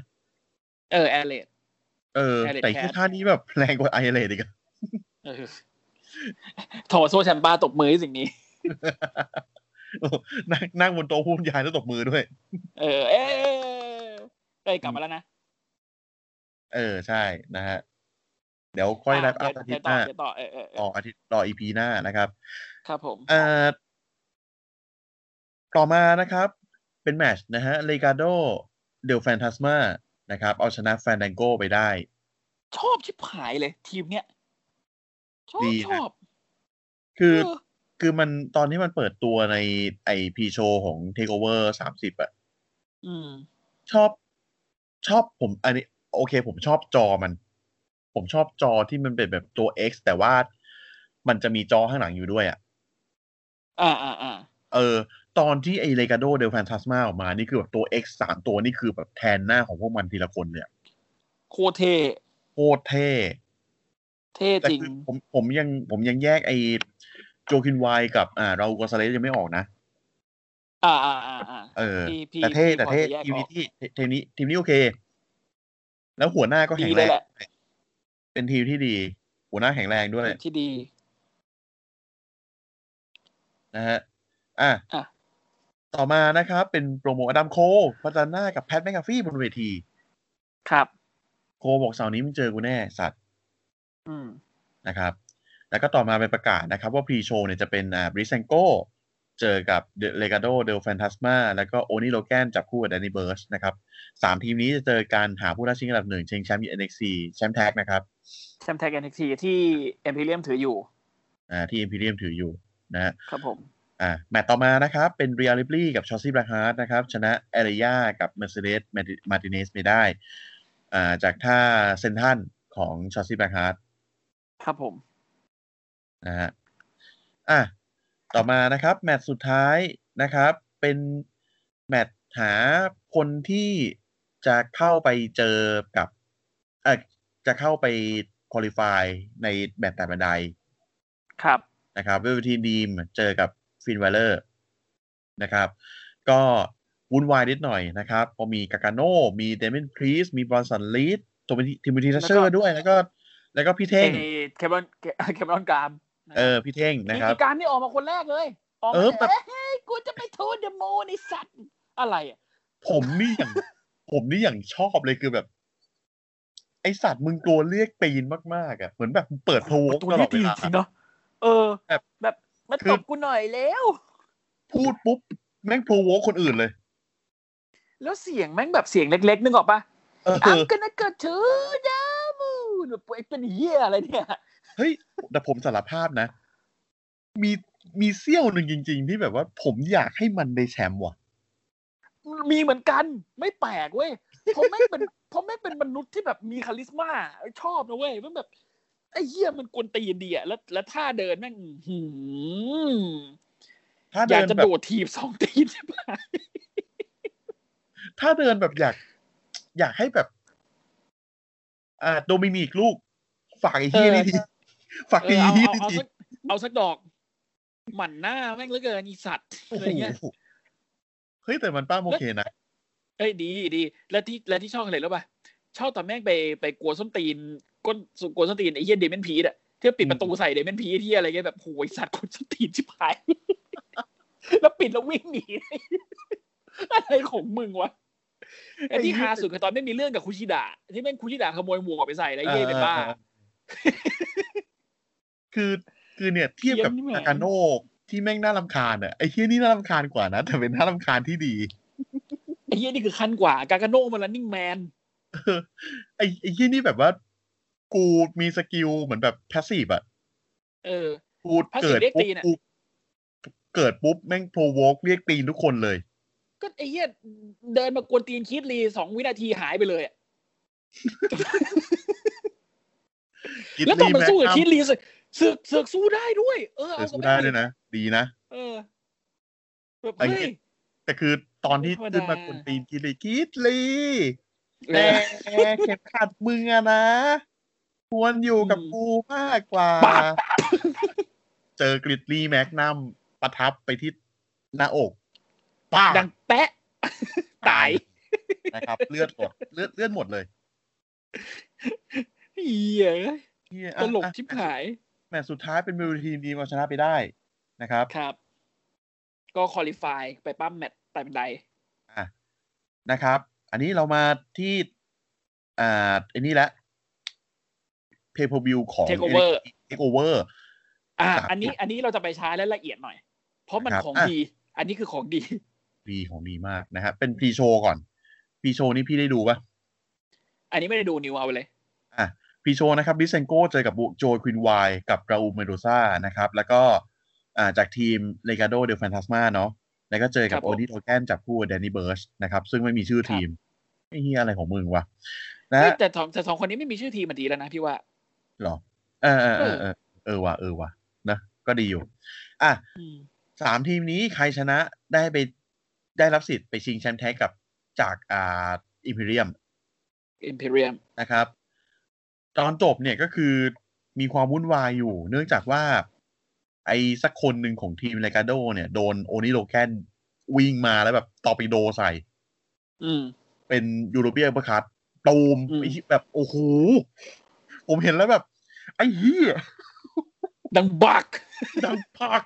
Speaker 3: เออแอร์เลด
Speaker 2: เออ
Speaker 3: Aerate
Speaker 2: แต่แค่
Speaker 3: Cat
Speaker 2: ท่านี้แบบแรงกว่าไอเรสอีกอะ *laughs*
Speaker 3: เออโถโซแชมปาตบมือให้สิ่งนี้
Speaker 2: เออนั่งนั่งบนโต๊ะพูมยายแล้วตบมือด้วย
Speaker 3: เออ เออเอ้ยกลับมาแล้วนะ
Speaker 2: เออใช่นะฮะ เดี๋ยวค่อยรับอัพอา
Speaker 3: เดี๋
Speaker 2: ทิ
Speaker 3: ย
Speaker 2: ต
Speaker 3: ว
Speaker 2: ย์หน้า
Speaker 3: ต่อเดี๋ยวต่อเออเออเอ
Speaker 2: ต่
Speaker 3: อ
Speaker 2: ออาทิตย์ต่ออีพีหน้านะครับ
Speaker 3: ครับผม
Speaker 2: เอ่อต่อมานะครับ เป็นแมตชนะฮะเลกาโดเดลแฟนทัสมานะครับ เอาชนะแฟนดังโกไปได้
Speaker 3: ชอบชิบหายเลย ทีมเนี้ยชอบ
Speaker 2: ดี
Speaker 3: ช
Speaker 2: นะ
Speaker 3: อบ
Speaker 2: คือ
Speaker 3: เออ
Speaker 2: คือมันตอนที่มันเปิดตัวในไอพีโชของ Takeover 30 อ่ะ
Speaker 3: อืม
Speaker 2: ชอบชอบผมอันนี้ โอเค ผมชอบจอมัน ผมชอบจอที่มันเป็นแบบตัว X แต่ว่ามันจะมีจอข้างหลังอยู่ด้วยอ่ะ
Speaker 3: อ่าอ่าอ่า
Speaker 2: เออ ตอนที่ไอเลกาโดเดลแฟนทัสมาออกมา นี่คือแบบตัว X สามตัวนี่คือแบบแทนหน้าของพวกมันทีละคนเนี่ย
Speaker 3: โคเท
Speaker 2: โคตรเท่
Speaker 3: เท่
Speaker 2: แต่
Speaker 3: จริง
Speaker 2: คือผมผมยังผมยังแยกไอโจคินไวน์กับ อ่า เรากอซาเลสยังไม่ออกนะ
Speaker 3: อ่าอ่าอ่าอ่า
Speaker 2: เออ
Speaker 3: พี่พี่
Speaker 2: แต่เท่
Speaker 3: พี่
Speaker 2: แต่เท่
Speaker 3: พอจะแยก
Speaker 2: ทีม
Speaker 3: อ
Speaker 2: นี้
Speaker 3: อก
Speaker 2: ที่เททีมนี้ทีมนี้โอเค แล้วหัวหน้าก็แข็ง
Speaker 3: ดี
Speaker 2: แร
Speaker 3: เล
Speaker 2: ง
Speaker 3: ยแหละ
Speaker 2: เป็นทีมที่ดี หัวหน้าแข็งแรงด้วย
Speaker 3: ที่ดี
Speaker 2: นะฮะ อ่ะ
Speaker 3: อ่ะ
Speaker 2: ต่อมานะครับ เป็นโปรโมอดัมโคพัฒนหน้ากับแพทแมคกาฟี่บนเวที
Speaker 3: ครับ
Speaker 2: โคบอกเสาร์นี้มึงเจอกูแน่สัตว์
Speaker 3: อืม
Speaker 2: นะครับ แล้วก็ต่อมาเป็นประกาศนะครับ ว่าพรีโชว์เนี่ยจะเป็นอ่าบริเซนโกเจอกับเลกาโดเดลแฟนทัสมาแล้วก็โอนิโลแกนจับคู่กับแดนนี่เบิร์ชนะครับสามทีมนี้จะเจอการหาผู้ท้าชิงอันดับหนึ่งชิงแชมป์ NXT แชมป์แท็กนะครับ
Speaker 3: แชมป์แท็กเอ็นทีที่เอ็มพีเรียมถืออยู่
Speaker 2: อ่าที่อิมพีเรียมถืออยู่นะฮะ
Speaker 3: ครับผม
Speaker 2: อ่าแมตต์ต่อมานะครับ เป็นเรียลิปลี่กับชอซี่บราฮาร์ดนะครับ ชนะเอริยากับเม r c เซเดสมาติเนสไม่ได้อ่าจากท่าเซนทันของชอซี่บราฮาร์ด
Speaker 3: ครับผม
Speaker 2: นะฮะอ่ะต่อมานะครับ แมตต์สุดท้ายนะครับ เป็นแมตต์หาคนที่จะเข้าไปเจอกับเออจะเข้าไปคุริฟายในแมตต์แต่บันได
Speaker 3: ครับ
Speaker 2: นะครับเวลทีดีมเจอกับฟินเวลเลอร์ นะครับ ก็วุ่นวายนิดหน่อยนะครับเพอมีกากาโน่ มีเดมินพรีสมีบรอนสันลีดตัวทิม t ธีทัชเชอ
Speaker 3: แล้
Speaker 2: ร์
Speaker 3: วก็
Speaker 2: ด้วยแล้วก็ แล้วก็พี่
Speaker 3: เอ
Speaker 2: เท่ง
Speaker 3: เคมรอน *laughs* เคมรอนกราม
Speaker 2: เออ พี่เท่งนะครั
Speaker 3: มี
Speaker 2: บ
Speaker 3: การนี่ออกมาคนแรกเลย ออก
Speaker 2: เอ
Speaker 3: มา
Speaker 2: อแบบ
Speaker 3: เฮ้ยกูจะไปทูนเดอะมูนไอสัตว์ อะไรอะ
Speaker 2: ผมนี่อย่าง ผมนี่อย่างชอบเลยคือแบบ ไอสัตว์มึงตัวเรียกตีนมาก ๆ อ่ะ เหมือนแบบเปิดโพลก
Speaker 3: ตัว
Speaker 2: ตลอ
Speaker 3: นี้
Speaker 2: ดเว
Speaker 3: ดี
Speaker 2: ลา
Speaker 3: จริงเนาะ เออ
Speaker 2: แบบ
Speaker 3: แบบมาตบกูหน่อยแล้ว
Speaker 2: พูดปุ๊บ แม่งโพลกคนอื่นเลย
Speaker 3: แล้วเสียงแม่งแบบเสียงเล็กๆนึกออกปะ
Speaker 2: เออ
Speaker 3: I'm gonna go to the moon แบบเป็นเหี้ยอะไรเนี่ย
Speaker 2: เฮ้ย แต่ผมสารภาพนะ มีมีเซี่ยวหนึ่งจริง ๆ ที่แบบว่าผมอยากให้มันได้แชมป์ว่ะ
Speaker 3: มีเหมือนกันไม่แปลกเว้ยเพราะไม่งเป็นเพราะไม่งเป็นมนุษย์ที่แบบมีคาลิสมาชอบนะเว้ยมันแบบไอ้เหี้ยมันกวนตีนดีอะแล้วแล้วท่าเดินแม่งอื้อหือ
Speaker 2: ถ้า
Speaker 3: อยา
Speaker 2: เดิ
Speaker 3: ก
Speaker 2: น
Speaker 3: จะ
Speaker 2: แบบ
Speaker 3: โดดถีบสองตีนใช่ปะ
Speaker 2: ถ้าเดินแบบอยาก อยากให้แบบ อ่าโดมินิกลูก ฝากไอ้เฮียนี่ทีฝาก
Speaker 3: เอ
Speaker 2: ไอ้
Speaker 3: อเอา
Speaker 2: เฮีย
Speaker 3: เอา
Speaker 2: นี่ที
Speaker 3: เอาสักเอาสักดอก หมั่นหน้าแม่งเหลือเกินอีสัตว์
Speaker 2: โอ้
Speaker 3: อะไร
Speaker 2: โห
Speaker 3: เงี้ย
Speaker 2: เฮ้ยแต่มันป้ามโอเคนะ
Speaker 3: เอ้ยดีดี แล้วที่แล้วที่ชอบอะไรรู้ป่ะชอบตอนแม่งไปไปกลัวส้นตีนก้นกลัวส้นตีนไอ้เหี้ยเดมอนพีดอะที่ปิดประตูใส่เดมอนพีดที่อะไรเงี้ยแบบโหยสัตว์คนส้นตีนชิบหาย *laughs* แล้วปิดแล้ววิ่งหนี *laughs* อะไรของมึงวะไอ้ที่
Speaker 2: ไอ้เหี้ย
Speaker 3: ฮาสุดคือตอนไม่งมีเรื่องกับคุชิดะที่แม่งคุชิดะขโมยหมวกไปใส่แล้วไอ้เหี้ยเป็นบ้า
Speaker 2: ออคือคือเนี่ยเทียบกับ
Speaker 3: เยี่ยมนี่แห
Speaker 2: นา
Speaker 3: ละ
Speaker 2: กาโน่ที่แม่งน่ารำคาญอ่ะไอ้เฮียนี่น่ารำคาญกว่านะ แต่เป็นน่ารำคาญที่ดี
Speaker 3: ไอ้เหี้ยนี่คือขั้นกว่ากากาโน่มันรันนิ่งแมน
Speaker 2: ไอ้ไอ้เฮียนี่แบบว่า กูมีสกิลเหมือนแบบแพสซีฟอ่ะ
Speaker 3: เออ
Speaker 2: กู
Speaker 3: พาสซีฟ
Speaker 2: เกิด
Speaker 3: เรียกตี
Speaker 2: ปุ๊บ
Speaker 3: นอะ
Speaker 2: กูเกิดปุ๊บแม่งโปรโวกเรียกตีนทุกคนเลย
Speaker 3: ก็ไอ้เหี้ยเดินมากวนตีนคิดลีสองวินาทีหายไปเลยอะ
Speaker 2: คิด
Speaker 3: แล้วตอนมันสู้กับ
Speaker 2: แก
Speaker 3: คิดลีเสือกเสือกเสือกสู้ได้ด้วย เออ
Speaker 2: เอ
Speaker 3: เอา
Speaker 2: อสู้ได้ด้วยนะ ดีนะ
Speaker 3: เออแบบ
Speaker 2: ไอ้
Speaker 3: เฮ้
Speaker 2: เหี้
Speaker 3: ย
Speaker 2: ย แต่คือตอนที่
Speaker 3: ไม่ธรร
Speaker 2: ขึ้น
Speaker 3: มดา
Speaker 2: มากวนตีนคิดลีคิดลี
Speaker 3: เอ
Speaker 2: แต่
Speaker 3: อ
Speaker 2: เข็มขัดมึงอะนะ ควรอยู่กับ
Speaker 3: อืม
Speaker 2: กูมากกว่า
Speaker 3: ปาด
Speaker 2: เจอกริดลีแมกนัมประทับไปที่หน้าอกป้า
Speaker 3: ดังแปะ ตาย
Speaker 2: นะครับ เลือดหมดเลือดเลือดหมดเลย
Speaker 3: เหี้ย
Speaker 2: เหี้ย
Speaker 3: ต
Speaker 2: อ่ะ
Speaker 3: ลก
Speaker 2: อ่ะ
Speaker 3: ชิบหาย
Speaker 2: แมตช์สุดท้ายเป็นมิวทีมดีมาชนะไปได้นะครับ
Speaker 3: ครับ ก็คอลี่ฟายไปปั้มแมตช์แต่เป็นได
Speaker 2: อ่ะนะครับ อันนี้เรามาที่อ่าไอ้นี่ละเพย์พวิวของ
Speaker 3: เทคโอเวอร์
Speaker 2: เทคโอเวอร์
Speaker 3: อ่า
Speaker 2: สาม
Speaker 3: อันนี้อันนี้เราจะไปช้าและละเอียดหน่อย เพราะมัน
Speaker 2: ครับ
Speaker 3: ของ
Speaker 2: อ่ะ
Speaker 3: ดี อันนี้คือของดี
Speaker 2: ดีของดีมากนะครับเป็นพรีโชว์ก่อนพรีโชว์นี่พี่ได้ดูปะ
Speaker 3: อันนี้ไม่ได้ดูนิวเอาไปเลย
Speaker 2: พรีโชว์นะครับดิเซนโกเจอกับโจควินไวกับราอูเมโดซ่านะครับ แล้วก็อ่าจากทีมเลกาโดเดลแฟน t าสมาเนาะแล้วก็เจอกับ
Speaker 3: ครับ
Speaker 2: โอ
Speaker 3: ผม
Speaker 2: นิโ o แกนจากคู่แดนนี่เบิร์ชนะครับซึ่งไม่มีชื่อ
Speaker 3: ครับ
Speaker 2: ทีมไอ้เฮียอะไรของมึงวะนะ
Speaker 3: เฮ้ยแต่สองแต่สองคนนี้ไม่มีชื่อทีมมาดีแล้วนะพี่ว่า
Speaker 2: หรอ เออเออเออเออเออว่ะเออว่ะนะ ก็ดีอยู่ อ่ะ
Speaker 3: อืม
Speaker 2: สามทีมนี้ใครชนะได้ไปได้รับสิทธิ์ไปชิงแชมป์แท็กกับจากอ่าอิมพีเรียม
Speaker 3: อิมพีเรียม
Speaker 2: นะครับ ตอนจบเนี่ยก็คือมีความวุ่นวายอยู่ เนื่องจากว่า ไอ้สักคนหนึ่งของทีมเลกาโด เนี่ย โดนโอนิโลแกนวิ่งมาแล้วแบบตอร์ปิโดใส่
Speaker 3: อืม
Speaker 2: เป็นยูโรเปียนประคัตตูม
Speaker 3: อืม
Speaker 2: ไอ้เหี้ยแบบโอ้โหผมเห็นแล้วแบบ ไอ้เหี้ย
Speaker 3: ดังบัก
Speaker 2: ดังพัก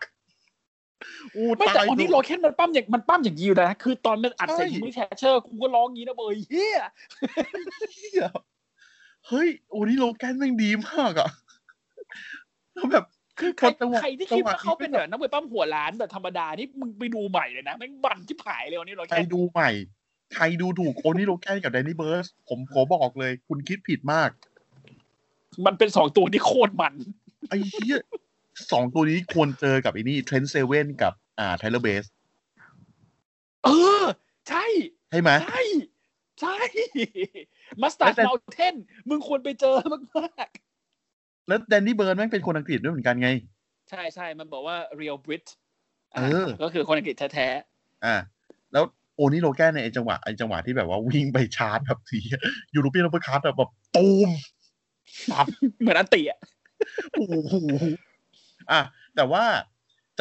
Speaker 2: อู้
Speaker 3: ไม่แต่
Speaker 2: ตาย
Speaker 3: ออนนี้โล
Speaker 2: ดู
Speaker 3: เคนมันปั้มอย่างมันปั้มอย่างนี้อยู่นะ คือตอนมันอัด
Speaker 2: ใช่
Speaker 3: ใส่มือแชเชอร์กูก็ร้องงี้นะเบยเฮีย
Speaker 2: เหี้ยเฮ้ย โอ้นี่โลแกนแม่งดีมากอะแล้วแบบ
Speaker 3: คือใคร
Speaker 2: จังหวะ
Speaker 3: ใครที่คิ
Speaker 2: จั
Speaker 3: ดว่า
Speaker 2: งหวะนี้
Speaker 3: เขาเป็นแบบนักมวยปั้มหัวล้านแบบธรรมดานี่มึงไปดูใหม่เลยนะแม่งบันที่ผายเลยออนนี้โล
Speaker 2: ใคร
Speaker 3: เคน
Speaker 2: ดูใหม่ ใครดูถูกโอนี่โลแกนกับแดนนี่เบิร์ส ผมขอบอกเลย คุณคิดผิดมาก
Speaker 3: มันเป็นสองตัวที่โคตรมัน
Speaker 2: ไอ้เหี้ยสองตัวนี้ควรเจอกับไอ้นี่เทรนเซเว่นกับอ่าไทเลอร์เบส
Speaker 3: เออ ใช่
Speaker 2: ใช่ไหม
Speaker 3: ใช่ ใช่มาสตาร์
Speaker 2: แต่
Speaker 3: เมาเทนมึงควรไปเจอมาก
Speaker 2: แล้วแดนนี่เบิร์สแม่งเป็นคนอังกฤษด้วยเหมือนกันไง
Speaker 3: ๆใช่ใช่มันบอกว่า real Brit
Speaker 2: เออ
Speaker 3: ก็คือคนอังกฤษแท้
Speaker 2: อ่า แล้วโอนี่โลแกนในยไอ้จังหวะไอ้จังหวะที่แบบว่าวิ่งไปชาร์จแบบ *laughs* ทียูโรเปียนโอเปอร์คัทแบบ ตูม
Speaker 3: ๆเหมือนอันติอ่ะ
Speaker 2: โอ้โหอ่ะแต่ว่า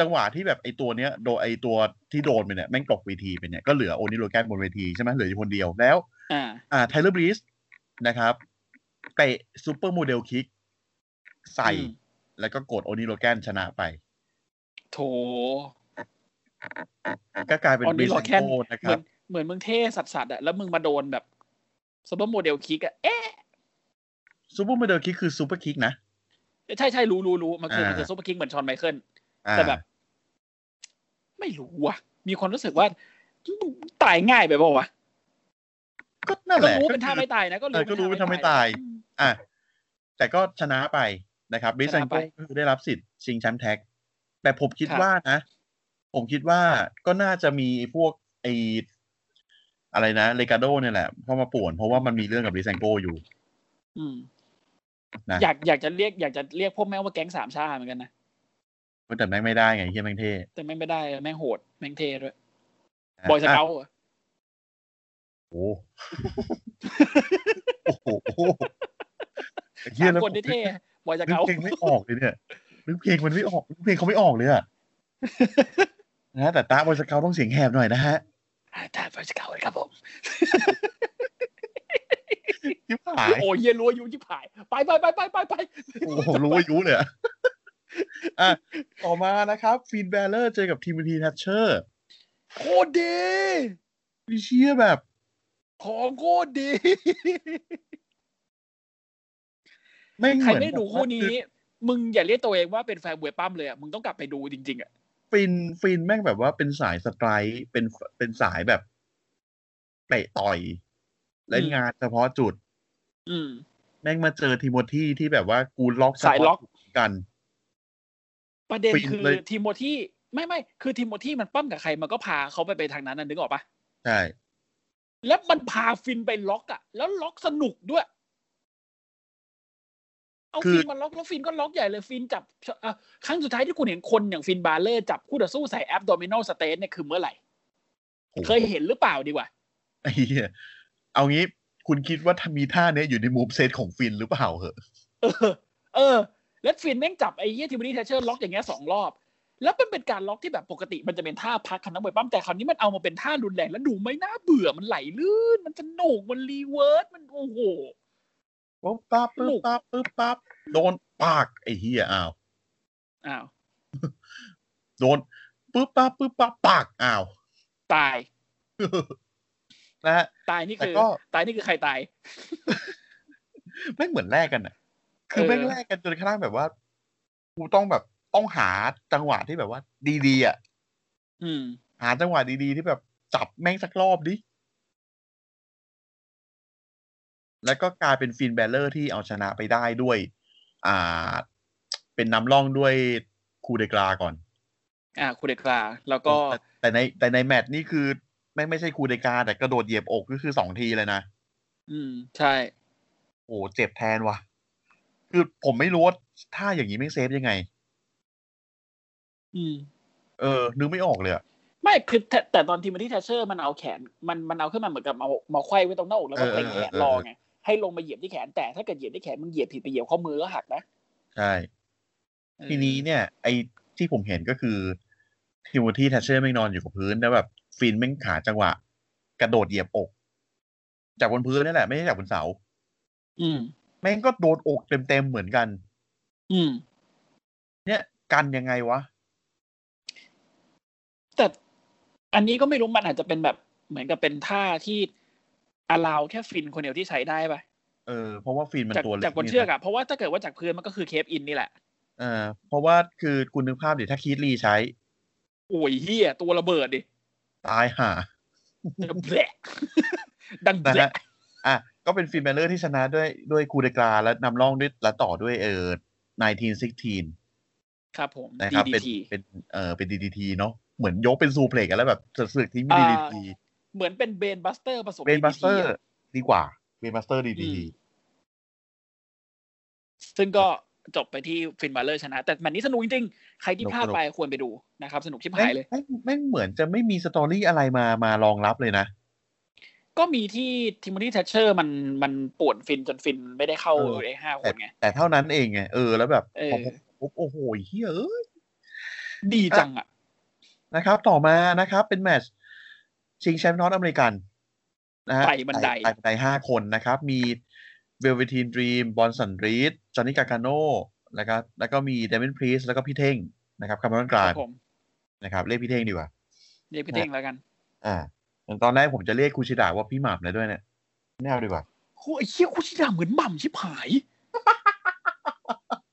Speaker 2: จังหวะที่แบบไอตัวเนี้ยโดนไอตัวที่โดนไปเนี่ยแม่งตกเวทีไปเนี่ยก็เหลือโอนิโลแกนบนเวทีใช่ไหมเหลืออยู่คนเดียวแล้ว
Speaker 3: อ่า
Speaker 2: อ่าไทเลอร์บรีสนะครับเตะซูเปอร์โมเดลคิก ใส่
Speaker 3: อืม
Speaker 2: แล้วก็กดโอนิโลแกนชนะไป
Speaker 3: โถ
Speaker 2: ก็กลายเป็น
Speaker 3: โอนิ
Speaker 2: บิส
Speaker 3: โลแกน
Speaker 2: โกนะค
Speaker 3: เหมื
Speaker 2: รั
Speaker 3: อบ นเหมือนมึงเท่สัสสัสๆอะแล้วมึงมาโดนแบบซูเปอร์โมเดลคิกอะเอ๊ะ
Speaker 2: ซูเปอร์โมเดลคิกคือซูเปอร์คิกนะ
Speaker 3: ใช่ใช่รู้รู้รู้มันคือ
Speaker 2: อ่ามั
Speaker 3: มันคือซูเปอร์คิกเหมือนชอนไมเคิล
Speaker 2: อ่า
Speaker 3: แต่แบบ ไม่รู้ว่ะ มีความรู้สึกว่าตายง่ายไปเปล่าวะ
Speaker 2: ก็นั่น
Speaker 3: ก็
Speaker 2: แหละ
Speaker 3: รู้เป็นท่า
Speaker 2: ก็คือ
Speaker 3: ไม่ตายนะก็รู้
Speaker 2: เออก็รู้เป็นท่าไม่ตาย
Speaker 3: อืม
Speaker 2: อ่ะแต่ก็ชนะไปนะครับบิส
Speaker 3: ช
Speaker 2: ซัน
Speaker 3: นะ
Speaker 2: โก
Speaker 3: ไป
Speaker 2: ก็คือได้รับสิทธิ์ชิงแชมป์แท็ก แต่ผมคิด
Speaker 3: ครับ
Speaker 2: ว่านะ ผมคิดว่าก็น่าจะมีพวกไออะไรนะเลกาโดเนี่ยแหละ เข้ามาป่วนเพราะว่ามันมีเรื่องกับบิสซันโกอยู่
Speaker 3: อืม
Speaker 2: นะ
Speaker 3: อยากอยากจะเรียกอยากจะเรียกพวกแม่งว่าแก๊งสามชาติเหมือนกันนะ
Speaker 2: แต่แม่งไม่ได้ไงเฮียแม่งเท่
Speaker 3: แต่แม่งไม่ได้แม่งโหด แม่งเท่ด้วย
Speaker 2: นะ
Speaker 3: บอยสเก
Speaker 2: ะ
Speaker 3: ลอะ
Speaker 2: โอ้โหโอ้
Speaker 3: *laughs*
Speaker 2: โหเฮีย
Speaker 3: สาม
Speaker 2: แล้ว
Speaker 3: คนที่เท่บอยส
Speaker 2: นึก
Speaker 3: เกล
Speaker 2: เพลงไม่ออกเลยเนี่ยนึกเพลงมันไม่อ *laughs* อกนึกเพลงเขาไม่ออกเลยอะนะแต่ตาบอยสเกาต้องเสียงแหบหน่อยนะฮะ
Speaker 3: ท่านฟังเก่าครับผม
Speaker 2: ยิบหาย
Speaker 3: โอ้ยเฮียรู้อายุยิบหายไปไปไปไปไปไป
Speaker 2: โอ้โหรู้ว่ายุเลยอะอ่ะต่อมานะครับฟีนแบลเลอร์เจอกับทีมพีทัชเชอร์
Speaker 3: โคตรดี
Speaker 2: วิเชียแบบ
Speaker 3: ของโคตรดี
Speaker 2: ไม่งเห
Speaker 3: ใคร
Speaker 2: มือน
Speaker 3: ไม่ดูคู่นี้ มึงอย่าเรียกตัวเองว่าเป็นแฟนบวยปั้มเลยอ่ะมึงต้องกลับไปดูจริงๆอ่ะ
Speaker 2: ฟินฟินแม่งแบบว่าเป็นสายสไตร์เป็นเป็นสายแบบเตะต่อย และงานเฉพาะจุด
Speaker 3: อืม
Speaker 2: แม่งมาเจอทีโมธีที่แบบว่ากูล็อก
Speaker 3: สายล็อก
Speaker 2: เฉพะจุดกัน
Speaker 3: ประเด็น
Speaker 2: ฟิน
Speaker 3: คือ
Speaker 2: เลย
Speaker 3: ทีโมธีไม่ไม่คือทีโมธีมันปั้มกับใครมันก็พาเขาไปไปทางนั้นน่ะนึกออกปะ
Speaker 2: ใช่
Speaker 3: แล้วมันพาฟินไปล็อกอ่ะ แล้วล็อกสนุกด้วย เอาฟินมาล็อกแล้วฟินก็ล็อกใหญ่เลยฟินจับเอ่อครั้งสุดท้ายที่คุณเห็นคนอย่างฟินบาเลอร์จับคู่ต่อสู้ใส่แอปโดมิโนสเตนเนี่ยคือเมื่อไหร่
Speaker 2: โอ้โห
Speaker 3: เคยเห็นหรือเปล่าดีกว่า
Speaker 2: ไอ้เหี้ยเอางี้คุณคิดว่าถ้ามีท่าเนี้ยอยู่ในมูฟเซตของฟินหรือเปล่าเหอะ
Speaker 3: เออ เออ แล้วฟินแม่งจับไอ้เหี้ยทีมนี้เทเชอร์ล็อกอย่างเงี้ยสองรอบ แล้วมันเป็นการล็อกที่แบบปกติมันจะเป็นท่าพักคันนักมวยปั้มแต่คราวนี้มันเอามาเป็นท่ารุนแรงแล้วดูไม่น่าเบื่อมันไหลลื่น มันสนุกมันรีเวิร์สมันโอ้โห
Speaker 2: ปุ๊บปั๊บปุ๊
Speaker 3: ลู
Speaker 2: บ
Speaker 3: ก
Speaker 2: ปั๊บปุ๊บปั๊บโดนปากไอ้เหี้ยอ้าว
Speaker 3: อ้าว
Speaker 2: โดนปุ๊บปั๊บปุ๊บปั๊บปากอ้าว
Speaker 3: ตาย
Speaker 2: นะฮะ
Speaker 3: ตายนี่คือ
Speaker 2: แต่ก็
Speaker 3: ตายนี่คือใครตาย
Speaker 2: แม่งเหมือนแลกกันอะคือแม่ง
Speaker 3: เออ
Speaker 2: แลกกันจนกระทั่งแบบว่ากูต้องแบบต้องหาจังหวะที่แบบว่า ดีๆอ่ะ
Speaker 3: อืม
Speaker 2: หาจังหวะดีๆที่แบบจับแม่งสักรอบดิแล้วก็กลายเป็นฟินแบลเลอร์ที่เอาชนะไปได้ด้วย อ่า เป็นนำร่องด้วยคูเดกราก่อน
Speaker 3: อ่าคูเดคลาแล้วก็
Speaker 2: แต่แต่ในแต่ในแมตช์นี่คือไม่ไม่ใช่คูเดกาแต่กระโดดเหยียบอกก็คือสองทีเลยนะ
Speaker 3: อืม ใช่
Speaker 2: โอ้โหเจ็บแทนว่ะ คือผมไม่รู้ว่าถ้าอย่างนี้ไม่เซฟยังไง
Speaker 3: อืม
Speaker 2: เออ นึกไม่ออกเลยอะ
Speaker 3: ไม่คือแต่แต่ตอนทีมที่แทชเชอร์มันเอาแขนมันมันเอาขึ้นมาเหมือนกับเอามาไขว้ไว้ตรงหน้าอกแล้วก็
Speaker 2: เออ
Speaker 3: เล็งแขน
Speaker 2: เออเออ
Speaker 3: รอไงให้ลงมาเหยียบที่แขนแต่ถ้าเกิดเหยียบที่แขนมึงเหยียบผิดไปเหยียบข้อมือก็หักนะ
Speaker 2: ใช่ ทีนี้เนี่ย ไอ้ที่ผมเห็นก็คือทิโมธีแทชเชอร์ไม่งนอนอยู่กับพื้นแล้วแบบฟินแม่งขาจังหวะ กระโดดเหยียบอก จากบนพื้นนี่แหละ ไม่ใช่จากบนเสา
Speaker 3: อืม
Speaker 2: แม่งก็โดนอกเต็มๆเหมือนกัน
Speaker 3: อืม
Speaker 2: เนี่ย กันยังไงวะ
Speaker 3: แต่อันนี้ก็ไม่รู้มันอาจจะเป็นแบบเหมือนกับเป็นท่าที่อาลาวแค่ฟินคนเดียวที่ใช้ได้ปะ
Speaker 2: เออ เพราะว่าฟินมัน
Speaker 3: จาก
Speaker 2: ตัวเล็ก
Speaker 3: จากบน
Speaker 2: ยะ
Speaker 3: เชือกอะเพราะว่าถ้าเกิดว่าจากพื้นมันก็คือเคฟอินนี่แหละ
Speaker 2: เอ่อเพราะว่าคือคุณนึกภาพดิถ้าคีตลีใช้
Speaker 3: โอ้ยเฮียตัวระเบิดดิ
Speaker 2: ตายห่า
Speaker 3: ดังแบะดัง
Speaker 2: นะ
Speaker 3: แบะ
Speaker 2: ฮะอ่ะก็เป็นฟิล์มเบลเลอร์ที่ชนะด้วยด้วยคูเดกราและนำร่องด้วยและต่อด้วยเออ1916
Speaker 3: ครับผม
Speaker 2: นะครับเป็น
Speaker 3: DDT
Speaker 2: เป็นเออเป็น DDT เนาะเหมือนยกเป็นซูเพล็กซ์อะแล้วแบบสึกที่ไม่
Speaker 3: อ่า
Speaker 2: DDT
Speaker 3: เหมือนเป็นเบนบัสเตอร์ผสม
Speaker 2: เป็นบัสเตอร์
Speaker 3: DDT ะ
Speaker 2: ดีกว่าเป็นบัสเตอร์
Speaker 3: อื
Speaker 2: DDT
Speaker 3: ม ซึ่งก็จบไปที่ฟินบาเลอร์ชนะ แต่แมตช์นี้สนุกจริงๆ ใครที่พลาดไปควรไปดูนะครับ สนุกชิบหายเลย
Speaker 2: แม่งแม่งเหมือนจะไม่มีสตอรี่อะไรมามารองรับเลยนะ
Speaker 3: ก็มีที่ทิม o ธีแทชเชอร์มันมันป่วนฟินจนฟินไม่ได้เข้า
Speaker 2: เออ
Speaker 3: ไอ้ห้าคนไง
Speaker 2: แต่เท่านั้นเองไงเออแล้วแบบ
Speaker 3: เอ
Speaker 2: พ
Speaker 3: อ
Speaker 2: อผมปุ๊บโอ้โหเฮ้ยเอ้ย
Speaker 3: ดีจังอ่ะ
Speaker 2: นะครับ ต่อมานะครับ เป็นแมตช์ชิงแชมป์นอตอเมริกันนะฮะ
Speaker 3: ไต่บันได
Speaker 2: ไต่บันไดห้าคนนะครับ มีเวลเวทีนดรีมบอลสันรีดจอห์นนี่กา a าโน่นะครับแล้วก็มีเดมินพรีสแล้วก็พี่เท่งนะครับคาร์มอนก
Speaker 3: ค
Speaker 2: ลา
Speaker 3: รั
Speaker 2: น
Speaker 3: บผม
Speaker 2: นะครับ เรียกพี่เท่งดีกว่า
Speaker 3: เรียกพี่เต้งแล้วกัน
Speaker 2: อ่าตอนแรกผมจะเรียกคูชิดะว่าพี่หม่ำเลยด้วยเนี่ยไม่เอาดีกว่า
Speaker 3: โอ้ยไอ้เชี่ยคุชิดาเหมือนหม่ำชิบหาย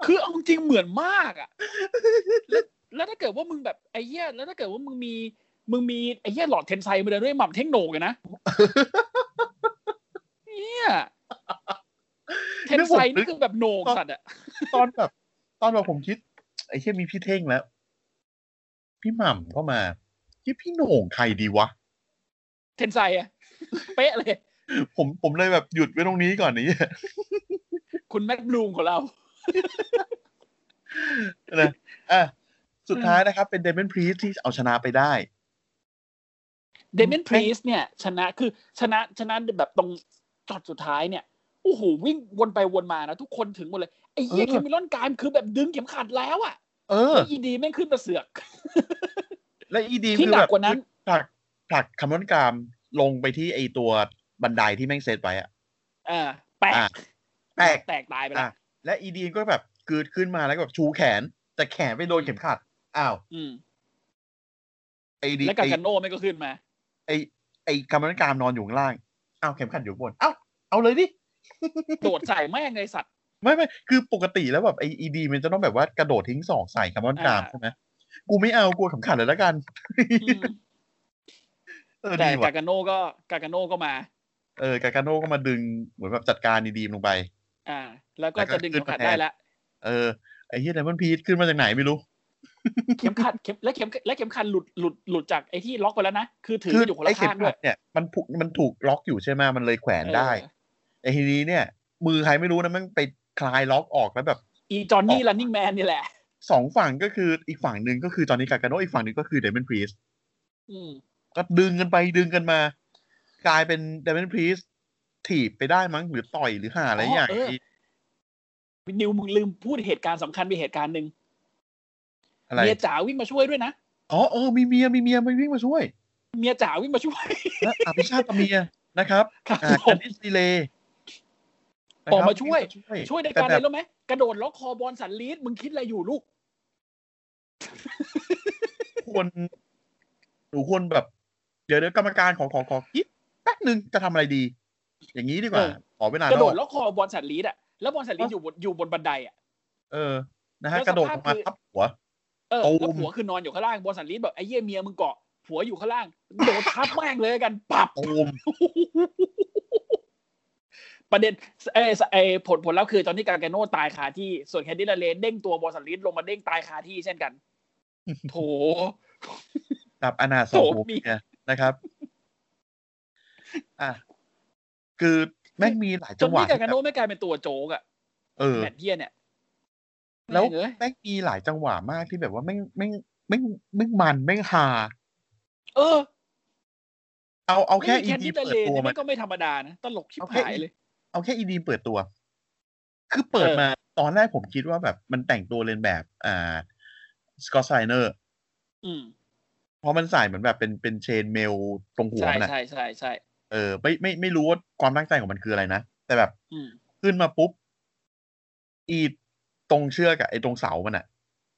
Speaker 3: คือเอาจริงเหมือนมากอ่ะแล้วแล้วถ้าเกิดว่ามึงแบบไอ้เหี้ยแล้วถ้าเกิดว่ามึงมีมึงมีไอ้เหี้ยหลอดเทนไซมาเดินด้วยหม่ำเท่งโหนกันนะเนี่ยเทนไซนี่คือแบบโหนกสัตว์อ่ะ
Speaker 2: ตอนแบบ ตอนแบบผมคิด ไอ้เชี่ยมีพี่เท่งแล้ว พี่หม่ำก็มาที่พี่โหน่งใครดีวะ
Speaker 3: เทนไซอะเป๊ะเลย
Speaker 2: ผมผมเลยแบบหยุดไว้ตรงนี้ก่อนนี้ย
Speaker 3: คุณแมทบลูมของเรา
Speaker 2: นะอ่ะสุดท้ายนะครับ เป็นเดมอนพรีสที่เอาชนะไปได้
Speaker 3: เดม n นพรีสเนี่ย ชนะคือชนะชนะแบบตรงจอดสุดท้ายเนี่ยโอ้โหวิ่งวนไปวนมานะทุกคนถึงหมดเลย ไอ้เหี้ย
Speaker 2: เออ
Speaker 3: เคมิลอนกายมคือแบบดึงเข็มขัดแล้วอ่ะ
Speaker 2: เออ
Speaker 3: ไอ้อีดีแม่งขึ้นมาเสือก
Speaker 2: และอีดี
Speaker 3: ที่
Speaker 2: คือ
Speaker 3: หนั
Speaker 2: แบ
Speaker 3: ก
Speaker 2: บ
Speaker 3: กว่านั้น
Speaker 2: จาก ผลักคำนวนกรามลงไปที่ไอตัวบันไดที่แม่งเซตไว้อะ
Speaker 3: อ่าแปะ
Speaker 2: อ่ะแปะ
Speaker 3: แตกตายไปแล้ว
Speaker 2: อ่ะและอีดีนก็แบบกรีดขึ้นมาแล้วก็แบบชูแขน แต่แขนไปโดนเข็มขัดอ้าว
Speaker 3: อืม
Speaker 2: ไอดี
Speaker 3: แล้
Speaker 2: ไอก
Speaker 3: วากันโน่ไม่ก็ขึ้นมา
Speaker 2: ไอไอกรรมการนอนอยู่ข้างล่างอ้าวเข็มขัดอยู่บนอ้าวเอาเลยดิ
Speaker 3: โดดใส่แม่งไอสัตว์
Speaker 2: ไม่ไม่คือปกติแล้วแบบไออีดีมันจะต้องแบบว่ากระโดดทิ้งสองใส่คาร์บอนกราม
Speaker 3: อ่า
Speaker 2: ใช่ไหมกูไม่เอากลัวเข็มขัดเลยละกัน
Speaker 3: อืม
Speaker 2: เออ
Speaker 3: แต่
Speaker 2: ดีว่ะ
Speaker 3: กากันโน่ก็กากันโน่ก็มา
Speaker 2: เออกากาโน่ก็มาดึงเหมือนแบบจัดการอีดีมลงไป
Speaker 3: อ่า แล้วก็
Speaker 2: แล้วก็
Speaker 3: จะดึง
Speaker 2: ขึ้น
Speaker 3: เข็ม
Speaker 2: มา
Speaker 3: ขัด
Speaker 2: แทน
Speaker 3: ได้ละ
Speaker 2: เออไอเฮียไดมอนพีทขึ้นมาจากไหนไม่รู้
Speaker 3: เข็มขัดเข็มและเข็มและเข็มขัดหลุดหลุดหลุดจากไอ้ที่ล็อกไปแล้วนะคือถือ
Speaker 2: คือ
Speaker 3: อยู่คน
Speaker 2: ไอ
Speaker 3: ละ
Speaker 2: เข็ม
Speaker 3: ข้างด้
Speaker 2: ขั
Speaker 3: วย
Speaker 2: ดเนี่ยมันผูกมันถูกล็อกอยู่ใช่ไหมมันเลยแขวนได้
Speaker 3: เออ
Speaker 2: ไอทีนี้เนี่ย มือใครไม่รู้นะมันไปคลายล็อกออกแล้วแบบ
Speaker 3: อีจอนนี่ running man นี่แหละ
Speaker 2: สองฝั่งก็คืออีกฝั่งหนึ่งก็คือจอห์นนี่กากาโน่อีกฝั่งหนึ่งก็คือเดมอนพีส
Speaker 3: อืม
Speaker 2: ก็ดึงกันไปดึงกันมา กลายเป็นเดมอนพีสถีบไปได้มั้งหรือต่อยหรือหาอะไรอย่าง
Speaker 3: อ๋อเออ
Speaker 2: ที่
Speaker 3: นิวมึงลืมพูดเหตุการณ์สำคัญมีเหตุการณ์หนึ่ง
Speaker 2: อะไร
Speaker 3: เมียจ๋าวิ่งมาช่วยด้วยนะ
Speaker 2: อ๋อเออมีเมียมีเมียมาวิ่งมาช่วย *laughs*
Speaker 3: เมียจ๋าวิ่งมาช่วย *laughs*
Speaker 2: นะอภิชาติกับเมียนะครับ
Speaker 3: ครับ
Speaker 2: อ่า
Speaker 3: ผ
Speaker 2: จั
Speaker 3: ม
Speaker 2: นนิสดีเลย์นะครับ
Speaker 3: ออกมาช่วย ช่วยในการ
Speaker 2: แต่
Speaker 3: อะไร
Speaker 2: แบบ
Speaker 3: รู้ไหมกระโดดล็อกคอบอลสันลีดมึงคิดอะไรอยู่ลูก
Speaker 2: ควรหนูควรแบบ เดี๋ยวเดี๋ยวกรรมการขอขอขอคิดแป๊บหนึ่งจะทำอะไรดี อย่างนี้ดีกว่า
Speaker 3: เออ
Speaker 2: ขอเวลาก
Speaker 3: ระโด
Speaker 2: ห
Speaker 3: ด
Speaker 2: น่อย
Speaker 3: ล็อกคอบอลสันลีดอ่ะแล้วบอลสันลีดอยู่บนอยู่บนบันไดอ่ะ
Speaker 2: เออ นะฮะ
Speaker 3: แล้ว
Speaker 2: กระโดด
Speaker 3: ส
Speaker 2: ล
Speaker 3: ภาพ
Speaker 2: งมา
Speaker 3: คือ
Speaker 2: ทับหัว
Speaker 3: เออ
Speaker 2: ตูม
Speaker 3: แล้วผัวคือนอนอยู่ข้างล่างบอลสันลีดแบบไอ้เยี่ยเมียมึงเกาะผัวอยู่ข้างล่างโดดทับแม่งเลยกันปับ
Speaker 2: ตูม
Speaker 3: ประเด็นเอยเอยผลผลแล้วคือตอนนี้การแกโน่ตายคาที่ส่วนแคนดี้ลาเลนเด้งตัวบอลสันลีดลงมาเด้งตายคาที่เช่นกัน โถ
Speaker 2: ดับอนาสอง
Speaker 3: โถ
Speaker 2: ตูม
Speaker 3: มี
Speaker 2: เนี่ยนะครับ อ่ะ คือแม่งมีหลาย
Speaker 3: จ
Speaker 2: จั
Speaker 3: น
Speaker 2: งหวะ
Speaker 3: นี่การแก
Speaker 2: ที่แบ
Speaker 3: โน่
Speaker 2: บ
Speaker 3: ไม่กลายเป็นตัวโจ๊กอะ
Speaker 2: เออ
Speaker 3: แมตช์เยียเนี่ย
Speaker 2: แล้ว
Speaker 3: แม่งเอ้ย
Speaker 2: แม่งมีหลายจังหวะมากที่แบบว่าแม่งแม่งแม่งแม่งมันแม่งฮา
Speaker 3: เออ
Speaker 2: เอาเอาแค่อี
Speaker 3: แคน
Speaker 2: ดี
Speaker 3: ดี้
Speaker 2: เปิ
Speaker 3: ลา
Speaker 2: ด
Speaker 3: เลน
Speaker 2: ตัว
Speaker 3: นี่
Speaker 2: มั
Speaker 3: แม่
Speaker 2: น
Speaker 3: งก็ไม่ธรรมดานะ ตลกชิบ
Speaker 2: เอาแค่
Speaker 3: หายเลย
Speaker 2: เอาแค่อีดีเปิดตัว คือเปิด
Speaker 3: เออ
Speaker 2: มา ตอนแรกผมคิดว่าแบบมันแต่งตัวเรียนแบบ อ่าสกอตไซเนอร์
Speaker 3: อืม
Speaker 2: เพราะมันใส่เหมือนแบบเป็นเป็นเชนเมลตรงหัว
Speaker 3: ใช่
Speaker 2: น่ะ
Speaker 3: ใช่ใช่ใช่
Speaker 2: เออไม่ไม่ไม่รู้ว่าความตั้งใจของมันคืออะไรนะ แต่แบบ
Speaker 3: อืม
Speaker 2: ขึ้นมาปุ๊บ อีตรงเชือกอะไอตรงเสามันอะ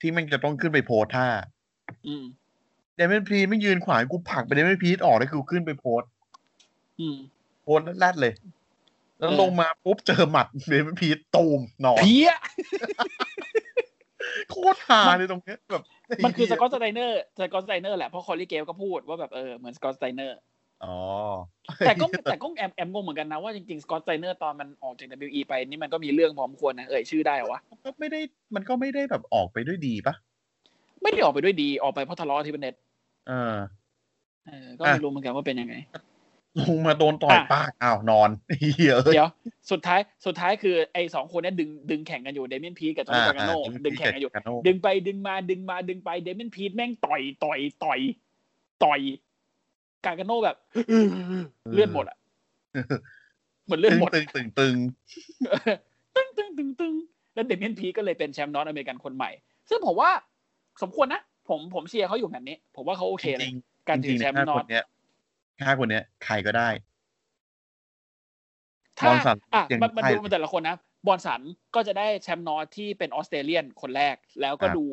Speaker 2: ที่มันจะต้องขึ้นไปโพสท่า
Speaker 3: อืม
Speaker 2: เดมอนพีทไม่ยืนขวางกูผลักไปเดมอนพีทออกแล้วกูขึ้นไปโพส
Speaker 3: อืม
Speaker 2: โพสแรดๆเลย แล้ว
Speaker 3: เออ
Speaker 2: ลงมาปุ๊บเจอหมัดเดมอนพีทตูมนอน
Speaker 3: เพี้ย
Speaker 2: โคตรฮาเลยตรงเนี้ยแบบ
Speaker 3: มันคือ
Speaker 2: ไ
Speaker 3: สกอตสไตเนอร์สกอตสไตเนอร์แหละเพราะคอลลีเกฟก็พูดว่าแบบเออเหมือนสกอตสไตเนอร์
Speaker 2: อ๋อ
Speaker 3: แต่ก็แต่ก็แอมแอมงงเหมือนกันนะว่าจริงๆสกอตไซเนอร์ตอนมันออกจาก WE ไปนี่มันก็มีเรื่องพอสมควรนะเอ่ยชื่อได้เหรอวะ
Speaker 2: ก็ไม่ได้มันก็ไม่ได้แบบออกไปด้วยดีปะ
Speaker 3: ไม่ได้ออกไปด้วยดีออกไปเพราะทะเลาะที่เป็นเน็ต
Speaker 2: เออ
Speaker 3: เออก็ไม่รู้เหมือนกันว่าเป็นยังไง
Speaker 2: ลงมาโดนต่อย
Speaker 3: อ่ะ
Speaker 2: ปากอ้าวนอนเฮียเอ้ย
Speaker 3: เดี๋ยวสุดท้ายสุดท้ายคือไอ้สองคนเนี้ดึงดึงแข่งกันอยู่เดมิ n นพีกับจอห์นกา a โน
Speaker 2: อ่า
Speaker 3: ดึงแข่งกันอยู่
Speaker 2: กาโน่
Speaker 3: ดึงไปดึงมาดึงมาดึงไปเดมินพีแม่งต่อยต่อยต่อยต่อยกากาโนแบบเลือดหมดอ่ะเหมือนเลือดหมด
Speaker 2: ตึงตึงตึง
Speaker 3: ตึ้งตึ้งตึ้งตึ้งแล้วเดเมียนพีก็เลยเป็นแชมป์นอตอเมริกันคนใหม่ ซึ่งผมว่าสมควรนะ ผมผมเชียร์เขาอยู่แบบนี้ ผมว่าเขาโอเคเล
Speaker 2: จ
Speaker 3: ยการถื
Speaker 2: ริๆ
Speaker 3: องแชม
Speaker 2: ห้า
Speaker 3: ป์นอ
Speaker 2: ค
Speaker 3: ต
Speaker 2: นเนี้ยห้าคนเนี้ยใครก็ได้
Speaker 3: ถ้า
Speaker 2: บอลสัน
Speaker 3: อ่ะ
Speaker 2: ยัง
Speaker 3: มันมัน
Speaker 2: ใช่
Speaker 3: ดู
Speaker 2: เลย
Speaker 3: มันแต่ละคนนะ บอลสันก็จะได้แชมป์นอตที่เป็นออสเตรเลียนคนแรก แล้วก็
Speaker 2: อ่า
Speaker 3: ดู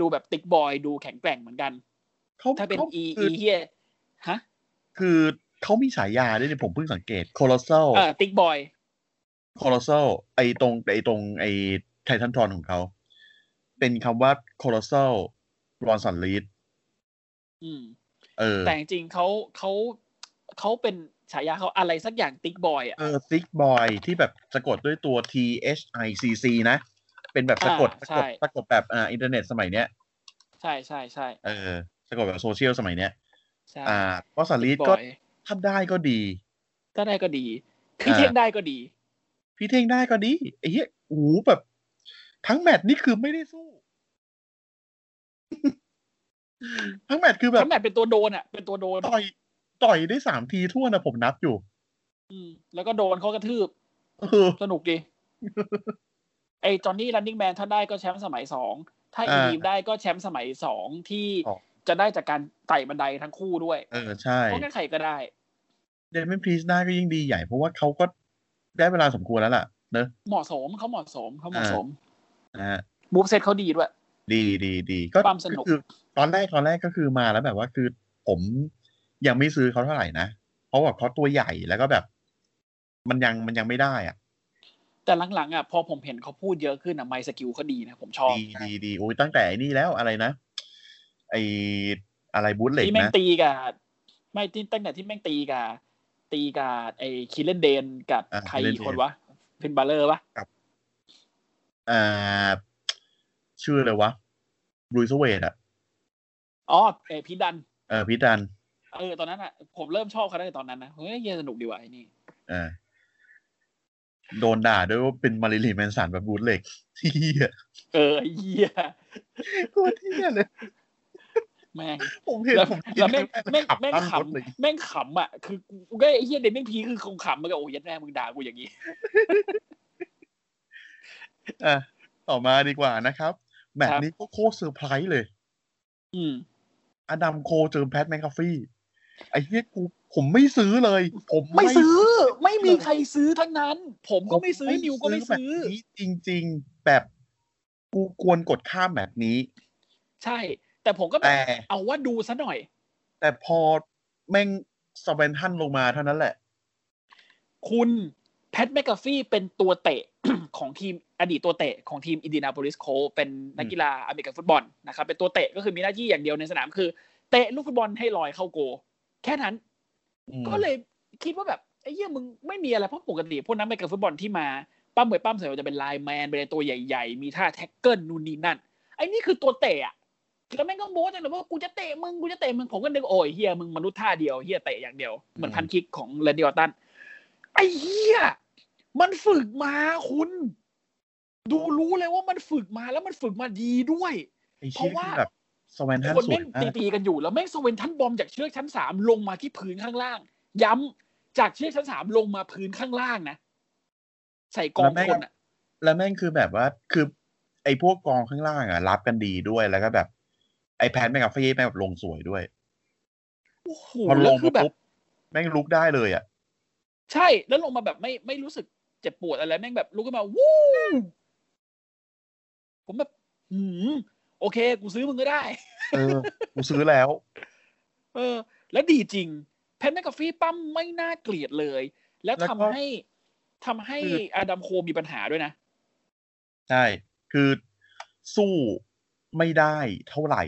Speaker 3: ดูแบบติ๊กบอยดูแข็งแกร่งเหมือนกัน
Speaker 2: เขา
Speaker 3: ถ้าเป็น
Speaker 2: เขา
Speaker 3: อี
Speaker 2: คือ
Speaker 3: อีเฮียฮะ
Speaker 2: คือเขามีฉายาด้วยเนี่ยผมเพิ่งสังเกต โคลอส s ซ l
Speaker 3: เออติ๊กบอย
Speaker 2: โคลอส s ซ l ไอตรงไอตรงไอไททันทรอนของเขา เป็นคำว่าโคลอส s ซ l รอนสันลีด
Speaker 3: อืม
Speaker 2: เออ
Speaker 3: แต่จริงๆเขาเขาเขาเป็นฉายาเขาอะไรสักอย่างติ๊กบอยอ่ะ
Speaker 2: เออซิกบอยที่แบบสะกดด้วยตัว T H I C C นะ เป็นแบบสะกด
Speaker 3: อ่า
Speaker 2: สะกด
Speaker 3: ใช่
Speaker 2: สะกดแบบอ่าอินเทอร์เน็ตสมัยเนี้ย
Speaker 3: ใช่ใช่ใช่
Speaker 2: เออสะกดแบบโซเชียลสมัยเนี้ย
Speaker 3: ใช่
Speaker 2: อ่าเพราะสันลีด
Speaker 3: ติ๊กบ
Speaker 2: ก็
Speaker 3: อย
Speaker 2: ถ้าได้ก็ดี
Speaker 3: ถ้าได้ก็ดี พี่
Speaker 2: อ่า
Speaker 3: เท่งได้ก็ดี
Speaker 2: พี่เท่งได้ก็ดีไอ้เหี้ยโอ้โหแบบ ทั้งแมตช์นี่คือไม่ได้ *laughs* สู้ ทั้งแมตช์คือแบ
Speaker 3: ทั้
Speaker 2: บ
Speaker 3: งแมตช์เป็นตัวโดนอ่ะ เป็นตัวโดน
Speaker 2: ต่อยต่อยได้สามทีทั่วนะผมนับอยู่
Speaker 3: อืมแล้วก็โดนเขากระทืบ
Speaker 2: เออ
Speaker 3: สนุกดี ไอ้จอนนี่ running man ถ้าได้ก็แชมป์สมัยสอง ถ้า
Speaker 2: อ่า
Speaker 3: อีดีมได้ก็แชมป์สมัยสองที่
Speaker 2: อ๋อ
Speaker 3: จะได้จากการไต่บันไดทั้งคู่ด้วย
Speaker 2: เออใช่
Speaker 3: เพราะงั้นใครก็ได้
Speaker 2: เดมอนพรีสได้ก็ยิ่งดีใหญ่เพราะว่าเขาก็ได้เวลาสมควรแล้วล่ะ เนอะ
Speaker 3: เหมาะสมเขาเหมาะสมเขาเหมาะสม
Speaker 2: นะฮะ
Speaker 3: มูฟเซตเขาดีด้วย
Speaker 2: ดีดีดีก็
Speaker 3: ความสนุก
Speaker 2: คือตอนแรกตอนแรกก็คือมาแล้วแบบว่าคือผมยังไม่ซื้อเขาเท่าไหร่นะ เพราะแบบเขาตัวใหญ่แล้วก็แบบ มันยังมันยังไม่ได้อ่ะ
Speaker 3: แต่หลังๆอ่ะพอผมเห็นเขาพูดเยอะขึ้นอ่ะไมสกิลเขาดีนะผมชอบ
Speaker 2: ดีดีดีโอ้ยตั้งแต่ไอ้นี่แล้วอะไรนะ ไออะไรบูทเหล็ก
Speaker 3: ที่แม่ง
Speaker 2: นะ
Speaker 3: ตีกับไม่ที่ตั้งแต่ที่แม่งตีกับตีกับไอ้คิลเลนเดนกับ
Speaker 2: อ่ะ
Speaker 3: ใคร
Speaker 2: เล่
Speaker 3: อีกคน
Speaker 2: เอง
Speaker 3: วะเพนบาเลอร์ปะ
Speaker 2: อ่า ชื่ออะไรวะบรูซเวดอ่ะ
Speaker 3: อ๋อเออพีทดัน
Speaker 2: เออพิจัน
Speaker 3: เออตอนนั้นอ่ะผมเริ่มชอบเขาตั้งแต่ตอนนั้นนะเฮ้ยเฮียสนุกดีว่ะไอ้นี่
Speaker 2: เออโดนด่าด้วยว่าเป็นมาริลีแมนสันแบบบูทเหล็กเที่ย
Speaker 3: เออไอ้เฮีย
Speaker 2: โคตรเที่ยเลย
Speaker 3: แม่ง
Speaker 2: ผมเห็น
Speaker 3: แล้ว
Speaker 2: ผมคิด
Speaker 3: แล้วแม่ง
Speaker 2: ล้ว
Speaker 3: แม่งแม่ง
Speaker 2: ตั้รถ
Speaker 3: ขำ
Speaker 2: เลย
Speaker 3: แม่งขำอ่ะคือกูก็ไอ้เฮียเดนแม่งพีคือคงขำมันก็โอ้ยยัดแม่มึงด่ากูอย่างนี้
Speaker 2: อ่ะต่อมาดีกว่านะครับ แมตช์
Speaker 3: ครับ
Speaker 2: นี้ก็โคตรเซอร์ไพรส์เลย
Speaker 3: อืม
Speaker 2: อดัมโคเจอแพทแมคคาฟี่ไอ้เนี้ยกูผมไม่ซื้อเลย ผม
Speaker 3: ไม่ซื้อไม่มีใครซื้อทั้งนั้น ผมก็ไม่ซื้อนิวก็ไม่ซื้อ
Speaker 2: แบบนี้จริง ๆ แบบกูควรกดข้ามแบบนี้
Speaker 3: ใช่ แต่ผมก็แบ
Speaker 2: แต่
Speaker 3: บเอาว่าดูซะหน่อย
Speaker 2: แต่พอแม่งสเวนทันลงมาเท่านั้นแหละ
Speaker 3: คุณแพทแมกกาฟี่เป็นตัวเตะ *coughs* ของทีมอดีตตัวเตะของทีมอินดีนาโพลิสโคเป็นนักกีฬาอเมริกันฟุตบอลนะครับเป็นตัวเตะก็คือมีหน้าที่อย่างเดียวในสนามคือ เตะลูกฟุตบอลให้ลอยเข้าโกลแค่นั้น
Speaker 2: อืม
Speaker 3: ก็เลยคิดว่าแบบไอ้เหี้ยมึงไม่มีอะไรเพราะปกติพวกนั้นไปกับฟุตบอลที่มาปั้มเหมยปั้มเสร็จจะเป็นไลน์แมนเป็นตัวใหญ่ๆ มีท่าแท็กเกิลนู่นนี่นั่นไอ้นี่คือตัวเตะอะแล้วแม่งก็โม้จังเลยว่ากูจะเตะมึงกูจะเตะมึงผมก็นึกโอ้ยเฮียมึงมนุษย์ท่าเดียวเฮียเตะอย่างเดียวเหมือนพันคิกของเรนดิออตันไอ้เฮียมันฝึกมาคุณ ดูรู้เลยว่ามันฝึกมาแล้วมันฝึกมาดีด้วย
Speaker 2: ไอ้เชี่ย
Speaker 3: เพราะว่า
Speaker 2: คือแบบสเวนทัน
Speaker 3: คน
Speaker 2: สุด
Speaker 3: แม่ง
Speaker 2: มาก
Speaker 3: ตีๆกันอยู่แล้วแม่งสเวนทันบอมจากเชือกชั้นสามลงมาที่พื้นข้างล่าง ย้ำจากเชือกชั้นสามลงมาพื้นข้างล่างนะใส่กองคนอ่ะ
Speaker 2: แล้วแม่งคือแบบว่าคือ ไอ้พวกกองข้างล่างอ่ะ รับกันดีด้วยแล้วก็แบบ ไอ้แพทแมคคาฟี่แม่งแบบลงสวยด้วย
Speaker 3: โอ้โห
Speaker 2: พอล
Speaker 3: แล้ว
Speaker 2: ง
Speaker 3: คือ
Speaker 2: มา
Speaker 3: แบบ
Speaker 2: ปุ๊บแม่งลุกได้เลยอ่ะ
Speaker 3: ใช่แล้วลงมาแบบไม่ไม่รู้สึกเจ็บปวดอะไรแม่งแบบลุกขึ้นมาวู้ผมแบบหืมโอเค กูซื้อมึงก็ได้
Speaker 2: เออ กูซื้อแล้ว
Speaker 3: เออ แล้วดีจริง แพทแมกกาฟี่ปั้มไม่น่าเกลียดเลย แล้ว
Speaker 2: แล้วก็
Speaker 3: ทำให้ทำให้
Speaker 2: คือ
Speaker 3: อดัมโคมีปัญหาด้วยนะ
Speaker 2: ใช่ คือสู้ไม่ได้เท่าไหร่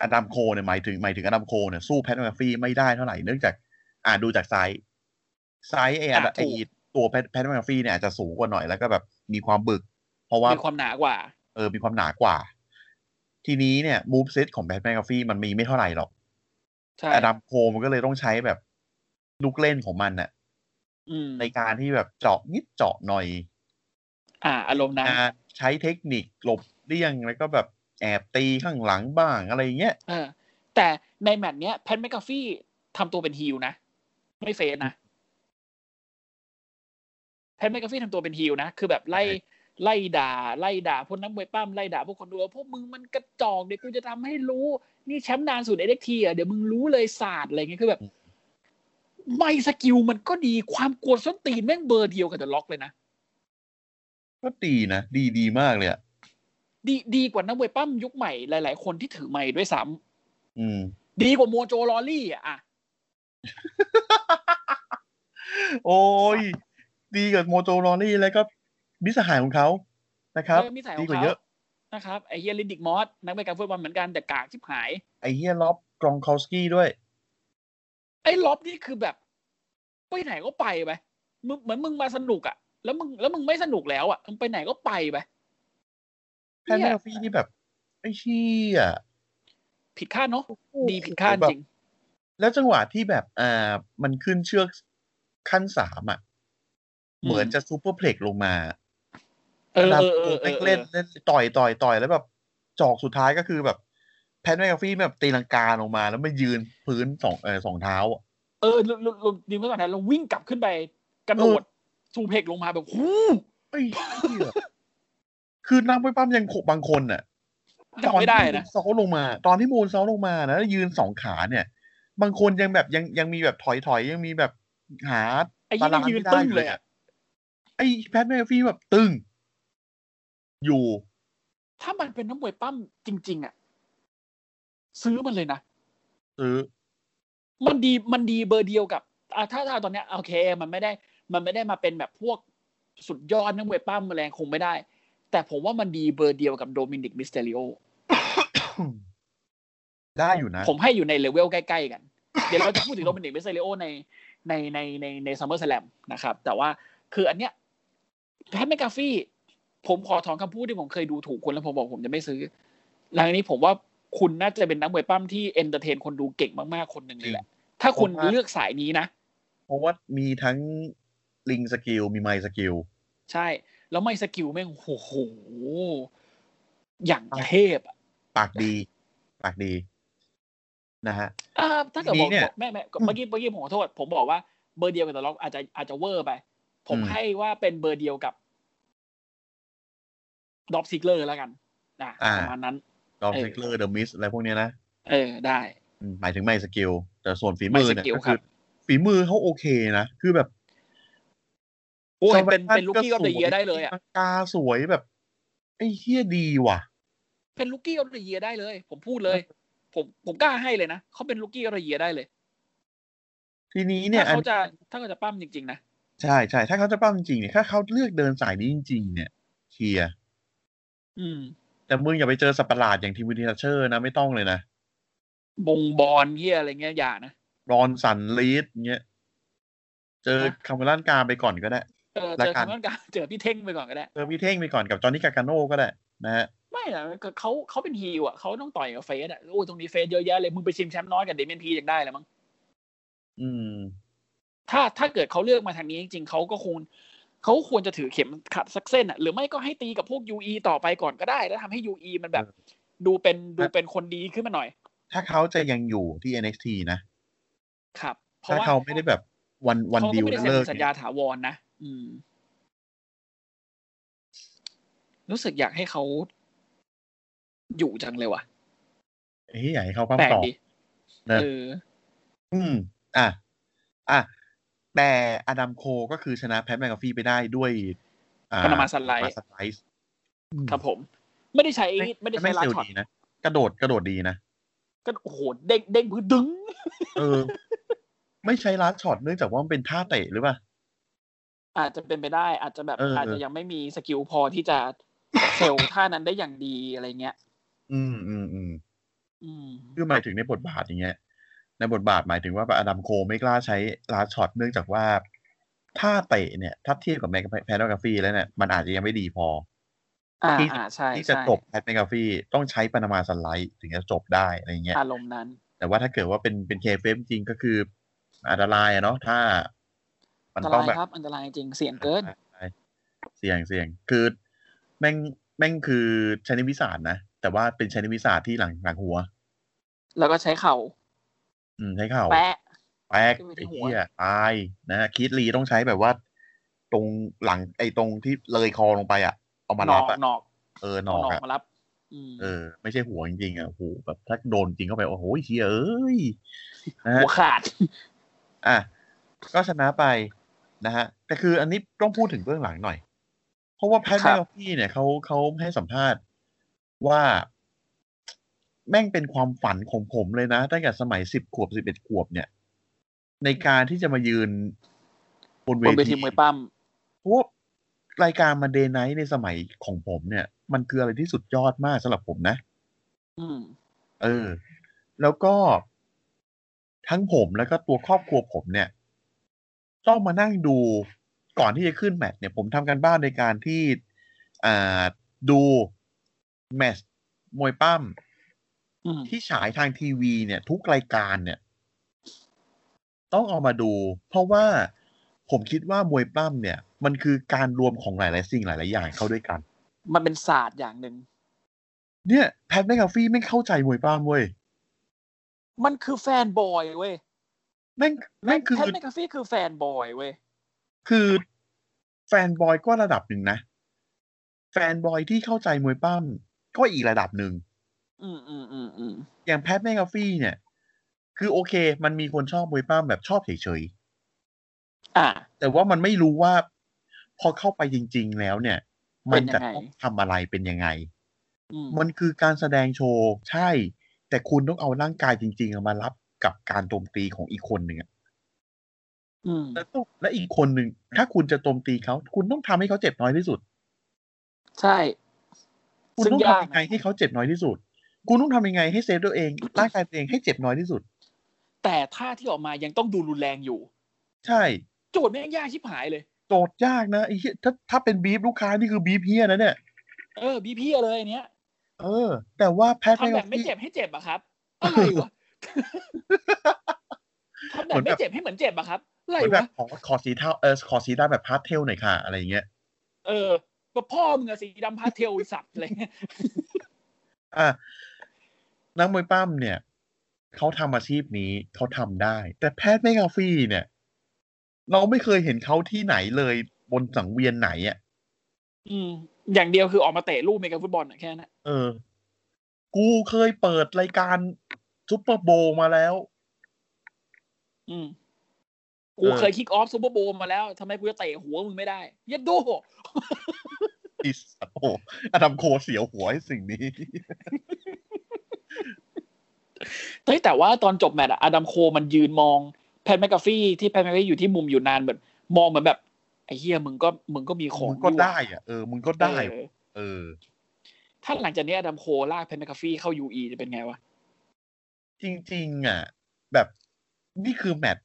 Speaker 2: อดัมโคเนี่ยหมายถึงหมายถึงอดัมโคเนี่ยสู้แพทแมฟฟี่ไม่ได้เท่าไหร่เนื่องจาก อ่าดูจากไซส์ไซส์ไอ้อะ
Speaker 3: อ่ะ
Speaker 2: ไอ้
Speaker 3: ถูก
Speaker 2: ตัวแพทแพทแมฟฟี่เนี่ยอาจจะสูงกว่าหน่อยแล้วก็แบบมีความบึก เพราะว่า
Speaker 3: มีความหนากว่า
Speaker 2: เออ มีความหนากว่า ทีนี้เนี่ยมูฟเซตของแพทแมฟฟี่มันมีไม่เท่าไหร่หรอก
Speaker 3: ใช่
Speaker 2: อดัมโคมันก็เลยต้องใช้แบบลูกเล่นของมันน่ะ
Speaker 3: อืม
Speaker 2: ในการที่แบบเจาะนิดเจาะหน่อย
Speaker 3: อ่า อารมณ์นะ
Speaker 2: การใช้เทคนิคหลบเลี่ยงแล้วก็แบบแอบตีข้างหลังบ้างอะไรอย่างเงี้ย
Speaker 3: เออแต่ในแมตช์เนี้ยแพทแมกกาฟี่ทำตัวเป็นฮิลนะ ไม่เฟสนะแพทแมกกาฟี่ทำตัวเป็นฮิลนะ คือแบบไล่ไล่ด่า ไล่ด่าพวกนักมวยปั้มไล่ด่าพวกคนดูว่าพวกมึงมันกระจอกเดี๋ยวกูจะทำให้รู้ นี่แชมป์นานสุดเอเด็กทีอ่ะเดี๋ยวมึงรู้เลยศาสตร์อะไรเงี้ยคือแบบ ไม่สกิลมันก็ดีความกวนส้นตีนแม่งเบอร์เดียวกับเดอะล็อกเลยนะ
Speaker 2: ก็ดีนะ ดีดีมากเลยอ่ะ
Speaker 3: ดีดีกว่านักมวยปั้มยุคใหม่หลาย ๆ คนที่ถือไม้ด้วยซ้ำ
Speaker 2: อืม
Speaker 3: ดีกว่าโมโจลอรี่อ่ะ
Speaker 2: โอ้ย ดีกับโมโจลอรี่แล้วก็มิตรสหายของเขานะครับ
Speaker 3: เออมีสายข
Speaker 2: ดี
Speaker 3: อง
Speaker 2: กว่า
Speaker 3: เขา
Speaker 2: เยอะ
Speaker 3: นะครับไอเฮียลินดิกมอสนักเตะการฟุตบอลเหมือนกันแต่กากชิบหาย
Speaker 2: ไอเฮียล็อบกรองคอสกี้ด้วย
Speaker 3: ไอ้ล็อบนี่คือแบบไปไหนก็ไปไปมึงเหมือนมึงมาสนุกอ่ะ แล้วมึงแล้วมึงไม่สนุกแล้วอ่ะมึงไปไหนก็ไปไป
Speaker 2: แพนเนลฟี่นี่แบบ ไอเชี่ย
Speaker 3: ผิดคาดเนาะดีผิดคาดจริง
Speaker 2: แล้วจังหวะที่แบบอ่ามันขึ้นเชือกขั้นสามอ่ะ
Speaker 3: อืม
Speaker 2: เหมือนจะซูเปอร์เพล็กซ์ลงมา
Speaker 3: เออ
Speaker 2: แบบ
Speaker 3: เออเออเอ
Speaker 2: เล่น
Speaker 3: อ
Speaker 2: เล่นเล่นต่อยต่อยต่อยแล้วแบบจอกสุดท้ายก็คือแบบ แพทแมกกาฟี่แบบตีลังกาลงมา แล้วมายืนพื้นสองเออสองเท้าอะ
Speaker 3: เออลุลุลุดีเมื่อก่อนนะเราวิ่งกลับขึ้นไปกระโดดซูเพกลงมาแบบหู
Speaker 2: เอ้ยเหี้ยคือนักมวยปั้มยังขบบางคนน่ะ
Speaker 3: เ จำไม่ได้
Speaker 2: ตอ
Speaker 3: นะ
Speaker 2: ที่ซอลลงมา ตอนที่มูนซอลลงมานะแล้วยืนสองขาเนี่ย บางคนยังแบบยังยังมีแบบถอยถอยยังมีแบบหา
Speaker 3: ไอ้ยี่
Speaker 2: ตาราง
Speaker 3: ยืน
Speaker 2: ไม่ได้
Speaker 3: ตึ้งเลยอะ
Speaker 2: ไอ้แพทแมฟฟี่แบบตึง อยู่
Speaker 3: ถ้ามันเป็นน้ำมวยปั้มจริง ๆ อ่ะ ซื้อมันเลยนะ
Speaker 2: ซื้อ
Speaker 3: มันดีมันดีเบอร์เดียวกับอ่ะถ้าถ้าตอนเนี้ยโอเค มันไม่ได้ มันไม่ได้มาเป็นแบบพวกสุดยอดนักมวยปั้มแรงคงไม่ได้ แต่ผมว่ามันดีเบอร์เดียวกับโดมินิกมิสเตริโอ
Speaker 2: ได้อยู่นะ
Speaker 3: ผมให้อยู่ในเลเวลใกล้ๆกัน เดี๋ยวเราจะพูดถึงโรบินดิกเมสเซเลโอในในในในในซัมเมอร์สแลมนะครับ แต่ว่าคืออันเนี้ยแพทแมกกาฟี่ ผมขอถอนคำพูดที่ผมเคยดูถูกคุณแล้วผมบอกผมจะไม่ซื้อ หลังจากนี้ผมว่าคุณน่าจะเป็นนักมวยปั้มที่เอนเตอร์เทนคนดูเก่งมากๆคนหนึ่งเลยแหละ ถ้าคุณ
Speaker 2: ผมว่า
Speaker 3: เลือกสายนี้นะ
Speaker 2: เพราะว่ามีทั้งลิงสกิลมีไมสกิล
Speaker 3: ใช่ แล้วไม่สกิลแม่งโอ้โห อย่างเทพอะ
Speaker 2: ปากดี ปากดีนะฮะ
Speaker 3: อ่าถ้าเกิดบอก
Speaker 2: ทีนี้เนี่ย
Speaker 3: แม่แม่เมื่อกี้เมื่อกี้ผมขอโทษ ผมบอกว่าเบอร์เดียวกับตัวล็อกอาจจะอาจจะเวอร์ไป ผมให้ว่าเป็นเบอร์เดียวกับดอ b ซิกเลอร์แล้วกันนะ
Speaker 2: อ่า
Speaker 3: ประมาณนั้น
Speaker 2: ดอม
Speaker 3: เออ
Speaker 2: เซกเลอร์เดอะมิสอะไรพวกเนี้ยนะ
Speaker 3: เออได้
Speaker 2: อืมหมายถึงไม่สกิล แต่ส่วนฝี
Speaker 3: ไม่
Speaker 2: มือ
Speaker 3: ส
Speaker 2: เนี่ย
Speaker 3: กิล
Speaker 2: ก็
Speaker 3: ค
Speaker 2: คื
Speaker 3: รับ
Speaker 2: อฝีมือเขาโอเคนะ คือแบบ
Speaker 3: โอ้ย
Speaker 2: ซา
Speaker 3: เป็น
Speaker 2: วา
Speaker 3: เป็นลูกกี้ออฟเดอะเยีย
Speaker 2: สว
Speaker 3: ได้เลยอ่ะ
Speaker 2: ปากกาสวยแบบ ไอ้เฮียดีว่ะ
Speaker 3: เป็นลูกกี้ออฟเดอะเยียได้เลย ผมพูดเลย ผมผมกล้าให้เลยนะเขาเป็นลูกกี้ออฟเดอะเยียได้เลย
Speaker 2: ทีนี้เนี่ย
Speaker 3: ถ้า
Speaker 2: อัน
Speaker 3: เขาจะถ้าเขาจะปั้มจริงๆนะ
Speaker 2: ใช่ใช่ถ้าเขาจะปั้มจริงๆเนี่ยถ้าเขาเลือกเดินสายนี้จริง ๆ เนี่ยเคลียร์
Speaker 3: อืม
Speaker 2: แต่มึงอย่าไปเจอสัตว์ประหลาดอย่างทีมวินเทเชอร์นะไม่ต้องเลยนะ
Speaker 3: บงบอลเฮียอะไรเงี้ยอย่านะ
Speaker 2: รอนสันลีดเงี้ยเจอ
Speaker 3: ฮะ
Speaker 2: คาร์เมลานกาไปก่อนก็ได้
Speaker 3: เออ
Speaker 2: ละ
Speaker 3: เจอ
Speaker 2: กัน
Speaker 3: คำนั้นการเจอ *laughs* พี่เท่งไปก่อนก็ได้
Speaker 2: เจอพี่เท่งไปก่อนกับจอห์นนี่กาการโน่ก็ได้นะฮะ
Speaker 3: ไม่นะเขาเขาเป็นฮีลอ่ะเขาต้องต่อยกับเฟสอ่ะโอ้ยตรงนี้เฟสเยอะแยะเลยมึงไปชิมแชมป์น้อยกับเดเมนพียังได้เลยมั้ง
Speaker 2: อืม
Speaker 3: ถ้าถ้าเกิดเขาเลือกมาทางนี้จริงๆเขาก็คงเขาควรจะถือเข็มขัดสักเส้นอ่ะหรือไม่ก็ให้ตีกับพวก UE ต่อไปก่อนก็ได้ แล้วทำให้ UE มันแบบ ดูเป็นดูเป็นคนดีขึ้นมาหน่อย
Speaker 2: ถ้าเขาจะยังอยู่ที่ NXT นะ
Speaker 3: ครับ เพ
Speaker 2: ถ้า
Speaker 3: ราะว่า
Speaker 2: เขาไม่ได้แบบวันวัน
Speaker 3: เขา
Speaker 2: ดิว
Speaker 3: ก็ไม่ได้
Speaker 2: แล้ว
Speaker 3: เซ็
Speaker 2: เลิก
Speaker 3: นสัญ
Speaker 2: เนี่
Speaker 3: ญาย ถาวรนะอืม รู้สึกอยากให้เขาอยู่จังเลยว่ะ
Speaker 2: เฮ้ยอยากให้เขาพัม
Speaker 3: แปลก
Speaker 2: ต่อ
Speaker 3: ดี
Speaker 2: นะ
Speaker 3: เออ
Speaker 2: อืม อ่ะ อ่ะ แต่อดัมโคก็คือชนะแพทแมกกาฟี่ไปได้ด้วยอ่า
Speaker 3: ปานามาสไลด์
Speaker 2: ปานามาสไลด์
Speaker 3: ครับผม ไม่ได้ใช้ไม่ได้ใช้ลา
Speaker 2: เซลล
Speaker 3: ช็อต
Speaker 2: ดีนะ กระโดดกระโดดดีนะ
Speaker 3: ก็โอ้โหเด้งเด้งพื้นดึง
Speaker 2: เออ ไม่ใช้ลาสช็อตเนื่องจากว่ามันเป็นท่าเตะหรือเปล่า
Speaker 3: อาจจะเป็นไปได้ อาจจะแบบ
Speaker 2: เอออ
Speaker 3: อาจจะยังไม่มีสกิลพอที่จะเซลท่านั้นได้อย่างดีอะไรเงี้ย
Speaker 2: อืมอืมอืม
Speaker 3: อืม
Speaker 2: คือหมายถึงในบทบาทอย่างเงี้ย ในบทบาทหมายถึงว่าแบบอดัมโคไม่กล้าใช้ลาสช็อตเนื่องจากว่าท่าเตะเนี่ย ถ้าเทียบกับแมกแพทแมกกาฟี่แล้วเนี่ยมันอาจจะยังไม่ดีพอ
Speaker 3: อ่า
Speaker 2: ที่
Speaker 3: อ่าใช่
Speaker 2: ที่จะ
Speaker 3: ใช่
Speaker 2: จบแพทแมกกาฟี่ต้องใช้ปานามาสไลด์ถึงจะจบได้อะไรเงี้ย
Speaker 3: อารมณ์นั้น
Speaker 2: แต่ว่าถ้าเกิดว่าเป็นเป็นเคเฟจริงๆก็คืออันตรายอะเนาะถ้า มั
Speaker 3: อั
Speaker 2: น
Speaker 3: นต
Speaker 2: ต้อ
Speaker 3: ราง ย
Speaker 2: แบบ
Speaker 3: ครับ อันตรายจริงเสี่ยงเกิน
Speaker 2: เสี่ยงเสี่ยงคือแม่งแม่งคือใช้ในวิสาสนะ แต่ว่าเป็นใช้ในวิสาสที่หลังหลังหัว
Speaker 3: แล้วก็ใช้เข่า
Speaker 2: อืมใช้เข่า
Speaker 3: แปะ
Speaker 2: แตก
Speaker 3: ขึ้นไปที่
Speaker 2: ไอ้
Speaker 3: หัว
Speaker 2: เหี้ยตายนะฮะคิดลีต้องใช้แบบว่า ตรงหลังไอ้ตรงที่เลยคอลงไปอ่ะ เอามา
Speaker 3: หน
Speaker 2: รั
Speaker 3: อบ ก
Speaker 2: อ่ะ
Speaker 3: หนอก
Speaker 2: เออหน
Speaker 3: เอา
Speaker 2: อก
Speaker 3: หนอก
Speaker 2: อ่ะ
Speaker 3: มารับ อืม
Speaker 2: เออไม่ใช่หัวจริงๆอ่ะโอ้โหแบบถ้าโดนจริงเข้าไปโอ้โหเหี้ยเอ้ยนะฮะ
Speaker 3: หัวขาด
Speaker 2: อ่ะก็ชนะไปนะฮะ แต่คืออันนี้ต้องพูดถึงเบื้องหลังหน่อย เพราะว่าแพท
Speaker 3: ค
Speaker 2: แม
Speaker 3: รับ
Speaker 2: กพี่เนี่ยเขาเขาให้สัมภาษณ์ว่าแม่งเป็นความฝันของผมเลยนะ ตั้งแต่สมัยสิบขวบสิบเอ็ดขวบเนี่ย ในการที่จะมายืนบน
Speaker 3: บนเว
Speaker 2: เว
Speaker 3: ที
Speaker 2: ที
Speaker 3: มวยปั้ม
Speaker 2: เพราะว่ารายการมาเดย์ไนท์ในสมัยของผมเนี่ย มันคืออะไรที่สุดยอดมากสำหรับผมนะ
Speaker 3: อืม
Speaker 2: เออ แล้วก็ทั้งผมแล้วก็ตัวครอบครัวผมเนี่ย ต้องมานั่งดูก่อนที่จะขึ้นแมตช์เนี่ยผมทำการบ้านในการที่อ่าดูแมตช์มวยปั้ม
Speaker 3: อืม
Speaker 2: ที่ฉายทางทีวีเนี่ย ทุกรายการเนี่ย ต้องเอามาดู เพราะว่าผมคิดว่ามวยปั้มเนี่ย มันคือการรวมของหลาย ๆ สิ่งหลาย ๆ อย่างเข้าด้วยกัน
Speaker 3: มันเป็นศาสตร์อย่างหนึ่ง
Speaker 2: เนี่ยแพทแมคกาฟี่ไม่เข้าใจมวยปั้มเว้ย
Speaker 3: มันคือแฟนบอยเว้ย
Speaker 2: แม่งแม่งคือ
Speaker 3: แพทแมคกาฟี่คือแฟนบอยเว้ย
Speaker 2: คือแฟนบอยก็ระดับหนึ่งนะ แฟนบอยที่เข้าใจมวยปั้มก็อีกระดับหนึ่ง
Speaker 3: อืมอืมอืมอืม
Speaker 2: อย่างแพทแมกกาฟี่เนี่ย คือโอเค มันมีคนชอบมวยปล้ามแบบชอบเฉย
Speaker 3: อ่า
Speaker 2: ๆ แต่ว่ามันไม่รู้ว่า พอเข้าไปจริง ๆ แล้วเนี่ย มันจะต้องทำอะไรเป็นยังไง
Speaker 3: อืม
Speaker 2: มันคือการแสดงโชว์ใช่ แต่คุณต้องเอาร่างกายจริง ๆ มารับกับการโจมตีของอีกคนหนึ่งอะ
Speaker 3: อืม
Speaker 2: แล้วต้องและอีกคนหนึ่งถ้าคุณจะโจมตีเขาคุณต้องทำให้เขาเจ็บน้อยที่สุด
Speaker 3: ใช่
Speaker 2: คุณ
Speaker 3: ซึ่ง
Speaker 2: ต้อง
Speaker 3: ยาก
Speaker 2: ทำยังไงให้เขาเจ็บน้อยที่สุด คุณต้องทำยังไงให้เซฟตัวเองร่างกายตัวเองให้เจ็บน้อยที่สุด
Speaker 3: แต่ท่าที่ออกมายังต้องดูรุนแรงอยู่
Speaker 2: ใช่
Speaker 3: โจทย์แม่งยากชิบหายเลย
Speaker 2: โจทย์ยากนะไอ้เหี้ยถ้าถ้าเป็นบีฟลูกค้านี่คือบีฟเฮียนะเนี่ย
Speaker 3: เออบีพี่เลยอันเนี้ย
Speaker 2: เออ แต่ว่าแพท
Speaker 3: ทำแบบไม่เจ็บให้เจ็บอะ
Speaker 2: *laughs*
Speaker 3: ครับอะไรวะ *laughs* ทำแบบไม่เจ็บให้เหมือนเจ็บอะครับ
Speaker 2: เห
Speaker 3: อะไร
Speaker 2: มือนแบ
Speaker 3: วะ
Speaker 2: บของคอสีเทาเออคอสีดำแบบพาสเทลหน่อยค่ะ อะไรอย่างเงี้ย
Speaker 3: เออว่าพ่อมึงอะสีดำพาสเทลไอ้สัตว์อะไรเงี้ย
Speaker 2: อ่ะนักมวยปั้มเนี่ย เขาทำอาชีพนี้เขาทำได้ แต่แพทย์เมกาฟี่เนี่ย เราไม่เคยเห็นเขาที่ไหนเลยบนสังเวียนไหนอ่ะ
Speaker 3: อืม อย่างเดียวคือออกมาเตะลูกเมกาฟุตบอลอะแค่นั้น
Speaker 2: เออ กูเคยเปิดรายการซุปเปอร์โบว์มาแล้ว
Speaker 3: อืมกู
Speaker 2: เออ
Speaker 3: เคยคิกออฟซูเปอร์โบว์มาแล้วทำไมกูจะเตะหัวมึงไม่ได้เยัดโด
Speaker 2: อีสัตว์โอ้โหอดัมโคเสียวหัวไอ้สิ่งนี้
Speaker 3: เฮ้ยแต่ว่าตอนจบแมตช์อะอดัมโคมันยืนมองแพทแมกกาฟี่ที่แพทแมกกาฟี่อยู่ที่มุมอยู่นานเหมือนมองเหมือนแบบไอ้เฮียมึงก็มึงก็มีของ
Speaker 2: มึงก็
Speaker 3: นี่หว่า
Speaker 2: ได้อ่ะเออมึงก็ได้
Speaker 3: เออ
Speaker 2: เออ
Speaker 3: ถ้าหลังจากนี้อดัมโคลากแพทแมกกาฟี่เข้ายูอีจะเป็นไงวะ
Speaker 2: จริง ๆ อ่ะ แบบนี่คือแมท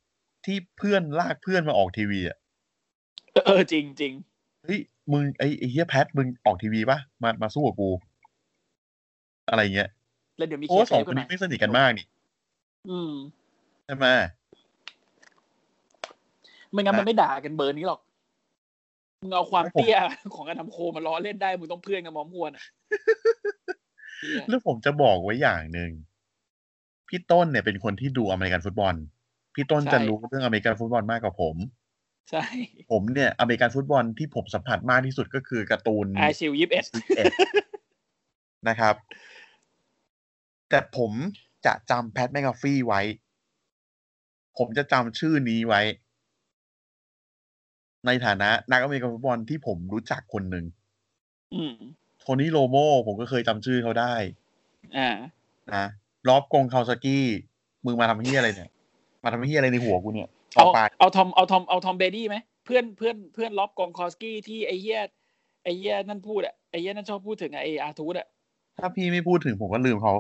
Speaker 2: ที่เพื่อนลากเพื่อนมาออกทีวีอ่ะ
Speaker 3: เออเออจริงจริง
Speaker 2: เฮ้ยมึงไอ้ไอ้เฮียแพทมึงออกทีวีปะมามาสู้กับกู อะไรเงี้ย
Speaker 3: แล้วเดี๋ยวมี
Speaker 2: โอ้
Speaker 3: เคส
Speaker 2: สอง
Speaker 3: เพิ่ม
Speaker 2: คน
Speaker 3: ขึ้น
Speaker 2: นี้
Speaker 3: มา
Speaker 2: ไม่สนิทกันมากนี่
Speaker 3: อืม
Speaker 2: ใช่ไหม
Speaker 3: ไม่งั้นมันไม่ด่ากันเบอร์นี้หรอกมึงเอาความเตี้ยของอดัมโคมาล้อเล่นได้มึงต้องเพื่อนกับมอมฮวนอะเหี้ย
Speaker 2: แล้วผมจะบอกไว้อย่างหนึ่งพี่ต้นเนี่ยเป็นคนที่ดูอเมริกันฟุตบอล พี่ต้นจะรู้เรื่องอเมริกันฟุตบอลมากกว่าผม
Speaker 3: ใช่
Speaker 2: ผมเนี่ยอเมริกันฟุตบอลที่ผมสัมผัสมากที่สุดก็คือการ์ตูน
Speaker 3: ไอาชิวยิบเอ็ด
Speaker 2: 11นะครับ แต่ผมจะจำแพทแมกกาฟี่ไว้ ผมจะจำชื่อนี้ไว้ ในฐานะ นักอเมริกันฟุตบอลที่ผมรู้จักคนหนึ่ง
Speaker 3: อืม
Speaker 2: โทนี่โรโมผมก็เคยจำชื่อเขาได้
Speaker 3: อ่า
Speaker 2: นะรอบกงคาวซากี้มึงมาทำเฮียอะไรเนี่ย มาทำเฮียอะไรในหัวกูเนี่ยต่
Speaker 3: เอา
Speaker 2: อไป
Speaker 3: เอาทอมเอาทอมเอาทอมเบดี้ไหมเพื่อนเพื่อนเพื่อนล็อบกองคอสกี้ที่ไอ้เหี้ยไอ้เหี้ยนั่นพูดอะไอ้เหี้ยนั่นชอบพูดถึงอะไอ้อาร์ทูดอะ
Speaker 2: ถ้าพี่ไม่พูดถึงผมก็ลืมเขา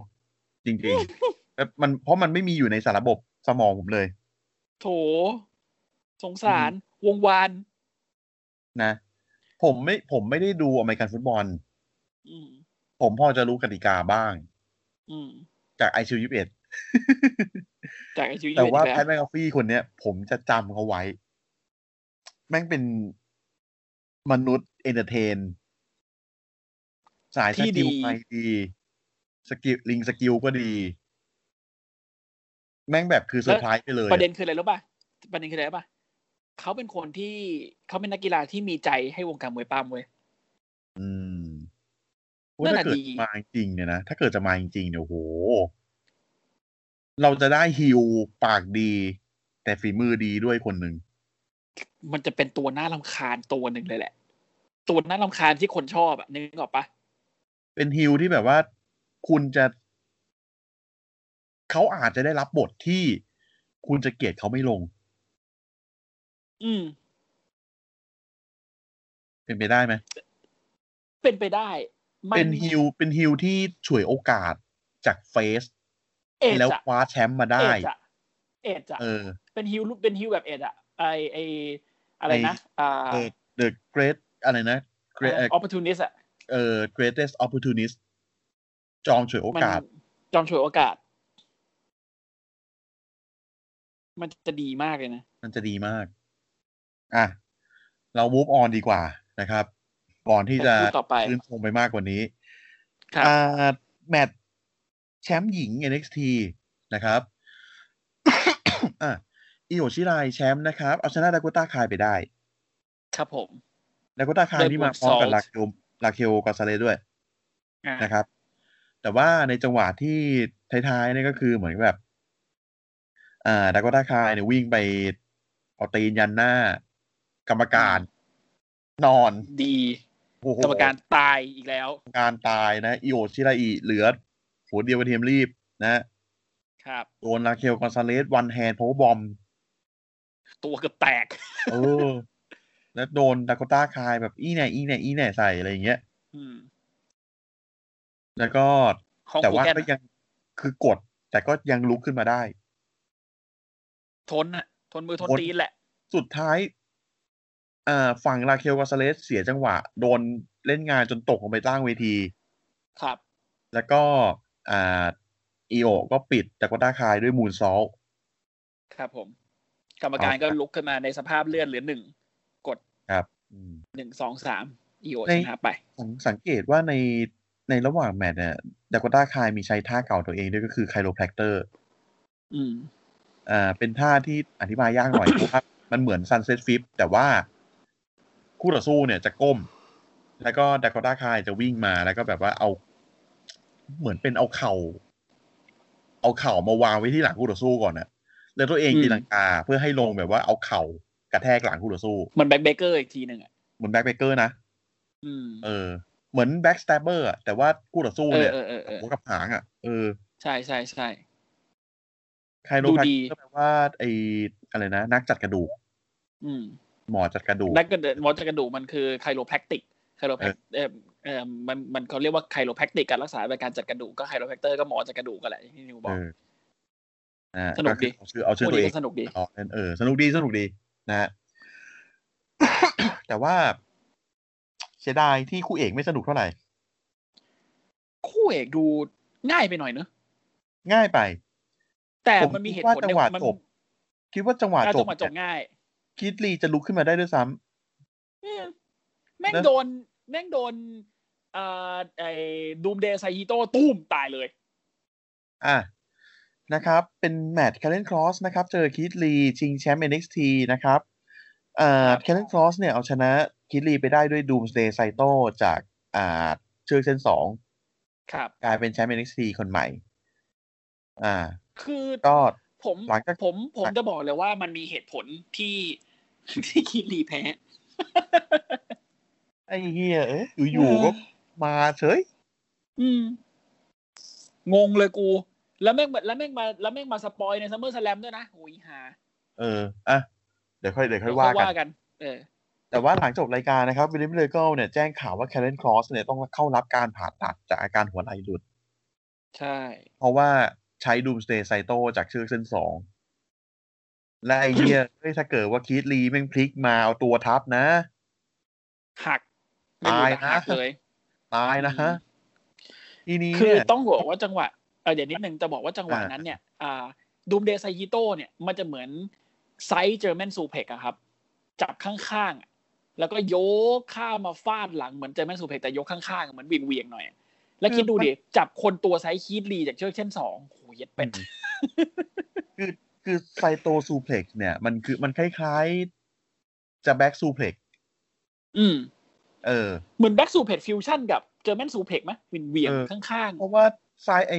Speaker 2: จริงๆแบบมันเพราะมันไม่มีอยู่ในสารบบสมองผมเลย
Speaker 3: โถ สงสาร วงวาน
Speaker 2: นะ ผมไม่ผมไม่ได้ดูอเมริกันฟุตบอล
Speaker 3: อืม
Speaker 2: ผมพอจะรู้กติกาบ้าง
Speaker 3: อืม
Speaker 2: จากไอชิวยิบเอ็ด
Speaker 3: จากไอ้ชีวิต
Speaker 2: แต่ว่า
Speaker 3: อีก
Speaker 2: แพ
Speaker 3: ล้
Speaker 2: ทแมคกาฟี่คนเนี้ย ผมจะจำเขาไว้ แม่งเป็นมนุษย์เอนเตอร์เทน สายสกิลไปดีสกิลลิงสกิลก็ดี แม่งแบบคือเซอร์ไพรส์ไปเลย
Speaker 3: ประเด็นคืออะไรรู้ป่ะประเด็นคืออะไรรู้ป่ะเขาเป็นคนที่เขาเป็นนักกีฬาที่มีใจให้วงการมวยปล้ามเว้ย
Speaker 2: อืม
Speaker 3: นั่
Speaker 2: ว่านถ้า
Speaker 3: น่ะ
Speaker 2: เกิด
Speaker 3: ดี
Speaker 2: มาจริงเนี่ยนะ ถ้าเกิดจะมาจริงๆเนี่ยโอ้โห เราจะได้ฮิวปากดี แต่ฝีมือดีด้วยคนหนึ่ง
Speaker 3: มันจะเป็นตัวหน้าลำคาญตัวหนึ่งเลยแหละ ตัวหน้าลำคาญที่คนชอบอะนึกออกปะ
Speaker 2: เป็นฮิลที่แบบว่าคุณจะเขาอาจจะได้รับบทที่คุณจะเกลียดเขาไม่ลง
Speaker 3: อืม
Speaker 2: เป็นไปได้ไหม
Speaker 3: เป็นไปได้มั
Speaker 2: เป็นฮิลเป็นฮิลที่ฉวยโอกาสจากเฟส
Speaker 3: เอจ
Speaker 2: แล้ว
Speaker 3: อะ
Speaker 2: คว้าแชมป์มา
Speaker 3: เอ
Speaker 2: ได้
Speaker 3: จอะเอจอะ
Speaker 2: เออ
Speaker 3: เป็นฮิวรูปเป็นฮิวแบบเอ็ดอะไอไออะไรนะอ่า
Speaker 2: เออ the great อะไรนะ
Speaker 3: อ
Speaker 2: great เอ่อ
Speaker 3: อปตูนิสอะ
Speaker 2: เออ greatest opportunist จอมฉวยโอ
Speaker 3: มัน
Speaker 2: กาส
Speaker 3: จอมฉวยโอกาส มันจะดีมากเลยนะ
Speaker 2: มันจะดีมาก อ่ะ เราวูฟออนดีกว่านะครับ ก่อนที่จะ
Speaker 3: ไปพูดต่อไป
Speaker 2: นชมไปมากกว่านี้
Speaker 3: ครับ
Speaker 2: อ่าแมตช์แชมป์หญิง NXT นะครับ *coughs* อ่ะอิโอชิไรายแชมป์นะครับ เอาชนะดากุต้าคายไปได้
Speaker 3: ครับผม
Speaker 2: ดากุต้าคาย
Speaker 3: ได้
Speaker 2: ที่
Speaker 3: บวก
Speaker 2: มาพร้อมกับ
Speaker 3: salt
Speaker 2: ลาเคโอลาเคโอกาซาเลด้วย
Speaker 3: อ่า
Speaker 2: นะครับ แต่ว่าในจังหวะที่ท้ายๆเนี่ยก็คือเหมือนแบบ อ่าดากต้าคายเนี่ยวิ่งไปเอาตีนยันหน้า กรรมการนอน
Speaker 3: ดี
Speaker 2: โอ้โห
Speaker 3: กรรมการตายอีกแล้ว
Speaker 2: กรรมการตายนะอิโอชิราอิเหลือหัวเดียวกับเทียมรีบนะ
Speaker 3: ครับ
Speaker 2: โดนราเคลกอนซาเลสวันแฮนด์พาวบอม
Speaker 3: ตัวเกือบแตก
Speaker 2: เออ *laughs* แล้วโดนดากต้าคายแบบอีแหน่อีแหน่อีแหน่ใส่อะไรอย่างเงี้ย
Speaker 3: อืม
Speaker 2: แล้วก็
Speaker 3: ของ
Speaker 2: แต่
Speaker 3: โค
Speaker 2: ว่า
Speaker 3: แกน
Speaker 2: ก็ยังคือกด แต่ก็ยังลุกขึ้นมาได้
Speaker 3: ทนอะทนมือทน
Speaker 2: ทน
Speaker 3: ตีนแหละ
Speaker 2: สุดท้ายอ่าฝั่งราเคลกอนซาเลสเสียจังหวะ โดนเล่นงานจนตกลงไปล่างเวที
Speaker 3: ครับ
Speaker 2: แล้วก็อ่าอีโอก็ปิดดากต้าคายด้วยมูนซอลต์
Speaker 3: ครับผม กรรมการ
Speaker 2: เอาครับ
Speaker 3: ก็ลุกขึ้นมาในสภาพเลือดเหลือหนึ่ง
Speaker 2: ครับอืม
Speaker 3: หนึ่งสองสามอีโอ
Speaker 2: ใน
Speaker 3: ชนะไป
Speaker 2: ผมสังเกตว่าในในระหว่างแมตช์เนี่ยดากต้าคายมีใช้ท่าเก่าตัวเองด้วยก็คือไคโรแพคเตอร์
Speaker 3: อืม
Speaker 2: อ่าเป็นท่าที่อธิบายยากหน่อย *coughs* เพราะว่ามันเหมือนซันเซ็ตฟิปแต่ว่าคู่ต่อสู้เนี่ยจะก้ม แล้วก็ดากอต้าคายจะวิ่งมาแล้วก็แบบว่าเอา เหมือนเป็นเอาเข่า เอาเข่ามาวางไว้ที่หลังคู่ต่อสู้ก่อนนะแล้วตัวเอง
Speaker 3: อืม
Speaker 2: ตีลังกาเพื่อให้ลงแบบว่าเอาเข่ากระแทกหลังคู่ต่อสู้
Speaker 3: มันแบ็คเบเกอร์อีกทีหนึ่งอ่ะ
Speaker 2: เหมือนแบ็คเบเกอร์นะ
Speaker 3: อืม
Speaker 2: เออเหมือนแบ็กสแตเบอร์แต่ว่าคู่ต่อสู้
Speaker 3: เออ
Speaker 2: เนี่ย
Speaker 3: เออเออเออ
Speaker 2: หัวกับหางอ่ะเออ
Speaker 3: ใช่ใช่ใช่
Speaker 2: ไคโร
Speaker 3: ดู
Speaker 2: พัก
Speaker 3: ดี
Speaker 2: ก็แปลว่าไออะไรนะนักจัดกระดูก
Speaker 3: อืม
Speaker 2: หมอจัดกระดูก
Speaker 3: นักกระดูกหมอจักกระดูกมันคือไคโรแพคติกไคโรแพคเออเออมันมันเขาเรียกว่าไคโรแพคติกการรักษาแบบการจัดกระดูกก็ไคโรแพคเตอร์ก็หมอจัดกระดูกกันแหละอย่างที่นิวบอก
Speaker 2: เออนะฮะ
Speaker 3: สนุกดี
Speaker 2: เอาชื่อเอาชื่อ
Speaker 3: พูด
Speaker 2: ตัว
Speaker 3: ดี
Speaker 2: เอง
Speaker 3: ก็สนุกดี
Speaker 2: ออกเล่นเออ สนุกดีสนุกดีนะฮ *coughs* ะ แต่ว่าเสียดายที่คู่เอกไม่สนุกเท่าไหร่
Speaker 3: คู่เอกดูง่ายไปหน่อยเนอะ
Speaker 2: ง่ายไป
Speaker 3: แต่
Speaker 2: ผม
Speaker 3: มันมีเห
Speaker 2: คิ
Speaker 3: ตุ
Speaker 2: ดว่า
Speaker 3: ผล
Speaker 2: จังหวะ
Speaker 3: มัน
Speaker 2: จบ คิดว่าจังหวะ
Speaker 3: การ
Speaker 2: จ
Speaker 3: จ
Speaker 2: บบ
Speaker 3: มาจบง่าย
Speaker 2: คิดลีจะลุกขึ้นมาได้ด้วยซ้ำ
Speaker 3: เอ๊ะแม่ง
Speaker 2: นะ
Speaker 3: โดน แม่งโดนเอ่อไอ้ดูมเดย์ไซฮิโต้ตุ้มตายเลย
Speaker 2: อ่ะนะครับ เป็นแมตช์แคลเลนครอสนะครับ เจอคิดลีชิงแชมป์ NXT นะครับเอ่อ
Speaker 3: ครับ
Speaker 2: แคลเลนครอสเนี่ยเอาชนะคิดลีไปได้ด้วยดูมสเตย์ไซโตจากอ่าเชือกเส้นสอง
Speaker 3: ครับ
Speaker 2: กลายเป็นแชมป์ NXT คนใหม่ อ่า
Speaker 3: คือ
Speaker 2: ก็
Speaker 3: ผม
Speaker 2: หลังจาก
Speaker 3: ผมผมจะบอกเลยว่ามันมีเหตุผลที่ ที่คิรีแพ้
Speaker 2: ไอ้เหี้ยเอ้ยอยู่ๆก็มาเฉย
Speaker 3: อืม งงเลยกู แล้วแม่งมาแล้วแม่งมาแล้วแม่งมาสปอยในซัมเมอร์สแลมด้วยนะโอ้ยหา
Speaker 2: เออ อ่ะ เดี๋ยวค่อยเดี๋ยวค่
Speaker 3: เดี๋
Speaker 2: อย ยว ว่ากั
Speaker 3: ค่อยว่าน กัน เออ
Speaker 2: แต่ว่าหลังจบรายการนะครับวิลเลมเลเกิลเนี่ยแจ้งข่าวว่าแค r รนครอสเนี่ยต้องเข้ารับการผ่าตัดจากอาการหัวไหล่หลุด
Speaker 3: ใช่
Speaker 2: เพราะว่าใช้ดูมสเตย์ไซโตจากเชือกเส้นสอง และไอ้เหี้ย เฮ้ยถ้าเกิดว่าคีดลีแม่งพลิกมาเอาตัวทับนะ
Speaker 3: หัก ไม่รู้
Speaker 2: ตาย
Speaker 3: จะ
Speaker 2: นะ
Speaker 3: หักเลย
Speaker 2: ตายนะฮะ ทีนี้
Speaker 3: คือ
Speaker 2: เนี่ย
Speaker 3: ต้องบอกว่าจังหวะเออเดี๋ยวนิดนึงจะบอกว่าจังหวะนั้นเนี่ย อ่าดูมเดซายิโตเนี่ย มันจะเหมือนไซส์เจอร์แมนซูเพกอะครับ จับข้างๆอะแล้วก็โยกข้ามมาฟาดหลังเหมือนเจอร์แมนซูเพกแต่ยกข้างๆอะเหมือนเวียงเวียงๆหน่อยอะแล้วคิดดูดิจับคนตัวไซส์คีดลีจากเชือกเช่นสองโหเย็ดเป็ด
Speaker 2: คือคือไซโตซูเพล็กซ์เนี่ย มันคือมันคล้ายๆ จะแบ็กซูเพล็กซ์
Speaker 3: อืม
Speaker 2: เออ
Speaker 3: เหมือนแบ็กซูเพจฟิวชั่นกับเจอแมนซูเพกไหมวินเวียง
Speaker 2: เออ
Speaker 3: ข้าง
Speaker 2: เพราะว่าไซไอ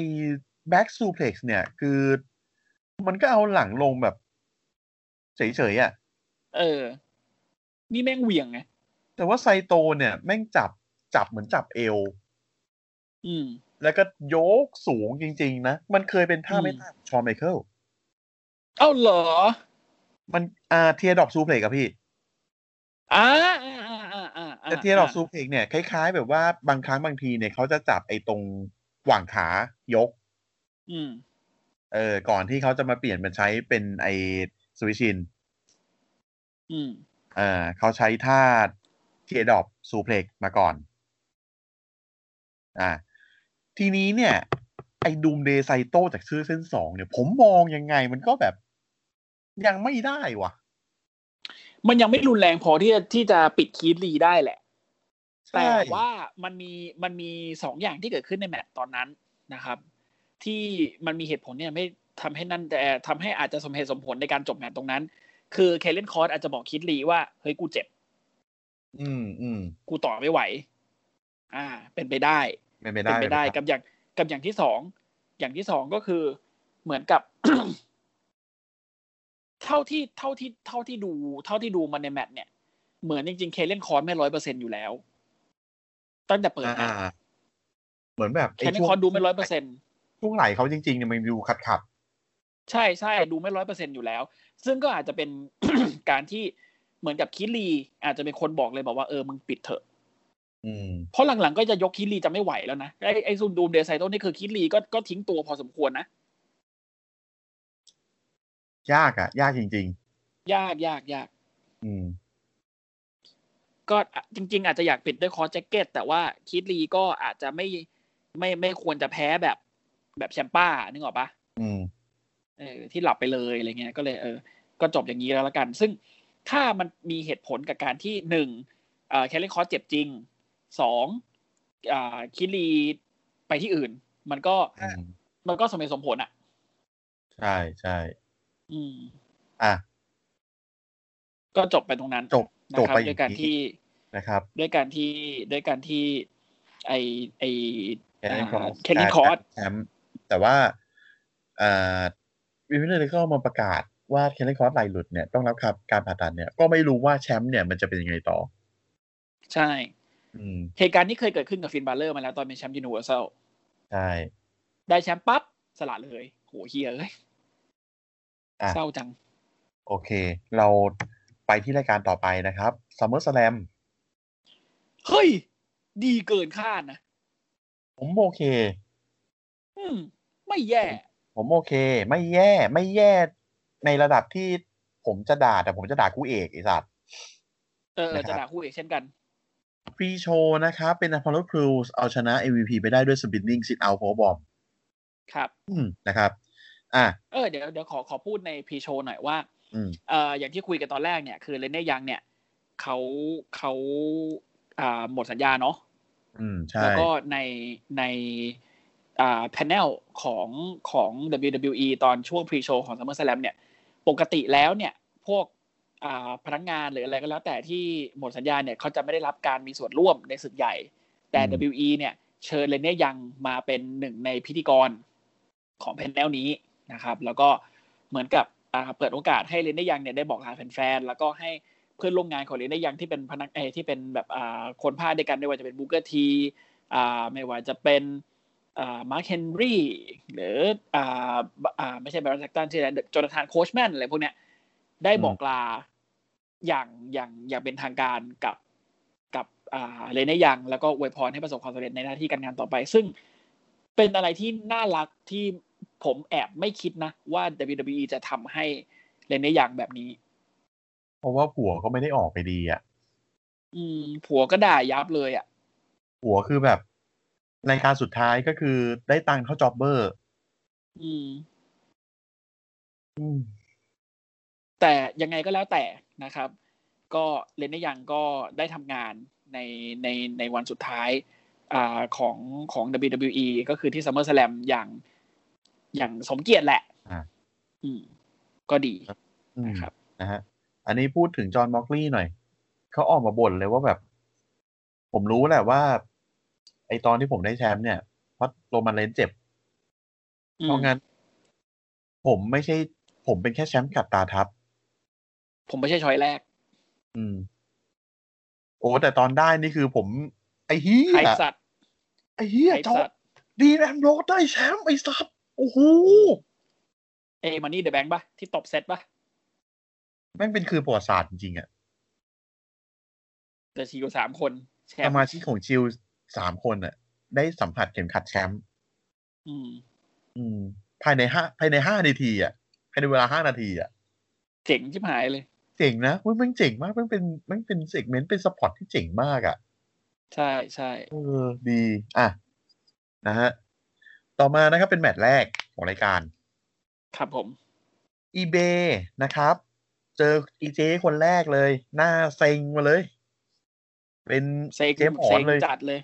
Speaker 2: แบ็กซูเพล็กซ์เนี่ย คือมันก็เอาหลังลงแบบ เฉยๆอ่ะ
Speaker 3: ๆ เออ นี่แม่งเหวียงไง
Speaker 2: แต่ว่าไซโตเนี่ย แม่งจับจับเหมือนจับเอว
Speaker 3: อืม
Speaker 2: แล้วก็โยกสูงจริง ๆ นะ มันเคยเป็นท่าไม่ท่าของชอนไมเคิล
Speaker 3: เอ้าเหรอ
Speaker 2: มันอ่าเทียดอกซูเพล็กซ์อะพี่
Speaker 3: อ่าอ่าอ่าอ่าอ่าา
Speaker 2: แต่เทียดอกซูเพล็กซ์เนี่ย คล้าย ๆ แบบว่าบางครั้งบางทีเนี่ยเขาจะจับไอ้ตรงหว่างขายก
Speaker 3: อืม
Speaker 2: เออ ก่อนที่เขาจะมาเปลี่ยนเป็นใช้เป็นไอสวิชิน
Speaker 3: อืม
Speaker 2: เออเขาใช้ท่าเทียดอปซูเพล็กมาก่อน อ่า ทีนี้เนี่ย ไอ้ดูมเดย์ไซโตจากชื่อเส้นสองเนี่ย ผมมองยังไงมันก็แบบ ยังไม่ได้ว่ะ
Speaker 3: มันยังไม่รุนแรงพอที่จะที่จะปิดคีดลีได้แหละ แต่
Speaker 2: ใช่
Speaker 3: ว่ามันมีมันมีสองอย่างที่เกิดขึ้นในแมตช์ตอนนั้นนะครับ ที่มันมีเหตุผลเนี่ยไม่ทำให้นั่นแต่ทำให้อาจจะสมเหตุสมผลในการจบแมตช์ตรงนั้น คือเคเลนคอร์สอาจจะบอกคิดลีว่าเฮ้ยกูเจ็บ
Speaker 2: อืมอืม
Speaker 3: กูต่อไม่ไหว อ่า เป็นไปได้
Speaker 2: เป็นไป
Speaker 3: เป็
Speaker 2: ได้
Speaker 3: นไปได้
Speaker 2: ค
Speaker 3: กั
Speaker 2: รับบ
Speaker 3: อย่าง กับอย่างที่สองอย่างที่สองก็คือเหมือนกับ *coughs* เท่าที่เท่าที่เท่าที่ดู เท่าที่ดูมันในแมตช์เนี่ย เหมือนจริง ๆ เคเลนคอนไม่ร้อยเปอร์เซ็นอยู่แล้ว ตั้งแต่เปิดแมตช์
Speaker 2: อ่าเหมือนแบบ
Speaker 3: เคเลนคอนดูไม่ร้อยเปอร์เซ็นต์
Speaker 2: ช่วงไหลเขาจริงๆเนี่ยมันดูขัดขัด
Speaker 3: ใช่ใช่ดูไม่ร้อยเปอร์เซ็นอยู่แล้ว ซึ่งก็อาจจะเป็น *coughs* การที่เหมือนกับคิรีอาจจะเป็นคนบอกเลยบอกว่าเออมึงปิดเถอะ
Speaker 2: ๆอืม
Speaker 3: เพราะหลังๆก็จะยกคิรีจะไม่ไหวแล้วนะ ไอไอซูนดูมเดไซโตนี่คือคิรีก็ก็ทิ้งตัวพอสมควรนะ
Speaker 2: ยากอ่ะ ยากจริง
Speaker 3: ยากยากยาก
Speaker 2: ๆ อืม
Speaker 3: ก็อ่ะจริง ๆ อาจจะอยากปิดด้วยคอร์สแจ็คเก็ต แต่ว่าคิรีก็อาจจะไม่ไม่ไม่ควรจะแพ้แบบแบบแชมป้านึกออกปะ
Speaker 2: อืม
Speaker 3: เออที่หลับไปเลยอะไรเงี้ยก็เลยเออก็จบอย่างนี้แล้วละกัน ซึ่งถ้ามันมีเหตุผลกับการที่หนึ่งเอ่อแคลเลนคอสเจ็บจริงสองอ่าคิรีไปที่อื่น มันก็
Speaker 2: อืม
Speaker 3: มันก็สมเหตุสมผลอ่ะ
Speaker 2: ใช่ใช่
Speaker 3: อืม
Speaker 2: อ่ะ
Speaker 3: ก็จบไปตรงนั้น
Speaker 2: จบ
Speaker 3: นะ
Speaker 2: จบ
Speaker 3: ครับ
Speaker 2: ไป
Speaker 3: ด้วยการที่
Speaker 2: นะครับ
Speaker 3: ด้วยการที่ด้วยการที่ ไอไอ
Speaker 2: แคลนคอร์ส
Speaker 3: แคลรินคอร์ส
Speaker 2: แชมป์แต่ว่าเอ่อวิวินเนอร์ได้เข้ามาประกาศว่าแคลนคอร์สไหลหลุดเนี่ยต้องรับครับการผ่าตัดเนี่ย ก็ไม่รู้ว่าแชมป์เนี่ยมันจะเป็นยังไงต่อ
Speaker 3: ใช่
Speaker 2: อืม
Speaker 3: เหตุการณ์นี้เคยเกิดขึ้นกับฟินบาเลอร์มาแล้วตอนเป็นแชมป์ยูนิเวอร์แซล
Speaker 2: ใช่
Speaker 3: ได้แชมป์ปั๊บสละเลยโหเฮียเอ้ย
Speaker 2: อ่ะ
Speaker 3: เศร้าจัง
Speaker 2: โอเค เราไปที่รายการต่อไปนะครับ SummerSlam
Speaker 3: เฮ้ย ดีเกินคาดนะ
Speaker 2: ผมโอเค
Speaker 3: อืม ไม่แย่
Speaker 2: ผมโอเค ไม่แย่ ไม่แย่ ในระดับที่ผมจะด่า แต่ผมจะด่าคู่เอกไอ้สัตว์
Speaker 3: เออ
Speaker 2: นะครับ
Speaker 3: จะด่าคู่เอกเช่นกัน
Speaker 2: ฟรีโชว์นะครับ เป็น Apollo Crews เอาชนะ MVP ไปได้ด้วย Spinning Sit Out โฟบอม
Speaker 3: ครับ
Speaker 2: นะครับ อ่ะ
Speaker 3: เออ เดี๋ยวเดี๋ยวขอขอพูดในพีโชหน่อยว่า
Speaker 2: อืม
Speaker 3: เอ่อ อย่างที่คุยกันตอนแรกเนี่ย คือเลนเน่ยังเนี่ย เขาเขาอ่า หมดสัญญาเนาะ
Speaker 2: อืม ใช่
Speaker 3: แล้วก็ในในอ่าแพนเนลของของ WWE ตอนช่วงพรีโชว์ของ SummerSlam เนี่ย ปกติแล้วเนี่ย พวกอ่าพนักงานหรืออะไรก็แล้วแต่ที่หมดสัญญาเนี่ยเขาจะไม่ได้รับการมีส่วนร่วมในศึกใหญ่ แต่
Speaker 2: อืม
Speaker 3: WWE เนี่ยเชิญเลนเน่ยังมาเป็นหนึ่งในพิธีกรของแพนเนลนี้นะครับ แล้วก็เหมือนกับอ่าเปิดโอกาสให้เลนเน่ยังเนี่ยได้บอกลาแฟนๆแล้วก็ให้ เพื่อนร่วมงานของเลนได้ยังที่เป็นพนักเอยที่เป็นแบบอ่าคนภาคด้วยกันไม่ว่าจะเป็นบูเกอร์ทีอ่าไม่ว่าจะเป็นอ่ามาร์คเฮนรี่หรืออ่าบอ่าไม่ใช่แบรนด์แซกตันที่ออะไรจอนาธานโคชแมนอะไรพวกเนี้ยได้บอกลาอย่างอย่างอย่างเป็นทางการกับกับอ่าเลนได้ยัง แล้วก็อวยพรให้ประสบความสำเร็จในหน้าที่การงานต่อไป ซึ่งเป็นอะไรที่น่ารักที่ผมแอบไม่คิดนะ ว่า WWE จะทำให้เลนได้ยังแบบนี้
Speaker 2: เพราะว่าผัวก็ไม่ได้ออกไปดีอ่ะ
Speaker 3: อืมผัวก็ด่ายับเลยอ่ะ
Speaker 2: ผัวคือแบบรายการสุดท้ายก็คือได้ตังค์เท่าจ็อบเบอร์
Speaker 3: อืม
Speaker 2: อืม
Speaker 3: แต่ยังไงก็แล้วแต่นะครับ ก็เลนได้ยังก็ได้ทำงานในในในวันสุดท้ายอ่าของของ WWE ก็คือที่ SummerSlam อย่างอย่างสมเกียรติแหละ
Speaker 2: อ่า
Speaker 3: อืม ก็ดี
Speaker 2: อืม
Speaker 3: นะครับ
Speaker 2: นะฮะ อันนี้พูดถึงจอห์นมอกลี่หน่อย เขาออกมาบ่นเลยว่าแบบ ผมรู้แหละว่า ไอตอนที่ผมได้แชมป์เนี่ยเพราะโรมันเลนส์เจ็บ เพราะงั้น ผมไม่ใช่ ผมเป็นแค่แชมป์ขัดตาทับ
Speaker 3: ผมไม่ใช่ช้อยแรก
Speaker 2: อืม โอ้แต่ตอนได้นี่คือผม ไอ้เฮี
Speaker 3: ไท
Speaker 2: ย
Speaker 3: สัตว์
Speaker 2: ไอ้เฮีย
Speaker 3: ไท
Speaker 2: จอ
Speaker 3: สั
Speaker 2: ร์
Speaker 3: ต
Speaker 2: ด
Speaker 3: ว์
Speaker 2: ดีแอมโรสได้แชมป์ไอ้สัตว์โอ้โห
Speaker 3: เอมันนี่เดอะแบงค์ปะที่ตบเซตปะ
Speaker 2: แม่งเป็นคือประวัติศาสตร์จริงๆอะ
Speaker 3: เดอะชีกสามคนแช
Speaker 2: ส
Speaker 3: ม
Speaker 2: มา
Speaker 3: ป์
Speaker 2: ชิกของชิลสามคนอะได้สัมผัสเข็มขัดแชมป์
Speaker 3: อืม
Speaker 2: อืม ภายในห้าภายในห้านาทีอ่ะภายในเวลาห้านาทีอ่ะ
Speaker 3: เจ๋งชิบหายเลย
Speaker 2: เจ๋งนะเว้ยมันเจ๋งมากมันเป็นมันเป็นเซกเมนต์เป็นสปอตที่เจ๋งมากอ่ะ
Speaker 3: ใช่ใช่
Speaker 2: เออดี อ่ะ นะฮะ ต่อมานะครับเป็นแมตช์แรกของรายการ
Speaker 3: ครับผม
Speaker 2: อีเบนะครับ เจออีเจคนแรกเลย หน้าเซ็งมาเลย เป็น
Speaker 3: เซ็ง
Speaker 2: เจมอ่อ
Speaker 3: เซ็
Speaker 2: น
Speaker 3: ง
Speaker 2: เลย
Speaker 3: จัดเลย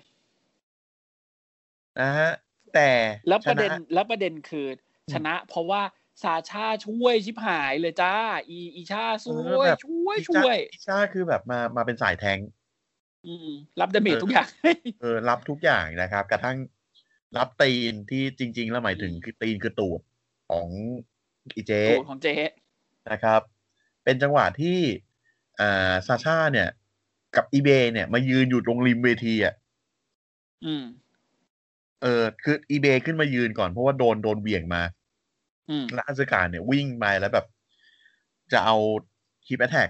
Speaker 2: นะฮะ แต่
Speaker 3: แล้วประเด็น
Speaker 2: ช
Speaker 3: แล้วประเด็นคือชนะ เพราะว่าซาชาช่วยชิบหายเลยจ้า อีอีชาช่
Speaker 2: เออ
Speaker 3: วย
Speaker 2: แบบ
Speaker 3: ช่วย
Speaker 2: อีจ้า
Speaker 3: ช่วย
Speaker 2: อีช่าคือแบบมามาเป็นสายแทง
Speaker 3: อืมรับดาเมจ
Speaker 2: เออ
Speaker 3: ทุกอย่าง
Speaker 2: เออรับทุกอย่างนะครับ กระทั่ง รับตีนที่จริง ๆ แล้วหมายถึงคือตีนคือตูดของอีเจ
Speaker 3: ตูดของเจ๊
Speaker 2: นะครับ เป็นจังหวะที่อ่าซาชาเนี่ย กับอีเบเนี่ย มายืนอยู่ตรงริมเวทีอ่ะ
Speaker 3: อืม
Speaker 2: เออ คืออีเบขึ้นมายืนก่อนเพราะว่าโดนโดนเบี่ยงมา
Speaker 3: อืม
Speaker 2: แล้วอาซึการเนี่ยวิ่งไปแล้วแบบ จะเอาฮิปแอ t แทก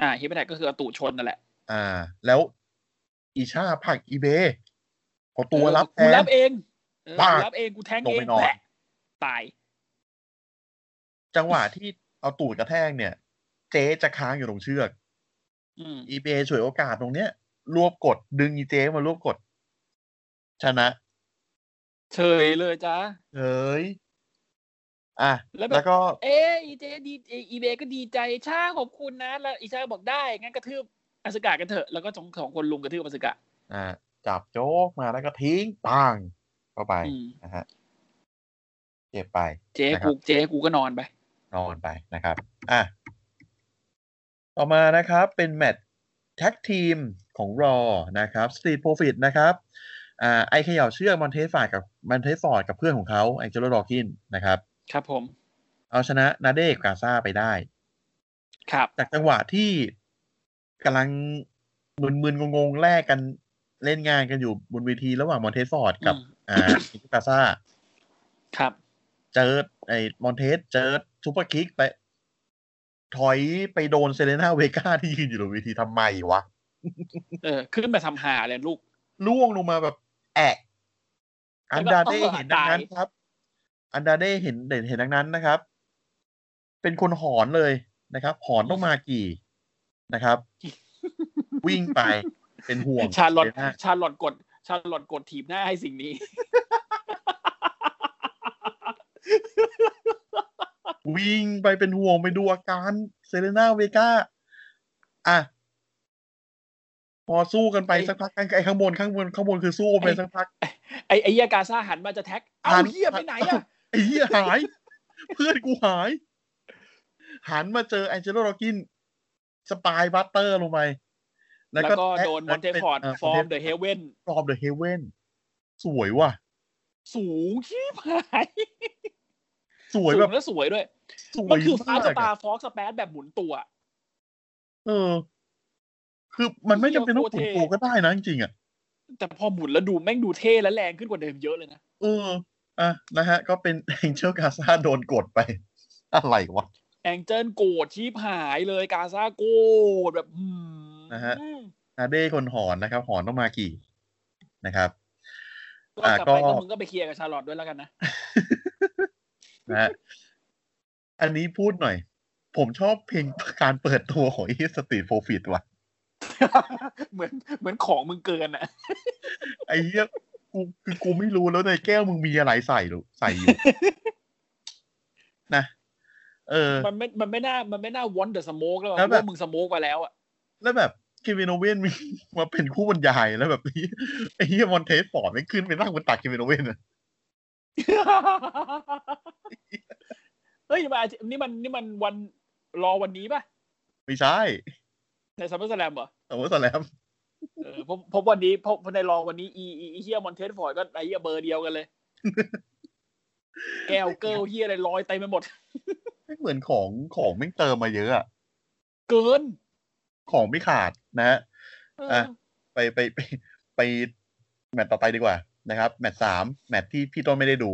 Speaker 3: อ่าฮิปแท็กก็คือเอาตูดชนนั่นแหละ
Speaker 2: อ่า แล้วอีชาผลักอีเบเอาตัวรับแท
Speaker 3: กู
Speaker 2: น
Speaker 3: รับเองเออ
Speaker 2: ปาก
Speaker 3: กูรับเองกูแทง
Speaker 2: ลง
Speaker 3: เอ
Speaker 2: ไป
Speaker 3: ง
Speaker 2: นอน
Speaker 3: แหละตาย
Speaker 2: จังหวะที่เอาตูดกระแทกเนี่ย เจ๊จะค้างอยู่ตรงเชือก
Speaker 3: อืม
Speaker 2: อีเบฉวยโอกาสตรงเนี้ย รวบกดดึงอีเจ๊มารวบกด ชนะ
Speaker 3: เฉยเลยจ้า
Speaker 2: เอ้ย อ่ะ
Speaker 3: แล้
Speaker 2: แล้ว
Speaker 3: วแบบ
Speaker 2: ก็
Speaker 3: เอ๊ะอีเจดีเอ่ออีเบก็ดีใจชาขอบคุณนะ แล้วอีชาบอกได้งั้นกระทืบอสกากันเถอะแล้วก็สองสองคนลุมกระทืบอสกา
Speaker 2: อ่าจับโจ๊กมาแล้วก็ทิ้งปังเข้าไป
Speaker 3: อืม
Speaker 2: นะฮะเจ็บไป
Speaker 3: เจ๊
Speaker 2: นะครับ
Speaker 3: กูเจ๊กูก็นอนไป
Speaker 2: นอนไปนะครับ อ่ะ ต่อมานะครับ เป็นแมตช์แท็กทีมของรอนะครับสตีทโปรฟิตนะครับ อ่า ไอเขย่าเชือกมอนเทสฟอร์ดกับมอนเทสฟอร์ดกับเพื่อนของเขาไอเจโรดอกินนะครับ
Speaker 3: ครับผม
Speaker 2: เอาชนะนาเดกบกาซาไปได้
Speaker 3: ครับ
Speaker 2: จากจังหวะที่กำลังมึนๆงงๆแลกกันเล่นงานกันอยู่บนเวทีระหว่างมอนเทสฟอร์ดกับ
Speaker 3: อืม
Speaker 2: อ่าอิกาซา
Speaker 3: ครับ
Speaker 2: เจอไอ้มอนเทสเจอซูเปอร์คิกไป ถอยไปโดนเซเลน่าเวก้าที่ยืนอยู่บนเวทีทำไมวะ
Speaker 3: เออ ขึ้นมาทำหาเลยลูก
Speaker 2: ล่วงลงมาแบบแอะอันดาเด้
Speaker 3: แล้วก็
Speaker 2: เห็นดังนั้น
Speaker 3: ตาย
Speaker 2: ครับ อันดาเด้เห็นเด่นเห็นดังนั้นนะครับ เป็นคนหอนเลยนะครับ หอนต้องมากี่นะครับ วิ่งไปเป็นห่วง
Speaker 3: *laughs* ชาลอต
Speaker 2: เดี๋ยวนะ
Speaker 3: ชาลอตกด ชาลอตกดถีบหน้าให้สิ่ง *laughs* นี้
Speaker 2: วิ่งไปเป็นห่วงไปดูอาการเซเลน่าเวก้าอ่ะพอสู้กันไป
Speaker 3: ไอ้
Speaker 2: สักพักกันไอ้ข้างบนข้างบนข้างบนคือสู้ไปสักพัก
Speaker 3: ไอไอยากาซาหันมาจะแท็ก เอ้า
Speaker 2: หัน
Speaker 3: เฮียไปไหนอะ
Speaker 2: ไอ้เหี้ยหาย เพื่อนกูหาย หันมาเจอแองเจโลโรกิน สปายบัตเตอร์ลงไป
Speaker 3: แล้วก็โดนมอนเทฟอร์ดฟอร์มเดอะเฮเว่น
Speaker 2: ฟอร์มเดอะเฮเว่นสวยว่ะ
Speaker 3: สูงชิบหาย
Speaker 2: สว
Speaker 3: สู
Speaker 2: ยแบ
Speaker 3: ง
Speaker 2: บ
Speaker 3: และสวยด้วย
Speaker 2: สว
Speaker 3: มัน
Speaker 2: ย
Speaker 3: คือฟ้า
Speaker 2: มา
Speaker 3: ส
Speaker 2: ก
Speaker 3: ตา
Speaker 2: อะ
Speaker 3: ร์ฟอกสเปซแบบหมุนตัว
Speaker 2: เออ คือมันไม่จำเป็นต้อง
Speaker 3: เหี้
Speaker 2: ขุน
Speaker 3: ยโคตรเท่
Speaker 2: โตก็ได้นะจริงๆอ่ะ
Speaker 3: แต่พอหมุนแล้วดูแม่งดูเท่และแรงขึ้นกว่าเดิมเยอะเลยนะ
Speaker 2: เออ อ่ะ นะฮะ ก็เป็น *laughs* แองเจลกาซาโดนกดไป อะไรวะ
Speaker 3: แองเจิลโกรธชีพหายเลยกาซาโกรธแบบอืม
Speaker 2: นะฮะ อาเด้คนหอนนะครับ หอนต้องมากี่นะครับ
Speaker 3: ก็
Speaker 2: อ่ะ
Speaker 3: กลับไป
Speaker 2: ก็
Speaker 3: ก็มึงก็ไปเคลียร์กับชาร์ลอตด้วยแล้วกันนะ
Speaker 2: นะฮะอันนี้พูดหน่อย ผมชอบเพลง *laughs* การเปิดตัวของอีสตรีทโฟฟิตว่ะ
Speaker 3: เหมือน *laughs* เหมือนของมึงเกินอ่ะ
Speaker 2: ไอ้เหี้ยกูคือกูไม่รู้แล้วในแก้วมึงมีอะไรใส่หรือใส่ *laughs* อยู่ นะ เออ
Speaker 3: มันไม่ มันไม่น่า มันไม่น่าวอนเดอะสโมกแล้วอะ
Speaker 2: แล้ว
Speaker 3: เพ
Speaker 2: แบ
Speaker 3: ราะ
Speaker 2: บ
Speaker 3: ว่ามึงสโมกไป
Speaker 2: *laughs*
Speaker 3: แล้วอ่ะ
Speaker 2: แล้วแบบเควินโอเว่นมี *laughs* มาเป็นคู่บรรยายแล้วแบบนี้ *laughs* ไอ้เหี้ยมอนเทสฟอร์ดไม่งขึ้นไปนั่งบนตักเควินโอเว่นอะ
Speaker 3: เฮ้ยมานี่มันนี่มันวันรอวันนี้ป่ะ
Speaker 2: ไม่ใช่
Speaker 3: ในซัมเมอร์สแลมเหรอ
Speaker 2: แต่ว่าสแลม
Speaker 3: เออเพราะเพราะวันนี้เพราะเพราะในรอวันนี้อีอีอีเฮียมอนเทสฟอร์ดก็ไอ้เฮียเบอร์เดียวกัน
Speaker 2: *laughs*
Speaker 3: เลย แก้วเกิลเฮียอะไรลอยเต็มไปหมด
Speaker 2: แม่งเหมือนของของแม่งเติมมาเยอะอะ
Speaker 3: เกิน
Speaker 2: ของไม่ขาดนะฮะ
Speaker 3: เออ
Speaker 2: อ่ะ ไปไปไปไปแมตต์ต่อไปดีกว่านะครับ แมตต์สามแมตต์ที่พี่ต้นไม่ได้ดู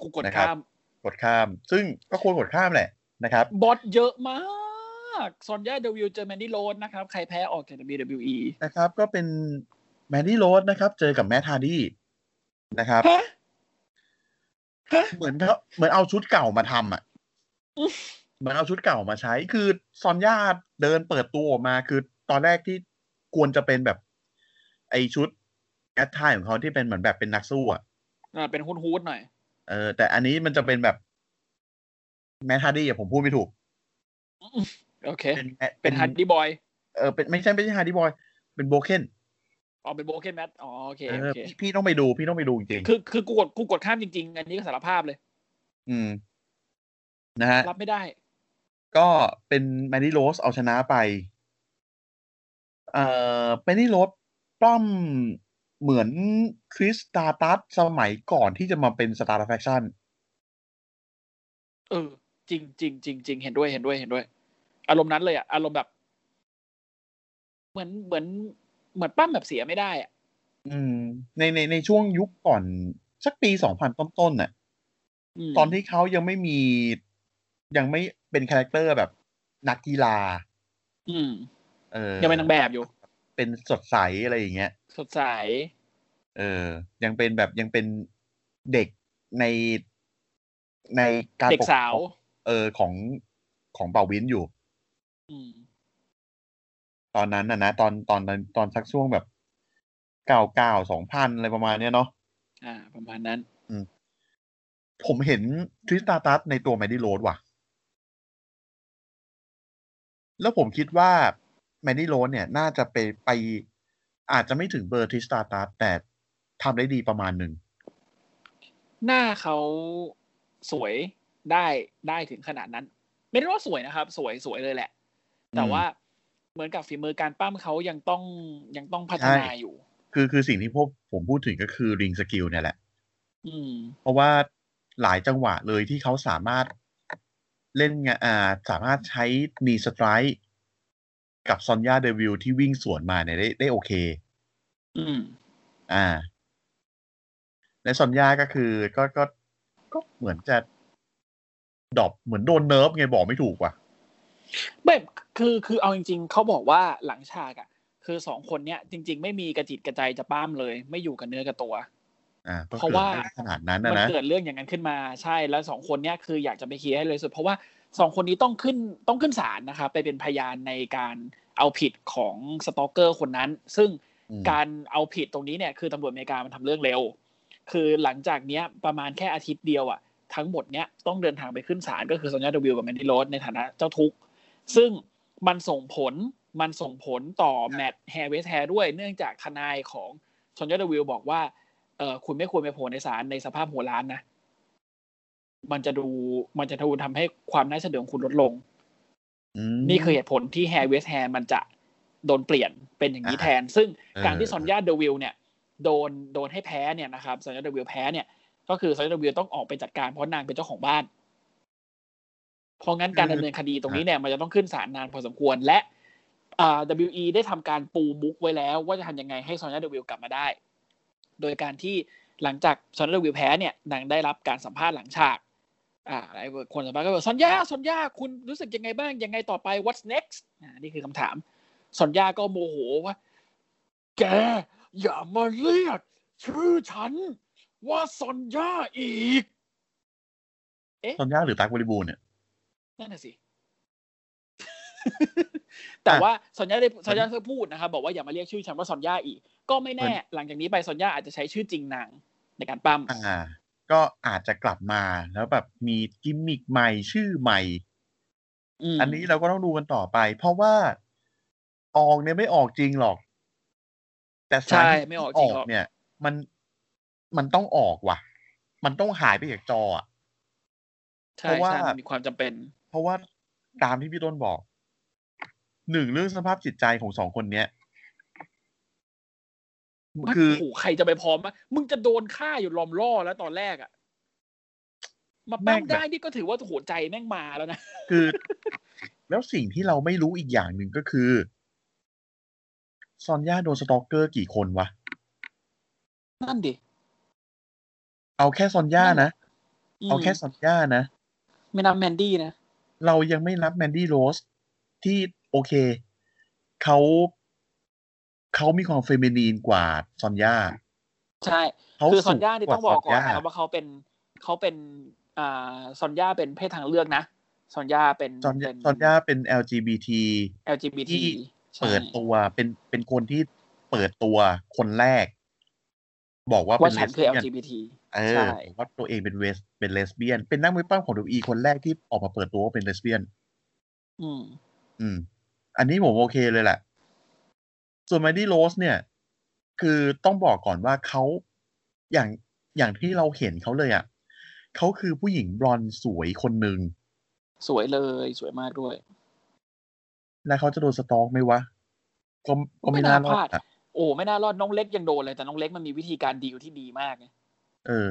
Speaker 3: กูกด
Speaker 2: นะครับ
Speaker 3: ข้าม
Speaker 2: กดข้าม ซึ่งก็ควรกดข้ามแหละนะครับ
Speaker 3: บอทเยอะมาก ซอนย่าเดวิลเจอแมนดี้โรนนะครับ ใครแพ้ออกจาก WWE
Speaker 2: นะครับ ก็เป็นแมนดี้โรสนะครับ เจอกับแมทฮาร์ดี้นะครับ
Speaker 3: ฮะ ฮะ
Speaker 2: เหมือนเขาเหมือนเอาชุดเก่ามาทำอ่ะเหมือนเอาชุดเก่ามาใช้ คือซอนย่าเดินเปิดตัวออกมา คือตอนแรกที่ควรจะเป็นแบบ ไอชุดแอดไทของเขาที่เป็นเหมือนแบบเป็นนักสู้อ่ะ
Speaker 3: อ่าเป็นหุ้นฮูดๆหน่อย
Speaker 2: เออแต่อันนี้มันจะเป็นแบบแมทฮาร์ดี้อะผมพูดไม่ถูก
Speaker 3: โอเค
Speaker 2: เป็นแมท
Speaker 3: เป็นฮันดี้บอย
Speaker 2: เออเป็นไม่ใช่ไม่ใช่ฮาร์ดี้บอย เป็นโบเคน
Speaker 3: ออกเป็นโบเกนแมทอ๋อโอเค
Speaker 2: เอ
Speaker 3: โอ
Speaker 2: อ
Speaker 3: เค
Speaker 2: พี่พี่ต้องไปดูพี่ต้องไปดูจริง
Speaker 3: คือคือกูกดกูกดข้ามจริงๆ อันนี้ก็สารภาพเลย
Speaker 2: ๆอืม นะฮะ
Speaker 3: รับไม่ได้
Speaker 2: ก็เป็นแมนดี้โรสเอาชนะไป เอ่อแมนดี้โรสปล้อม เหมือนคริสตาตัสสมัยก่อนที่จะมาเป็นสตาร์แฟคชั่น
Speaker 3: เออ จริงจริงจริงจริงเห็นด้วยเห็นด้วยเห็นด้วย อารมณ์นั้นเลยอะอารมณ์แบบ เหมือนเหมือนเหมือนปั้มแบบเสียไม่ได้อะ
Speaker 2: อืม ในในในช่วงยุคก่อน สักปีสองพันต้นๆน่ะ
Speaker 3: ม
Speaker 2: ตอนที่เขายังไม่มี ยังไม่เป็นคาแรคเตอร์แบบ นักกีฬา
Speaker 3: อืม
Speaker 2: เออ
Speaker 3: ยังเป็นนางแบบอยู่
Speaker 2: เป็นสดใสอะไรอย่างเงี้ย
Speaker 3: สดใส
Speaker 2: เออ ยังเป็นแบบยังเป็นเด็กในในการ
Speaker 3: เด็ก
Speaker 2: ปครอง
Speaker 3: สาว
Speaker 2: เออของของเป่าวินอยู่
Speaker 3: อืม
Speaker 2: ตอนนั้นนะนะตอนตอนตอนตอนสักช่วงแบบเก้าเก้าสองพันอะไรประมาณเนี้ยเนาะ
Speaker 3: อ่า ประมาณนั้น
Speaker 2: ผมเห็นทริสตาตัสในตัวแมดดี้โรดว่ะ แล้วผมคิดว่าแมดดี้โรดเนี่ย น่าจะไปไป อาจจะไม่ถึงเบอร์ทริสตาตัสแต่ทำได้ดีประมาณหนึ่ง
Speaker 3: หน้าเขาสวยได้ได้ถึงขนาดนั้น ไม่ได้ว่าสวยนะครับ สวยสวยเลยแหละ แต่
Speaker 2: อืม
Speaker 3: ว่าเหมือนกับฝีมือการปั้มเขายังต้องยังต้องพัฒนา
Speaker 2: ใช่
Speaker 3: อยู่
Speaker 2: คือคือสิ่งที่พวกผมพูดถึงก็คือริงสกิลเนี่ยแหละ
Speaker 3: อืม
Speaker 2: เพราะว่าหลายจังหวะเลยที่เขาสามารถเล่นงานอ่าสามารถใช้นีสไตร์กับซอนยาเดวิลที่วิ่งสวนมาเนี่ยได้ได้โอเค
Speaker 3: อืม
Speaker 2: อ่า และซอนยาก็คือก็ก็ก็เหมือนจะดรอปเหมือนโดนเนิร์ฟไงบอกไม่ถูกว่ะ
Speaker 3: ไม่คือคือเอาจริง ๆ เขาบอกว่าหลังฉากอ่ะ คือสองคนเนี้ยจริง ๆ ไม่มีกระจิตกระใจจะป้ามเลย ไม่อยู่กับเนื้อกับตัว
Speaker 2: อ่าก็
Speaker 3: เพราะ
Speaker 2: เกิด
Speaker 3: ว่า
Speaker 2: ได้ขนาดนั้น
Speaker 3: มั
Speaker 2: นะ
Speaker 3: น
Speaker 2: นะ
Speaker 3: เกิดเรื่องอย่างนั้นขึ้นมาใช่แล้วสองคนเนี้ยคืออยากจะไปเคลียร์ให้เลยสุด เพราะว่าสองคนนี้ต้องขึ้นต้องขึ้นศาลนะคะไปเป็นพยานในการเอาผิดของสตอกเกอร์คนนั้น ซึ่ง
Speaker 2: อืม
Speaker 3: การเอาผิดตรงนี้เนี่ยคือตำรวจอเมริกามันทำเรื่องเร็ว คือหลังจากเนี้ยประมาณแค่อาทิตย์เดียวอ่ะทั้งหมดเนี้ยต้องเดินทางไปขึ้นศาลก็คือซอนยาเดวิลกับแมนดี้โรสในฐานะเจ้าทุกข์ ซึ่งมันส่งผลมันส่งผลต่อแมตต์แฮร์เวสแฮร์ด้วยเนื่องจากทนายของซอนยาเดวิลบอกว่า เออคุณไม่ควรไปโผล่ในศาลในสภาพหัวล้านนะ มันจะดูมันจะทูทำให้ความน่าเชื่อถือของคุณลดลง
Speaker 2: ม
Speaker 3: นี่คือเหตุผลที่แฮร์เวสแฮร์มันจะโดนเปลี่ยนเป็นอย่างนี้
Speaker 2: อ่า
Speaker 3: แทน ซึ่ง
Speaker 2: เออ
Speaker 3: การที่ซอนยาเดวิลเนี่ย โดนโดนให้แพ้เนี่ยนะครับซอนยาเดวิลแพ้เนี่ย ก็คือซอนยาเดวิลต้องออกไปจัดการเพราะนางเป็นเจ้าของบ้าน เพราะงั้นการดำเนินคดีตรงนี้เนี่ย มันจะต้องขึ้นศาลนานพอสมควรและอ่า WE ได้ทำการปูบุ๊กไว้แล้ว ว่าจะทำยังไงให้ซอนยาเดวิลกลับมาได้ โดยการที่หลังจากซอนยาเดวิลแพ้เนี่ยนางได้รับการสัมภาษณ์หลังฉาก อ่าหลายคนสัมภาษณ์ก็บอกซอนยาซอนยาคุณรู้สึกยังไงบ้าง ยังไงต่อไป what's next อ่านี่คือคำถามซอนยาก็โมโหว่า แก อย่ามาเรียก ชื่อฉัน ว่าซอนยาอีก
Speaker 2: ซอนยาหรือตั๊กบริบูรณ์เนี่ย
Speaker 3: นั่นน่ะสิ
Speaker 2: *laughs*
Speaker 3: แต่
Speaker 2: อ่ะ
Speaker 3: ว่าซอนยาได้
Speaker 2: ซ
Speaker 3: ซ
Speaker 2: อ
Speaker 3: อน น
Speaker 2: ย่า
Speaker 3: ยาเคยพูดนะครับ บอกว่าอย่ามาเรียกชื่อฉันว่าซอนยาอีก ก็ไม่แน่ หลังจากนี้ไปซอนยาอาจจะใช้ชื่อจริงนางในการปั้ม
Speaker 2: อ่า ก็อาจจะกลับมาแล้วแบบมีกิมมิคใหม่ชื่อใหม่
Speaker 3: ม
Speaker 2: อันนี้เราก็ต้องดูกันต่อไป เพราะว่าออกเนี่ยไม่ออกจริงหรอก แต่สา
Speaker 3: ใช่
Speaker 2: รที่
Speaker 3: ไม่ออก
Speaker 2: อ
Speaker 3: จริ
Speaker 2: อง
Speaker 3: ห
Speaker 2: ก
Speaker 3: รอก
Speaker 2: เนี่ย มันมันต้องออกว่ะ มันต้องหายไปจากจออ่ะ
Speaker 3: ใช่
Speaker 2: เพราะว่า
Speaker 3: ใช่มันมีความจำเป็น
Speaker 2: เพราะว่าตามที่พี่ต้นบอกหนึ่งเรื่องสภาพจิตใจของสองคนเนี้ยคือ
Speaker 3: โอ้โหใครจะไปพร้อมอะมึงจะโดนฆ่าอยู่ลอมล่อแล้วตอนแรกอะมา
Speaker 2: แม่
Speaker 3: ปั้
Speaker 2: ง
Speaker 3: ม
Speaker 2: แบบ
Speaker 3: ได้นี่ก็ถือว่าโหใจแม่งมาแล้วนะ
Speaker 2: คือ แล้วสิ่งที่เราไม่รู้อีกอย่างหนึ่งก็คือ ซอนย่าโดนสตอกเกอร์กี่คนวะ
Speaker 3: นั่นดิ
Speaker 2: เอาแค่ซอนย่านะ
Speaker 3: ม
Speaker 2: เอาแค่ซอนย่านะ
Speaker 3: ไม่นับแมนดี้นะ
Speaker 2: เรายังไม่นับแมนดี้โรสที่โอเค เขาเขามีความเฟมินีนกว่าซอนยา
Speaker 3: ใช่
Speaker 2: เขา
Speaker 3: คือซ
Speaker 2: สู
Speaker 3: อน
Speaker 2: ง
Speaker 3: ย่านี่
Speaker 2: ว่า
Speaker 3: ต้องบอกก่อน
Speaker 2: ซ
Speaker 3: นะครับว่าเขาเป็นเขาเป็น อ่าซอนย่าเป็นเพศทางเลือกนะซอนย่าเป็น
Speaker 2: ซอนย่า
Speaker 3: เป็น
Speaker 2: ซอนยาเป็น LGBT
Speaker 3: LGBT
Speaker 2: ที่
Speaker 3: ใช่
Speaker 2: เปิดตัวเป็นเป็นคนที่เปิดตัวคนแรก บอกว่าเป็
Speaker 3: ว่าน
Speaker 2: เล
Speaker 3: ฉัน
Speaker 2: ส
Speaker 3: คือ
Speaker 2: เบี้ยน
Speaker 3: LGBT
Speaker 2: เอ
Speaker 3: ใช่
Speaker 2: อบอกว่าตัวเองเป็นเวสเป็นเลสเบี้ยน เป็นนักมวยปล้ำของดูอีคนแรกที่ออกมาเปิดตัวว่าเป็นเลสเบี้ยน
Speaker 3: อืม
Speaker 2: อืม อันนี้ผมโอเคเลยแหละ ส่วนแมดดี้โรสเนี่ย คือต้องบอกก่อนว่าเขาอย่างอย่างที่เราเห็นเขาเลยอะ่ะเขาคือผู้หญิงบลอนด์สวยคนหนึ่ง
Speaker 3: สวยเลยสวยมากด้วย
Speaker 2: แล้วเขาจะโดนสตอกไหมวะ ก็ก็ไม่
Speaker 3: ไม่
Speaker 2: น่า
Speaker 3: น่าร ร
Speaker 2: อ
Speaker 3: พลา
Speaker 2: ด
Speaker 3: ด
Speaker 2: อะ
Speaker 3: โอ้ อ้ไม่น่ารอดน้องเล็กยังโดนเลยแต่น้องเล็กมันมีวิธีการดีลที่ดีมากไง
Speaker 2: เออ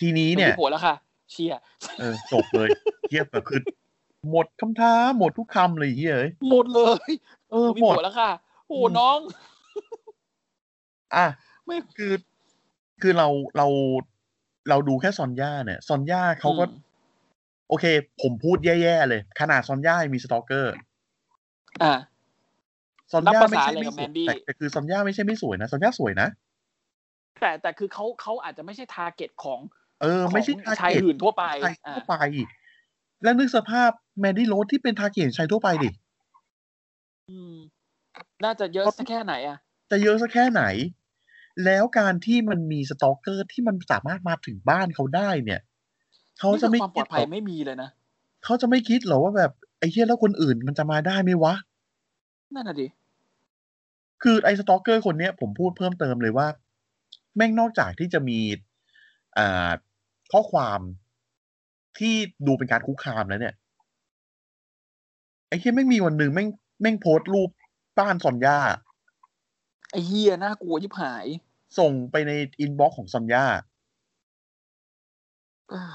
Speaker 2: ทีนี้
Speaker 3: มัน
Speaker 2: เนี่ย
Speaker 3: มีผัวแล้วค่ะ เชีย
Speaker 2: เออจบเลยเทียบกับคือหมดคำท้าหมดทุกคำเลยเฮ้ยเอ้ย
Speaker 3: หมดเลย
Speaker 2: เออ
Speaker 3: มี
Speaker 2: หมด
Speaker 3: ผัวแล้วค่ะ โอ้
Speaker 2: อืม
Speaker 3: น้อง
Speaker 2: อ่ะ
Speaker 3: ไม่
Speaker 2: คือคือเราเราเราดูแค่ซอนย่าเนี่ยซอนย่าเขาก็
Speaker 3: อืม
Speaker 2: โอเค ผมพูดแย่ๆเลย ขนาดซอนย่ายังมีสตอเกอร์
Speaker 3: อ่ะ
Speaker 2: ซอน
Speaker 3: นับ
Speaker 2: ย่า
Speaker 3: ภา
Speaker 2: ไม่
Speaker 3: ษา
Speaker 2: ใช่
Speaker 3: อะไร
Speaker 2: ไม่
Speaker 3: กับ
Speaker 2: สวย
Speaker 3: แมนดี้
Speaker 2: แต่แต่คือซอนย่าไม่ใช่ไม่สวยนะซอนย่าสวยนะ
Speaker 3: แต่แต่คือเขาเขาอาจจะไม่ใช่ทาร์เก็ตของ
Speaker 2: เออ
Speaker 3: ของ
Speaker 2: ไม่ใช่ทา
Speaker 3: ชาย
Speaker 2: เกต
Speaker 3: หื่นทั่วไป
Speaker 2: ชาย
Speaker 3: อ่ะ
Speaker 2: ทั่วไป แล้วนึกสภาพแมนดี้โรสที่เป็นทาเกตชายทั่วไปดิ
Speaker 3: อืม น่าจะเยอะสักแค่ไหนอ่ะ
Speaker 2: จะเยอะสักแค่ไหน แล้วการที่มันมีสตอกเกอร์ที่มันสามารถมาถึงบ้านเขาได้เนี่ยเขา
Speaker 3: นี่
Speaker 2: จะ
Speaker 3: คือ
Speaker 2: ไม่
Speaker 3: ความป
Speaker 2: คิ
Speaker 3: ลอ
Speaker 2: ด
Speaker 3: ด
Speaker 2: เหร
Speaker 3: ภัย
Speaker 2: อ
Speaker 3: ไม่มีเลยนะ
Speaker 2: เขาจะไม่คิดเหรอว่าแบบไอ้เหี้ยแล้วคนอื่นมันจะมาได้ไหมวะ
Speaker 3: นั่นน่ะดิ
Speaker 2: คือไอ้สตอกเกอร์คนเนี้ยผมพูดเพิ่มเติมเลยว่า แม่งนอกจากที่จะมีอ่าข้อความที่ดูเป็นการคุกคามแล้วเนี่ย ไอ้เหี้ยแม่งมีวันหนึ่งแม่งแม่งโพสต์รูปบ้านซอนย่า
Speaker 3: ไอ้เฮียน่ากลัวยิบหาย
Speaker 2: ส่งไปในอินบ็อกซ์ของซอนย่า
Speaker 3: เอ้อ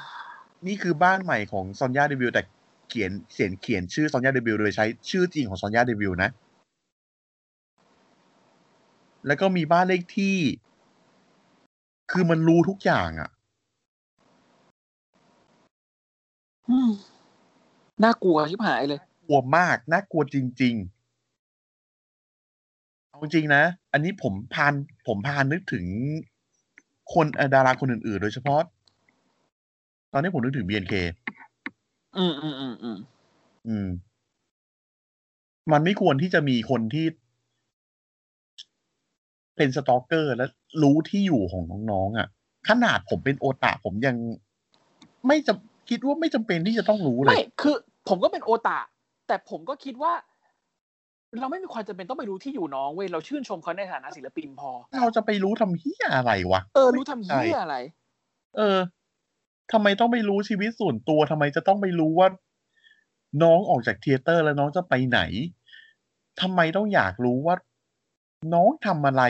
Speaker 2: นี่คือบ้านใหม่ของซอนยาเดวิลแต่เขียนเขียนเขียนชื่อซอนยาเดวิลโดยใช้ชื่อจริงของซอนยาเดวิลนะ แล้วก็มีบ้านเลขที่ คือมันรู้ทุกอย่างอะ่ะ
Speaker 3: อืมน่ากลัวยิบหายเลย
Speaker 2: กลัวมากน่ากลัวจริง ๆ เอาจริงนะ อันนี้ผมพานผมพานนึกถึงคนเอ่อดาราคนอื่น ๆ โดยเฉพาะ ตอนนี้ผมนึกถึง BNK
Speaker 3: อืมอืมอืมอืม
Speaker 2: อืม มันไม่ควรที่จะมีคนที่ เป็นสตอกเกอร์และรู้ที่อยู่ของน้องๆอ่ะ ขนาดผมเป็นโอตาผมยัง ไม่จะคิดว่าไม่จำเป็นที่จะต้องรู้เล
Speaker 3: ไม่
Speaker 2: ย
Speaker 3: คือ ผมก็เป็นโอตาแต่ผมก็คิดว่า เราไม่มีความจำเป็นต้องไปรู้ที่อยู่น้องเว้ยเราชื่นชมเขาในฐานะศิลปินพอ
Speaker 2: เราจะไปรู้ทำเฮียอะไรวะ
Speaker 3: เออ รู้ทำเฮียอะไร
Speaker 2: เออทำไมต้องไปรู้ชีวิตส่วนตัวทำไมจะต้องไปรู้ว่า น้องออกจากเทยเตอร์แล้วน้องจะไปไหนทำไมต้องอยากรู้ว่า น้องทำอะไร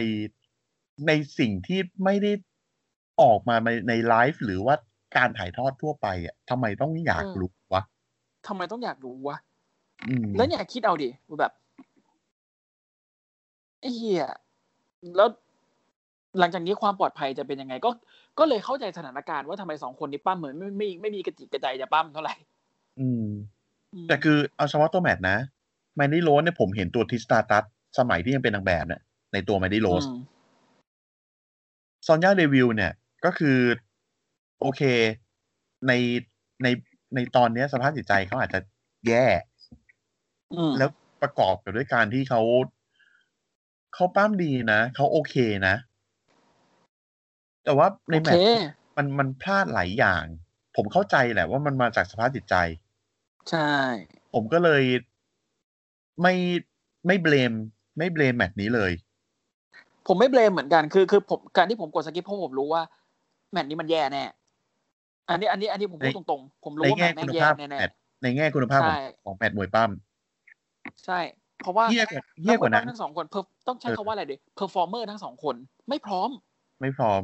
Speaker 2: ในสิ่งที่ไม่ได้ออกมาในในไลฟ์หรือว่าการถ่ายทอดทั่วไปอ่ะทำไมต้องอยากรู้วะ
Speaker 3: ทำไมต้องอยากรู้วะ
Speaker 2: อืม
Speaker 3: แล้วเนี่ยคิดเอาดิแบบไอ้เหี้ยแล้วหลังจากนี้ความปลอดภัยจะเป็นยังไง ก็ ก็เลยเข้าใจสถานการณ์ว่าทำไมสองคนนี้ปั้มเหมือนไม่ไม่ไม่มีกระจิกกระใจจะปั้มเท่าไหร่
Speaker 2: อืม แต่คือเอาเฉพาะตัวแมทนะแมนดี้โรสเนี่ยผมเห็นตัวทิสตาตัสสมัยที่ยังเป็นนางแบบเนี่ยในตัวแมนดี้โรส
Speaker 3: อืม
Speaker 2: ซอนยาเดวิลเนี่ยก็คือโอเคในในในตอนเนี้ยสภาพจิตใจเขาอาจจะแย่
Speaker 3: อืม
Speaker 2: แล้วประกอบกับด้วยการที่เขาเขาป้ามดีนะเขาโอเคนะ แต่ว่าใน
Speaker 3: โอ
Speaker 2: แม
Speaker 3: เค
Speaker 2: ตช์มันมันพลาดหลายอย่าง ผมเข้าใจแหละว่ามันมาจากสภาพจิตใจ
Speaker 3: ใช่
Speaker 2: ผมก็เลยไม่ไม่เบลม ไม่เบลมแมตช์นี้เลย
Speaker 3: ผมไม่เบลมเหมือนกันคือคือผมการที่ผมกดสกิปเพราะผมรู้ว่า แมตช์นี้มันแย่แน่อันนี้ อันนี้ อันนี้ผมพูดตรงๆ ผมรู้
Speaker 2: ใน
Speaker 3: ว่า
Speaker 2: แง่
Speaker 3: แมตช์แม่
Speaker 2: คุ
Speaker 3: ง
Speaker 2: ณ
Speaker 3: แย่
Speaker 2: ภาพ
Speaker 3: แน่
Speaker 2: แม
Speaker 3: แน่
Speaker 2: ตช์ในแง่คุณภาพของของแมตช์มวยปั้ม
Speaker 3: ใช่ เพราะว่า
Speaker 2: เยี่ยกว่าเยี่ยกว่านั้น
Speaker 3: ทั้งสองคน perf- ต้องใช้คาว่าอะไรดีเพอร์ฟอร์เมอร์ทั้งสองคน ไม่พร้อม
Speaker 2: ไม่พร้อม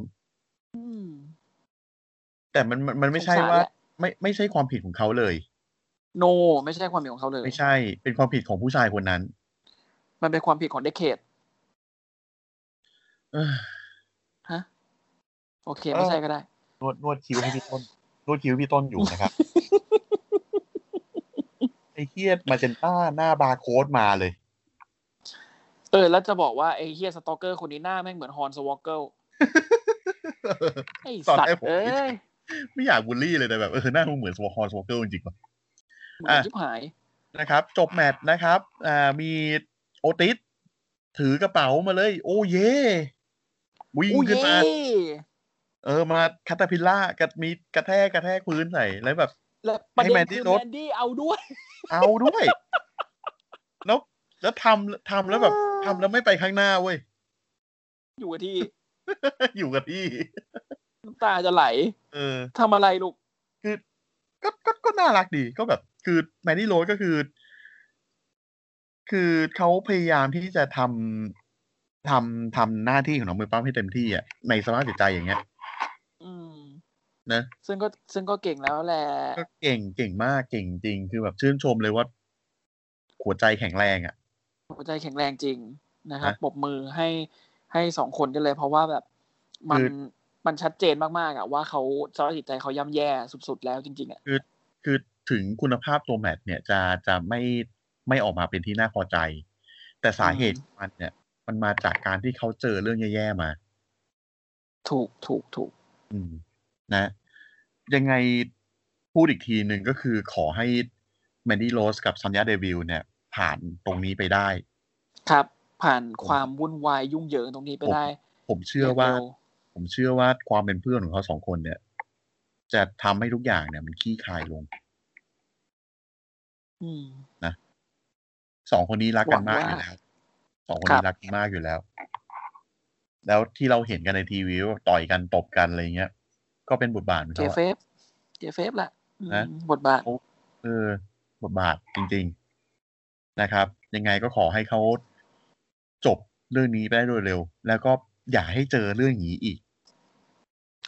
Speaker 3: อืม
Speaker 2: แต่มันมันมันไม่ใช่
Speaker 3: สงสร
Speaker 2: ว่า
Speaker 3: แหละ
Speaker 2: ไม่ไม่ใช่ความผิดของเขาเลย
Speaker 3: โน ไม่ใช่ความผิดของเขาเลย
Speaker 2: ไม่ใช่ เป็นความผิดของผู้ชายคนนั้น
Speaker 3: มันเป็นความผิดของเดคเคด
Speaker 2: เออ
Speaker 3: ฮะ โอเค
Speaker 2: เออ
Speaker 3: ไม่ใช่ก็ได้
Speaker 2: *sighs* นวดนวดคิ้วให้พี่ต้น นวดคิ้วพี่ต้นอยู่ *laughs* นะครับ ไอ้เฮียมาเจนต้าหน้าบาร์โค้ดมาเลย
Speaker 3: เออ แล้วจะบอกว่า ไอ้เฮียสตอกเกอร์คนนี้หน้าแม่งเหมือนฮอนสวอกเกิลไอ้
Speaker 2: ตอน
Speaker 3: สัต
Speaker 2: แรก
Speaker 3: ว์
Speaker 2: ผม
Speaker 3: เอ้ย
Speaker 2: *laughs* ไม่อยากบูลลี่เลยแต่แบบเออหน้ามึงเหมือนสวอคอนสวอเกิลจริงๆว่ะ
Speaker 3: เหมือน
Speaker 2: อ่ะ
Speaker 3: ชิบหาย
Speaker 2: นะครับ จบแมตช์นะครับอ่ามีโอติสถือกระเป๋ามาเลย โอ้เย่วิ่ง
Speaker 3: อู้
Speaker 2: ขึ้นมา
Speaker 3: เย่
Speaker 2: เออมาคาตาพิลล่ากับมีกระแทกกระแทกพื้นใส่แล้วแบบ
Speaker 3: และประเด็น
Speaker 2: ให้แมนดี้
Speaker 3: คือ
Speaker 2: ลด
Speaker 3: แมนดี้เอาด้วย
Speaker 2: เอาด้วย แล้วแล้วทำทำแล้วแบบทำแล้วไม่ไปข้างหน้าเว้ย *laughs*
Speaker 3: อยู่กับที่
Speaker 2: อยู่กับที่
Speaker 3: น้ำตาจะไหล
Speaker 2: เออ
Speaker 3: ทำอะไรลูก
Speaker 2: ก็ก็ก็น่ารักดีก็แบบ คือแมนนี่โรสก็คือ คือเขาพยายามที่จะท ทำทำหน้าที่ของน้องมือปั้มให้เต็มที่อ่ะในสภาพจิตใจอย่างเงี้ย
Speaker 3: อืม
Speaker 2: นะ
Speaker 3: ซึ่งก็ซึ่งก็เก่งแล้วแหละ
Speaker 2: ก็เก่งเก่งมากเก่งจริง คือแบบชื่นชมเลยว่าหัวใจแข็งแรงอ่ะ
Speaker 3: หัวใจแข็งแรงจริงนะครับ
Speaker 2: นะ
Speaker 3: ปรบมือให้ให้สองคนกันเลย เพราะว่าแบบมัน
Speaker 2: คือ
Speaker 3: มันชัดเจนมากๆอะว่าเขาสภาพจิตใจเขาย่ำแย่สุดๆแล้วจริงๆอะ
Speaker 2: คือถึงคุณภาพตัวแมทเนี่ยจะจะไม่ไม่ออกมาเป็นที่น่าพอใจ แต่สาเหตุของมันเนี่ย มันมาจากการที่เขาเจอเรื่องแย่ๆมา
Speaker 3: ถูกถูกถูก
Speaker 2: อืมนะ ยังไงพูดอีกทีหนึ่งก็คือขอให้แมนดี้โรสกับซันยาเดวิลเนี่ย ผ่านตรงนี้ไปได้
Speaker 3: ครับ ผ่านความวุ่นวายยุ่งเหยิงตรงนี้ไปได้
Speaker 2: ผมเชื่อว่า
Speaker 3: ย่งร็
Speaker 2: ผมเชื่อว่าความเป็นเพื่อนของเขาสองคนเนี่ย จะทำให้ทุกอย่างเนี่ย มันคลี่คลายลง
Speaker 3: อืม
Speaker 2: สองคนนี้รักกันมากอ
Speaker 3: หวั
Speaker 2: ง
Speaker 3: ว่า
Speaker 2: ยู่แล้ว สองคน
Speaker 3: ครั
Speaker 2: นี้
Speaker 3: บ
Speaker 2: รักกันมากอยู่แล้ว แล้วที่เราเห็นกันในทีวีว่าต่อยกันตบกันอะไรเงี้ย ก็เป็นบทบาทของ
Speaker 3: เจ
Speaker 2: เขา
Speaker 3: เฟ
Speaker 2: อะ
Speaker 3: ฟเจเฟฟละอืม
Speaker 2: นะ
Speaker 3: บทบาท
Speaker 2: เออบทบาทจริง ๆนะครับ ยังไงก็ขอให้เขาจบเรื่องนี้ไปได้โดยเร็ว แล้วก็อย่าให้เจอเรื่องอย่างนี้อีก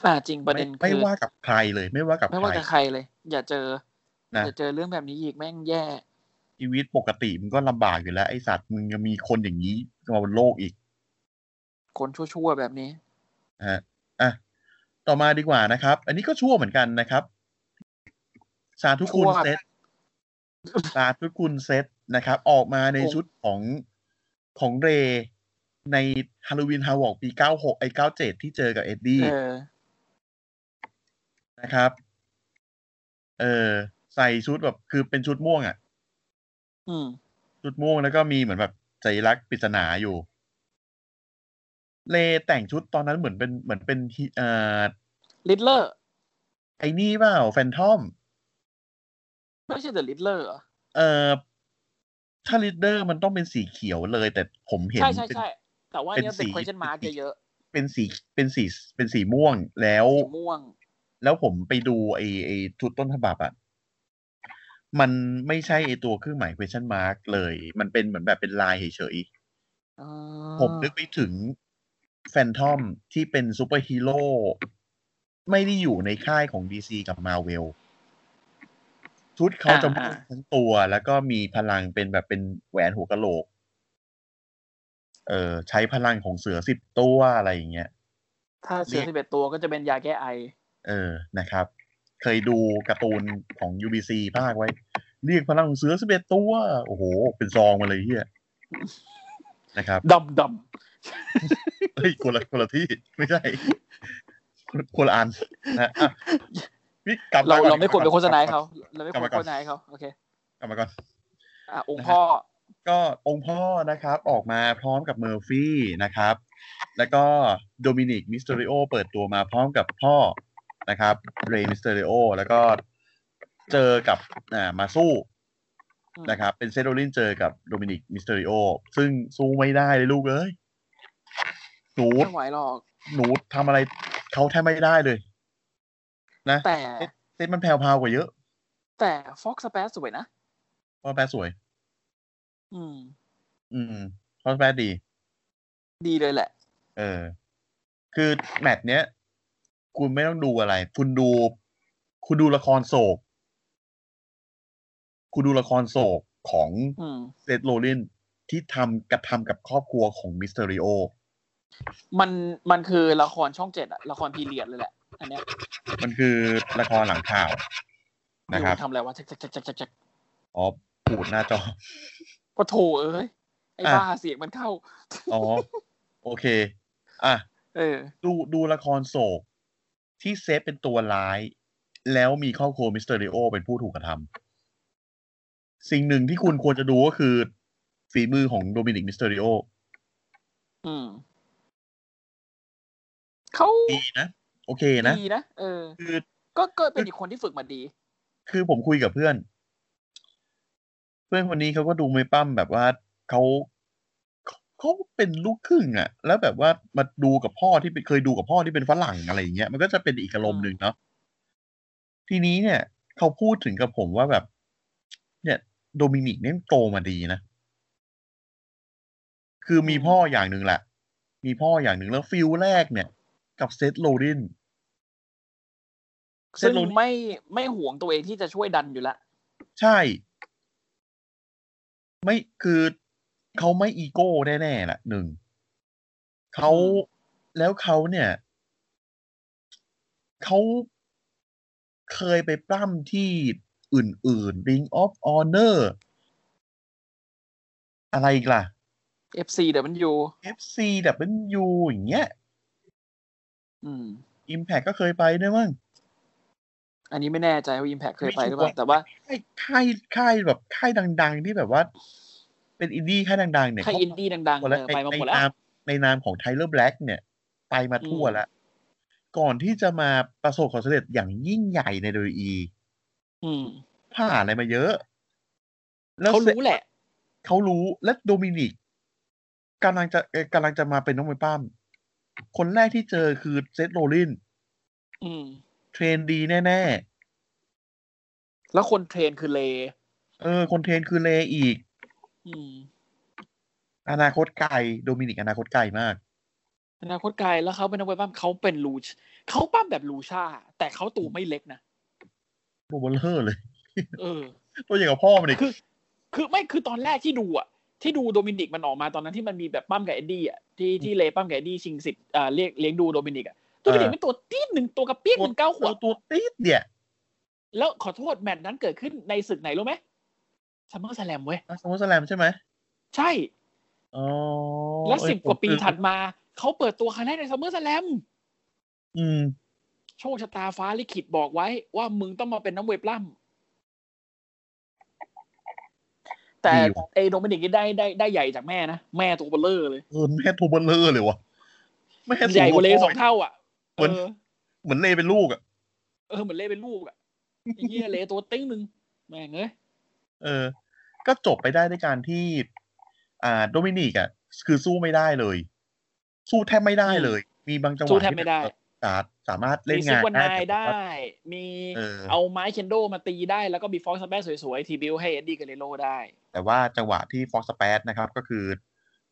Speaker 3: อ่าจริงประเด็น
Speaker 2: ไม่
Speaker 3: คือ
Speaker 2: ไม่ว่ากับใครเลย ไม่ว่ากับ
Speaker 3: ไม่
Speaker 2: ใคร
Speaker 3: ว่าจะใครเลย อย่าเจอ
Speaker 2: นะ
Speaker 3: อย่าเจอเรื่องแบบนี้อีกแม่งแย่
Speaker 2: ชีวิตปกติมันก็ลำบากอยู่แล้ว ไอสัตว์มึงยังมีคนอย่างนี้มาบนโลกอีก
Speaker 3: คนชั่วๆแบบนี้
Speaker 2: นะฮะอ่ะ ต่อมาดีกว่านะครับ อันนี้ก็ชั่วเหมือนกันนะครับ สาธุคุณ
Speaker 3: ชั่ว
Speaker 2: เซต สาธุคุณเซตนะครับ ออกมาในชุดของของเรย์ในฮาโลวีนฮาวอกปี 96 ไอ้ 97 ที่เจอกับเอ็ดดี้
Speaker 3: เออ
Speaker 2: นะครับ เออ ใส่ชุดแบบคือเป็นชุดม่วงอ่ะ
Speaker 3: อืม
Speaker 2: ชุดม่วงแล้วก็มีเหมือนแบบใจรักษณ์ปริศนาอยู่ เลแต่งชุดตอนนั้นเหมือนเป็นเหมือนเป็นฮิเอ่อ
Speaker 3: ลิดเลอร์
Speaker 2: ไอ้นี่เปล่าแฟนทอม
Speaker 3: ไม่ใช่เดอะลิดเลอร์เหรอ
Speaker 2: เอ่อถ้าลีดเดอร์มันต้องเป็นสีเขียวเลย แต่ผมเห็น
Speaker 3: ใช่ใช่
Speaker 2: เป็น
Speaker 3: ใช่แต่ว่าเนี่ย
Speaker 2: เป็
Speaker 3: เป็น น
Speaker 2: สี
Speaker 3: question mark เยอะ
Speaker 2: เป็นสีเป็นสีเป็นสีม่วงแล้ว
Speaker 3: ๆสีม่วง
Speaker 2: แล้วผมไปดูไอ้ไอ้ชุดต้นฉบับอะมันไม่ใช่ไอ้ตัวเครื่องหมาย question mark เลย มันเป็นเหมือนแบบเป็นลายเฉย
Speaker 3: อ่า
Speaker 2: ๆผมนึกไปถึงแฟนทอมที่เป็นซูเปอร์ฮีโร่ไม่ได้อยู่ในค่ายของ DC กับ Marvel ชุดเขาจะม่วงทั้งตัว แล้วก็มีพลังเป็นแบบเป็นแหวนหัวกะโหลก เออใช้พลังของเสือสิบตัวอะไรอย่างเงี้ย
Speaker 3: ถ้าเสือ
Speaker 2: เรียก
Speaker 3: สิบเอ็ดตัวก็จะเป็นยาแก้ไอ
Speaker 2: เออ นะครับ เคยดูการ์ตูนของ UBC ภาคไว้ เรียกพลังของเสือสิบเอ็ดตัว โอ้โห เป็นซองมาเลยเฮียนะครับ
Speaker 3: ดำด
Speaker 2: เฮ้ยคนละคนละที่ ไม่ใช่คนคนละอันนะอ่ะนี่กลับ
Speaker 3: ำเรา
Speaker 2: ก่อน
Speaker 3: เราไม่ควรไปโฆษณาให้เขา
Speaker 2: กลับ
Speaker 3: เราไม่
Speaker 2: กลับมาก่อ
Speaker 3: ควร
Speaker 2: น
Speaker 3: โฆษณาให้เขา โอเค
Speaker 2: กลับมาก่อน
Speaker 3: อ่ะองค์พ่อ
Speaker 2: ก็องค์พ่อนะครับ ออกมาพร้อมกับเมอร์ฟี่นะครับ แล้วก็โดมินิกมิสเตอริโอเปิดตัวมาพร้อมกับพ่อนะครับเรย์มิสเตอริโอแล้วก็เจอกับอ่ามาสู้
Speaker 3: อืม
Speaker 2: นะครับ เป็นเซโดลินเจอกับโดมินิกมิสเตอริโอซึ่งสู้ไม่ได้เลยลูกเอ้ยหนู
Speaker 3: ไม่ไหวหรอก
Speaker 2: หนูทำอะไรเขาแทบไม่ได้เลย นะ
Speaker 3: แต่
Speaker 2: เซตมันแผ่วๆกว่าเยอะ
Speaker 3: แต่ฟ็อกซ์สเปซสวยนะ
Speaker 2: พ่อแปรสวย
Speaker 3: อืม
Speaker 2: อืมพ่อแปรดี
Speaker 3: ดีเลยแหละ
Speaker 2: เออ คือแมตช์เนี้ย คุณไม่ต้องดูอะไร คุณดู คุณดูละครโศก คุณดูละครโศกของ
Speaker 3: อืม
Speaker 2: เซธโรลินที่ทำกระทำกับครอบครัวของมิสเตอริโอ
Speaker 3: มันมันคือละครช่องเจ็ดอะละครพีเรียดเลยแหละ อันเนี้ย
Speaker 2: มันคือละครหลังข่าวนะครับ
Speaker 3: ทำอะไรวะจักจักจักจักจักจัก
Speaker 2: อ๋อปูดหน้าจอ
Speaker 3: ปะโถเอ้ย ไอ้
Speaker 2: อ่ะ
Speaker 3: บ้าเสียงมันเข้า
Speaker 2: อ๋อ โอเค อ่ะ
Speaker 3: เออ
Speaker 2: ดูดูละครโศก ที่เซฟเป็นตัวร้าย แล้วมีครอบครัวมิสเตอริโอเป็นผู้ถูกกระทำสิ่งหนึ่งที่คุณควรจะดูก็คือ ฝีมือของโดมินิกมิสเตอริโอ
Speaker 3: อืมเขา
Speaker 2: ดีนะ โอเคนะ
Speaker 3: ดีนะ เออ
Speaker 2: คือ
Speaker 3: ก็ก็เป็นอีกคนที่ฝึกมาดี
Speaker 2: คือผมคุยกับเพื่อน เพื่อนคนนี้เขาก็ดูมวยปั้มแบบว่าเขาเขาเป็นลูกครึ่งอะ่ะ แล้วแบบว่ามาดูกับพ่อที่เป็นเคยดูกับพ่อที่เป็นฝรั่งอะไรอย่างเงี้ยมันก็จะเป็นอีกอารมณ์หนึ่งเนาะทีนี้เนี่ยเขาพูดถึงกับผมว่าแบบ เนี่ย โดมินิกเนี่ยโตมาดีนะ คือมีพ่ออย่างหนึ่งแหละ มีพ่ออย่างหนึ่งแล้วฟิลแรกเนี่ย กับเซตโรดิน
Speaker 3: ซึ่ง
Speaker 2: เซโลนี่
Speaker 3: ไม่ไม่ห่วงตัวเองที่จะช่วยดันอยู่ละ
Speaker 2: ใช่ ไม่คือเขาไม่อีโก้แน่ๆแหละหนึ่งเขาแล้วเขาเนี่ยเขาเคยไปปล้ำที่อื่นๆ Ring of Honor อะไรอีกล่ะ
Speaker 3: เอฟซีเดี๋ยวมันอยู่
Speaker 2: FCW อย่างเงี้ย
Speaker 3: อืม
Speaker 2: Impact ก็เคยไปด้วยมั้ง
Speaker 3: อันนี้ไม่แน่ใจว่าอิมแพคเคยไปหรือเป
Speaker 2: ไม่ชัว
Speaker 3: ล่า
Speaker 2: ร์
Speaker 3: แต่ว่า
Speaker 2: ค่ายค่ายค่ายแบบค่ายดัง ๆ ที่แบบว่า เป็นอินดี้ค่ายดัง ๆ เนี่ย
Speaker 3: ค่าย
Speaker 2: เขา
Speaker 3: อินดี้ดังๆ
Speaker 2: หมด
Speaker 3: เอ
Speaker 2: แล้ว
Speaker 3: อ
Speaker 2: ใน
Speaker 3: ไปมา
Speaker 2: ใน
Speaker 3: หมดแล้ว
Speaker 2: นามในนามของไทเลอร์แบล็กเนี่ย ไปมาทั่ว
Speaker 3: อืม
Speaker 2: แล้ว ก่อนที่จะมาประสบความสำเร็จอย่างยิ่งใหญ่ใน w ี
Speaker 3: อืม
Speaker 2: ผ่านอะไรมาเยอะ แล้ว
Speaker 3: เขา
Speaker 2: เสร็จ
Speaker 3: รู้แหละ
Speaker 2: เขารู้และโดมินิกกำลังจะเอ่อกำลังจะมาเป็นน้องมวยปั้มคนแรกที่เจอคือเซธโรลลิน
Speaker 3: อืม
Speaker 2: เทรนดีแน่
Speaker 3: แล้วคนเทรนคือเล
Speaker 2: ๆ เออ คนเทรนคือเลอีก
Speaker 3: อืม
Speaker 2: อนาคตไกลโดมินิกอนาคตไกลมาก
Speaker 3: อนาคตไกลแล้วเขาเป็นนักมวยปั้มเขาเป็นลูชเขาปั้มแบบลูชา แต่เขาตัวไม่เล็กนะ
Speaker 2: โรเบอร์เลอร์เลย
Speaker 3: เออ
Speaker 2: ตัวอย่างกับพ่อมันอีก
Speaker 3: คือ คือไม่คือตอนแรกที่ดูอ่ะ ที่ดูโดมินิกมันออกมาตอนนั้นที่มันมีแบบปั้มกับเอ็ดดี้อ่ะที่ที่เลปั้มกับเอ็ดดี้ชิงสิทธิ์อ่าเรียกเลี้ยงดูโดมินิกอ่ะโดมินิกเป็นตัวตีดหนึ่งตัวกระเปี๊ยกหนึ่งเก้าขว
Speaker 2: ตัว
Speaker 3: บ
Speaker 2: ตัวตีดเนี่ย
Speaker 3: แล้วขอโทษแมตช์นั้นเกิดขึ้นในศึกไหนรู้ไหมซัมเมอร์สแลมเว้ย
Speaker 2: อ่ะสมมติแลมใช่ไหม
Speaker 3: ใช่
Speaker 2: อ๋อ
Speaker 3: แล้ว
Speaker 2: เอ้ย
Speaker 3: สิบกว่าปี
Speaker 2: ผม
Speaker 3: ถัดมา เขาเปิดตัวครั้งแรกในซัมเมอร์สแลม
Speaker 2: อืม
Speaker 3: โชคชะตาฟ้าลิขิตบอกไว้ว่ามึงต้องมาเป็นน้ำเวทปล้ำแต่
Speaker 2: ดีว่ะ
Speaker 3: ไอ้โดมินิกนี่ได้ได้ได้ใหญ่จากแม่นะ แม่ตัวเบลเลอร์เลย
Speaker 2: เออแม่โทรเบลเลอร์เลยวะแม่สู
Speaker 3: ใหญ่กว่าเล
Speaker 2: พ่
Speaker 3: สอง
Speaker 2: ก
Speaker 3: เท่าอ่ะ
Speaker 2: เห
Speaker 3: เอ
Speaker 2: มือน
Speaker 3: อ
Speaker 2: เหมือนเลเป็นลูกอ่ะ
Speaker 3: เออเหมือนเล่เป็นลูกอ่ะไอ้เหี้ยเละตัวติ้งหนึ่งแม่งเอ้ย
Speaker 2: เออ ก็จบไปได้ด้วยการที่ อ่า โดมินิกอ่ะ คือสู้ไม่ได้เลย สู้แทบไม่ได้เลย มีบางจังหวะ
Speaker 3: สู้แทบไม่ได้
Speaker 2: ที่แบบสาสามารถเล่น
Speaker 3: มีซิก
Speaker 2: งาน
Speaker 3: วันนาย
Speaker 2: แต่
Speaker 3: ได้
Speaker 2: ว่า
Speaker 3: มี
Speaker 2: เออ
Speaker 3: เอาไม้เคนโดมาตีได้แล้วก็มีฟอกซ์แบสสวยๆ ทีบิวให้เอ็ดดี้กาเลโลได้
Speaker 2: แต่ว่าจังหวะที่ฟ็อกซ์สเปซนะครับ ก็คือ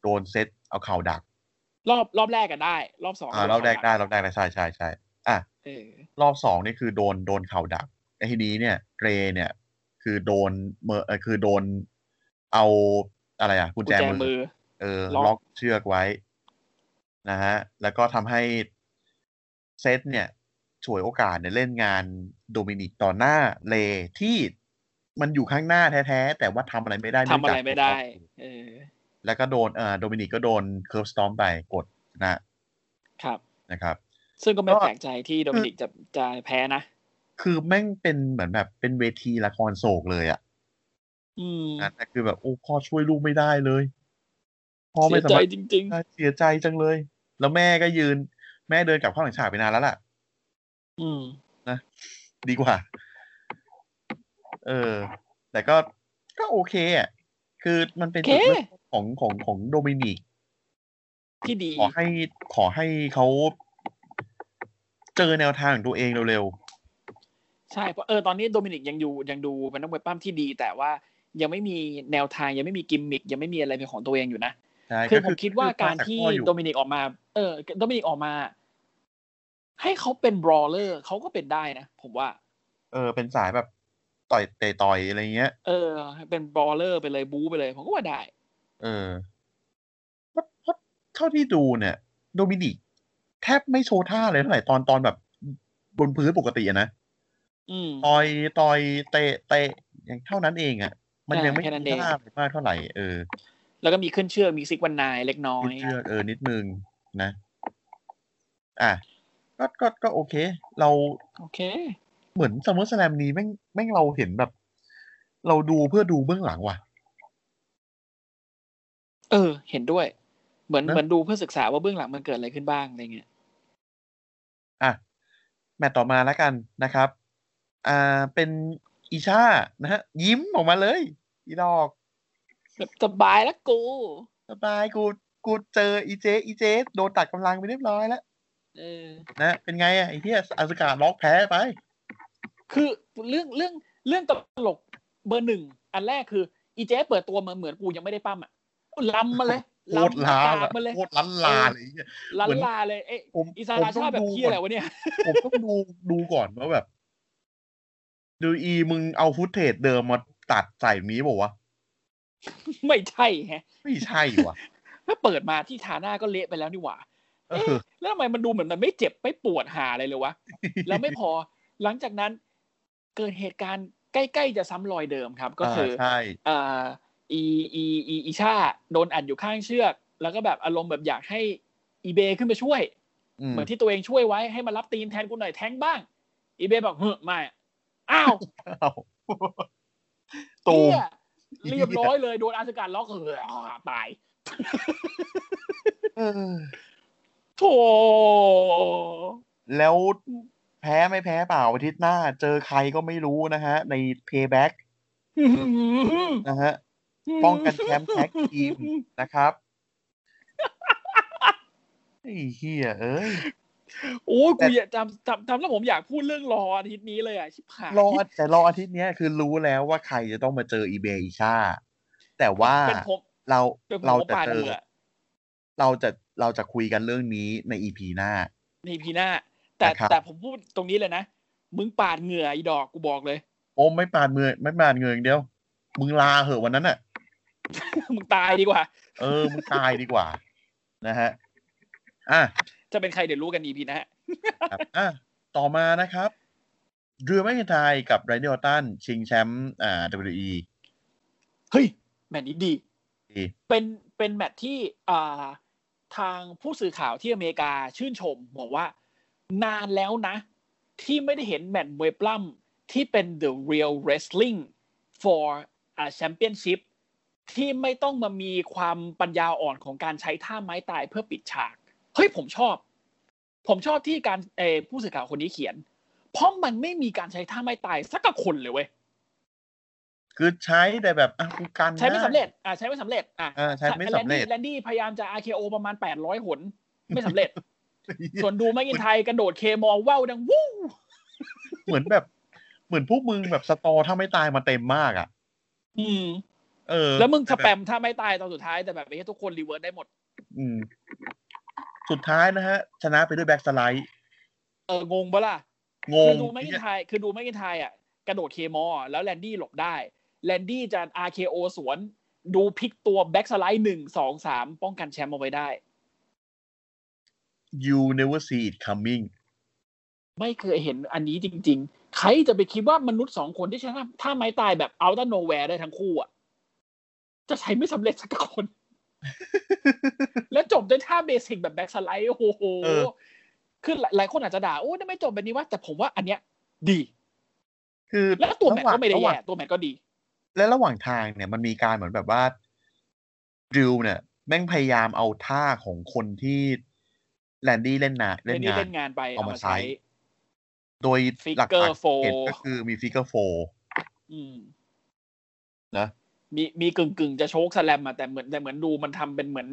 Speaker 2: โดนเซตเอาเข่าดัก
Speaker 3: รอบรอบแรกก็ได้ รอบสอง
Speaker 2: อ่าเราแรกได้เราแรกได้ใช่ใช่ใช่อ่ะ
Speaker 3: เออ
Speaker 2: รอบสองนี่คือโดนโดนเข่าดักไอ้ทีนี้เนี่ยเกรย์เนี่ย คือโดนเมอเอ่อคือโดนเอาอะไรอ่ะกุญ
Speaker 3: กุญ
Speaker 2: แจ
Speaker 3: แจ
Speaker 2: มื
Speaker 3: มื
Speaker 2: อ
Speaker 3: อ
Speaker 2: เออ
Speaker 3: ล็อก
Speaker 2: ล็อกเชือกไว้นะฮะ แล้วก็ทำให้เซตเนี่ยฉวยโอกาสเนี่ยเล่นงานโดมินิกต่อหน้าเลที่มันอยู่ข้างหน้าแท้ๆ แต่ว่าทำอะไรไม่ได้
Speaker 3: ทำ
Speaker 2: เนื่ง
Speaker 3: อะ
Speaker 2: จาก
Speaker 3: ไรไม่ได้ เออ
Speaker 2: แล้วก็โดนเอ่อโดมินิกก็โดนเคิร์ฟสตอมไปกดชนะครับ นะครับ
Speaker 3: ซึ่งก็ไม่
Speaker 2: ก็
Speaker 3: แปลกใจที่โดมินิกจะจะแพ้นะ
Speaker 2: คือแม่งเป็นเหมือนแบบเป็นเวทีละครโศกเลยอ่ะ
Speaker 3: อืม
Speaker 2: นะแต่คือแบบโอ้พ่อช่วยลูกไม่ได้เลยพ่อไม่
Speaker 3: เสีย
Speaker 2: สา
Speaker 3: ใจ
Speaker 2: มารถ
Speaker 3: จริง
Speaker 2: เสียใจจังเลย แล้วแม่ก็ยืน แม่เดินกลับเข้าหลังฉากไปนานแล้วล่ะ
Speaker 3: ๆ อืม
Speaker 2: ดีกว่า เออ แต่ก็ก็โอเคอ่ะคือมันเป็น
Speaker 3: โอเค
Speaker 2: จุดเริ่มต้นของของของโดมินิก
Speaker 3: ที่ดี
Speaker 2: ขอให้ขอให้เขาเจอแนวทางของตัวเองเร็ว
Speaker 3: ใช่เพราะเออตอนนี้โดมินิกยังอยู่ยังดูเป็นนักมวยปั้มที่ดี แต่ว่ายังไม่มีแนวทางยังไม่มีกิมมิคยังไม่มีอะไรเป็นของตัวเองอยู่นะ
Speaker 2: ๆใช่
Speaker 3: คือ
Speaker 2: ก็
Speaker 3: ผมคิดว่าการ
Speaker 2: จ
Speaker 3: ที่
Speaker 2: พ่ออยู่
Speaker 3: โดมินิกออกมา เออโดมินิกออกมา ให้เขาเป็นบรอเลอร์เขาก็เป็นได้นะ ผมว่า
Speaker 2: เออเป็นสายแบบต่อยเตะต่อยอะไรเงี้ย
Speaker 3: เออให้เป็นบรอเลอร์ไปเลยบู๊ไปเลย ผมก็ว่าได้
Speaker 2: เออเพราะเพราะเท่าที่ดูเนี่ย โดมินิกแทบไม่โชว์ท่าเลยเท่าไหร่ตอนตอนแบบบนพื้นปกติอะนะ
Speaker 3: อืม
Speaker 2: ต่อยต่อยเตะเตะอย่างเท่านั้นเองอะ่ะ มันยังไม่
Speaker 3: อ่าแค่นั้น
Speaker 2: มีท่า
Speaker 3: เอง
Speaker 2: อะไรมากเท่าไหร่เออ
Speaker 3: แล้วก็มีขึ้นเชื่อกมีซิกวันนายเล็กน้อ
Speaker 2: นิ
Speaker 3: ย
Speaker 2: ดเชือกเออนิดนึงนะ อ่ะก็ก็ก็โอเค เรา
Speaker 3: โอเค
Speaker 2: เหมือนซัมเมอร์สแลมนี้แม่งแม่งเราเห็นแบบ เราดูเพื่อดูเบื้องหลังว่ะ
Speaker 3: เออ เห็นด้วย เหมือน
Speaker 2: นะ
Speaker 3: เหมือนดูเพื่อศึกษาว่าเบื้องหลังมันเกิดอะไรขึ้นบ้างอะไรเงี้ย
Speaker 2: อ่ะ แมตต์ต่อมาแล้วกันนะครับ อ่าเป็นอีชานะฮะ ยิ้มออกมาเลย อีดอก
Speaker 3: แบบสบายแล้วกู
Speaker 2: สบายกูกูเจออีเจอีเจโดนตัดกำลังไปเรียบร้อยแล้ว
Speaker 3: เออ
Speaker 2: นะเป็นไงอ่ะไอ้เที่อาสกาล็อกแพ้ไป
Speaker 3: คือเรื่องเรื่องเรื่องตลกเบอร์หนึ่งอันแรกคือ อีเจ๊เปิดตัวมาเหมือนกูยังไม่ได้ปั้มอ่ะล้ำมาเลย
Speaker 2: โคตรล้าแบบ
Speaker 3: มาเลย
Speaker 2: โคตรล้านลาอะไรอย่างเงี้ย
Speaker 3: ลัน
Speaker 2: เหมือน
Speaker 3: ลาเลยเอ๊ะ
Speaker 2: ผม
Speaker 3: อิสา
Speaker 2: ผม
Speaker 3: รา
Speaker 2: ต้
Speaker 3: ชา
Speaker 2: อง
Speaker 3: แบบ
Speaker 2: ดู
Speaker 3: เฮีย
Speaker 2: ก่
Speaker 3: อะไร
Speaker 2: อน
Speaker 3: วะเนี่ย *laughs*
Speaker 2: ผมต้องดูดูก่อนว่าแบบดูอีมึงเอาฟุตเทจเดิมมาตัดใส่มีบอกว่าวะ
Speaker 3: ไม่ใช่แฮะ
Speaker 2: ไม่ใช่วะ
Speaker 3: ถ้าเปิดมาที่ฐาหน้าก็เละไปแล้วนี่หว่า
Speaker 2: เออ
Speaker 3: แล้วทำไมมันดูเหมือนมันไม่เจ็บไม่ปวดหาอะไรเล
Speaker 2: *laughs*
Speaker 3: ยวะ แล้วไม่พอหลังจากนั้นเกิดเหตุการณ์ใกล้ๆจะซ้ำรอยเดิมครับ ก็คือ
Speaker 2: าใช่
Speaker 3: เอ่ออีอีอีอีชาโดนอัดอยู่ข้างเชือก แล้วก็แบบอารมณ์แบบอยากให้อีเบขึ้นมาช่วย
Speaker 2: อืม
Speaker 3: เหมือนที่ตัวเองช่วยไว้ให้มารับตีนแทนกูหน่อยแทงบ้าง อีเบบอกเฮ้อไม่อะอ้าว
Speaker 2: เอ้า *laughs* ตูม
Speaker 3: เหี้ยเรียบร้อยเลยโดนอาสการล็อกเอออ่าตาย
Speaker 2: เออ
Speaker 3: โถ
Speaker 2: แล้วแพ้ไม่แพ้เปล่าอาทิตย์หน้า เจอใครก็ไม่รู้นะฮะ ใน Payback นะฮะ *laughs* ป้องกันแชมป์แท็กทีมนะครับ *laughs* ไอ้เฮียเอ้ย
Speaker 3: โอ้ยกูอยากจำจำจำแล้วผมอยากพูดเรื่องรออาทิตย์นี้เลยอ่ะชิบหาย
Speaker 2: รอแต่รออาทิตย์เนี้ยคือรู้แล้วว่าใครจะต้องมาเจออีเบอีชาแต่ว่า
Speaker 3: เป็นผม
Speaker 2: เรา
Speaker 3: เป็นผม
Speaker 2: เรา
Speaker 3: ก็
Speaker 2: จะ
Speaker 3: ปาด
Speaker 2: เจอ
Speaker 3: เบื่อ
Speaker 2: เราจะเราจะคุยกันเรื่องนี้ในอีพีหน้า
Speaker 3: ในพีหน้า แต่
Speaker 2: นะครับ
Speaker 3: แต่ผมพูดตรงนี้เลยนะ มึงปาดเหงื่ออีดอกกูบอกเลย *laughs*
Speaker 2: โอมไม่ปาดมือไม่ปาดเงินอย่างเดียว มึงลาเหอะวันนั้นน่ะ
Speaker 3: มึงตายดีกว่า
Speaker 2: เออ มึงตายดีกว่า นะฮะ อ่ะ
Speaker 3: จะเป็นใครเดี๋ยวรู้กันอีพีหน้า
Speaker 2: ครับอ่ะ ต่อมานะครับด e วแม i n ไทยกับไรเดอร์ตันชิงแชมป์อ่า WWE
Speaker 3: เฮ้ย แมตช์นี้ดี
Speaker 2: ดี
Speaker 3: เป็นเป็นแมตช์ที่อ่าทางผู้สื่อข่าวที่อเมริกาชื่นชม บอกว่า นานแล้วนะ ที่ไม่ได้เห็นแมตช์มวยปล้ำที่เป็น the real wrestling for a championship ที่ไม่ต้องมามีความปัญญาอ่อนของการใช้ท่าไม้ตายเพื่อปิดฉาก เฮ้ย ผมชอบ ผมชอบที่การเออผู้สื่อข่าวคนนี้เขียน เพราะมันไม่มีการใช้ท่าไม้ตายสักกะคนเลยเว้ย
Speaker 2: คือใช้แต่แบบอ่ะกูกัน
Speaker 3: ใช้ไม่
Speaker 2: ด้
Speaker 3: สำเร็จ อ่าใช้ไม่สำเร็จ อ่า
Speaker 2: อ่าใช้ไม่สำเร็จ
Speaker 3: แลนดี้พยายามจะ RKO ประมาณ 800 หน ไม่สำเร็จ ส่วนดูแมกอินไทยกระโดดเคมอลว่าวดังวู้
Speaker 2: เหมือนแบบเหมือนพวกมึงแบบสตอถ้าไม่ตายมาเต็มมากอ่ะ
Speaker 3: อืม
Speaker 2: เออ
Speaker 3: แล้วมึงสแป
Speaker 2: บบ
Speaker 3: มถ้าไม่ตายตอนสุดท้ายแต่แบบไอ้เหี้ยทุกคนรีเวิร์สได้หมด
Speaker 2: อืม สุดท้ายนะฮะ ชนะไปด้วยแบ็กสไลด์
Speaker 3: เอองงปะล่ะ
Speaker 2: ง
Speaker 3: คื
Speaker 2: ง
Speaker 3: อดูแมกอินไทยคือดูแมกอินไทยอ่ะกระโดดเคมอลอ่ะแล้วแลนดี้หลบได้ แลนดี้จะ RKO สวน ดูพลิกตัวแบ็กสไลด์หนึ่งสองสามป้องกันแชมป์เอาไว้ได้
Speaker 2: you never see it coming *laughs*
Speaker 3: ไม่เคยเห็นอันนี้จริง ๆ ใครจะไปคิดว่ามนุษย์สองคนที่ใช้ท่าท่าไม้ตายแบบเอาต้าโนแวร์ได้ทั้งคู่อ่ะ จะใช้ไม่สำเร็จสักคน แล้วจบด้วยท่าเบสิกแบบแบ็กสไลด์โอ้โห
Speaker 2: เออ
Speaker 3: คือหลายหลายคนอาจจะด่า โอ้ยทำไมจบแบบนี้วะแต่ผมว่าอันเนี้ย ดี
Speaker 2: คือ
Speaker 3: แล้วตัวแมท
Speaker 2: ระหาง
Speaker 3: ก็ไม่ได้
Speaker 2: ระหว่าง
Speaker 3: แย่ตัวแมทก็ดี
Speaker 2: และระหว่างทางเนี่ยมันมีการเหมือนแบบว่าดิวเนี่ย แม่งพยายามเอาท่าของคนที่แลนดี้เล่นนาเล่น
Speaker 3: เล่น
Speaker 2: งาน
Speaker 3: เล่นงานไป
Speaker 2: เอา
Speaker 3: เอา
Speaker 2: มา
Speaker 3: มา
Speaker 2: ใช้
Speaker 3: ใช้
Speaker 2: โดยหลักฐา
Speaker 3: Figure
Speaker 2: นที่เห็น
Speaker 3: 4
Speaker 2: ก็คือมีฟิกเกอร์โฟ
Speaker 3: อืม
Speaker 2: นะ
Speaker 3: มีมีกึ่งกึ่งๆ จะโชกสแลมอะแต่เหมือนแต่เหมือนดูมันทำเป็นเหมือน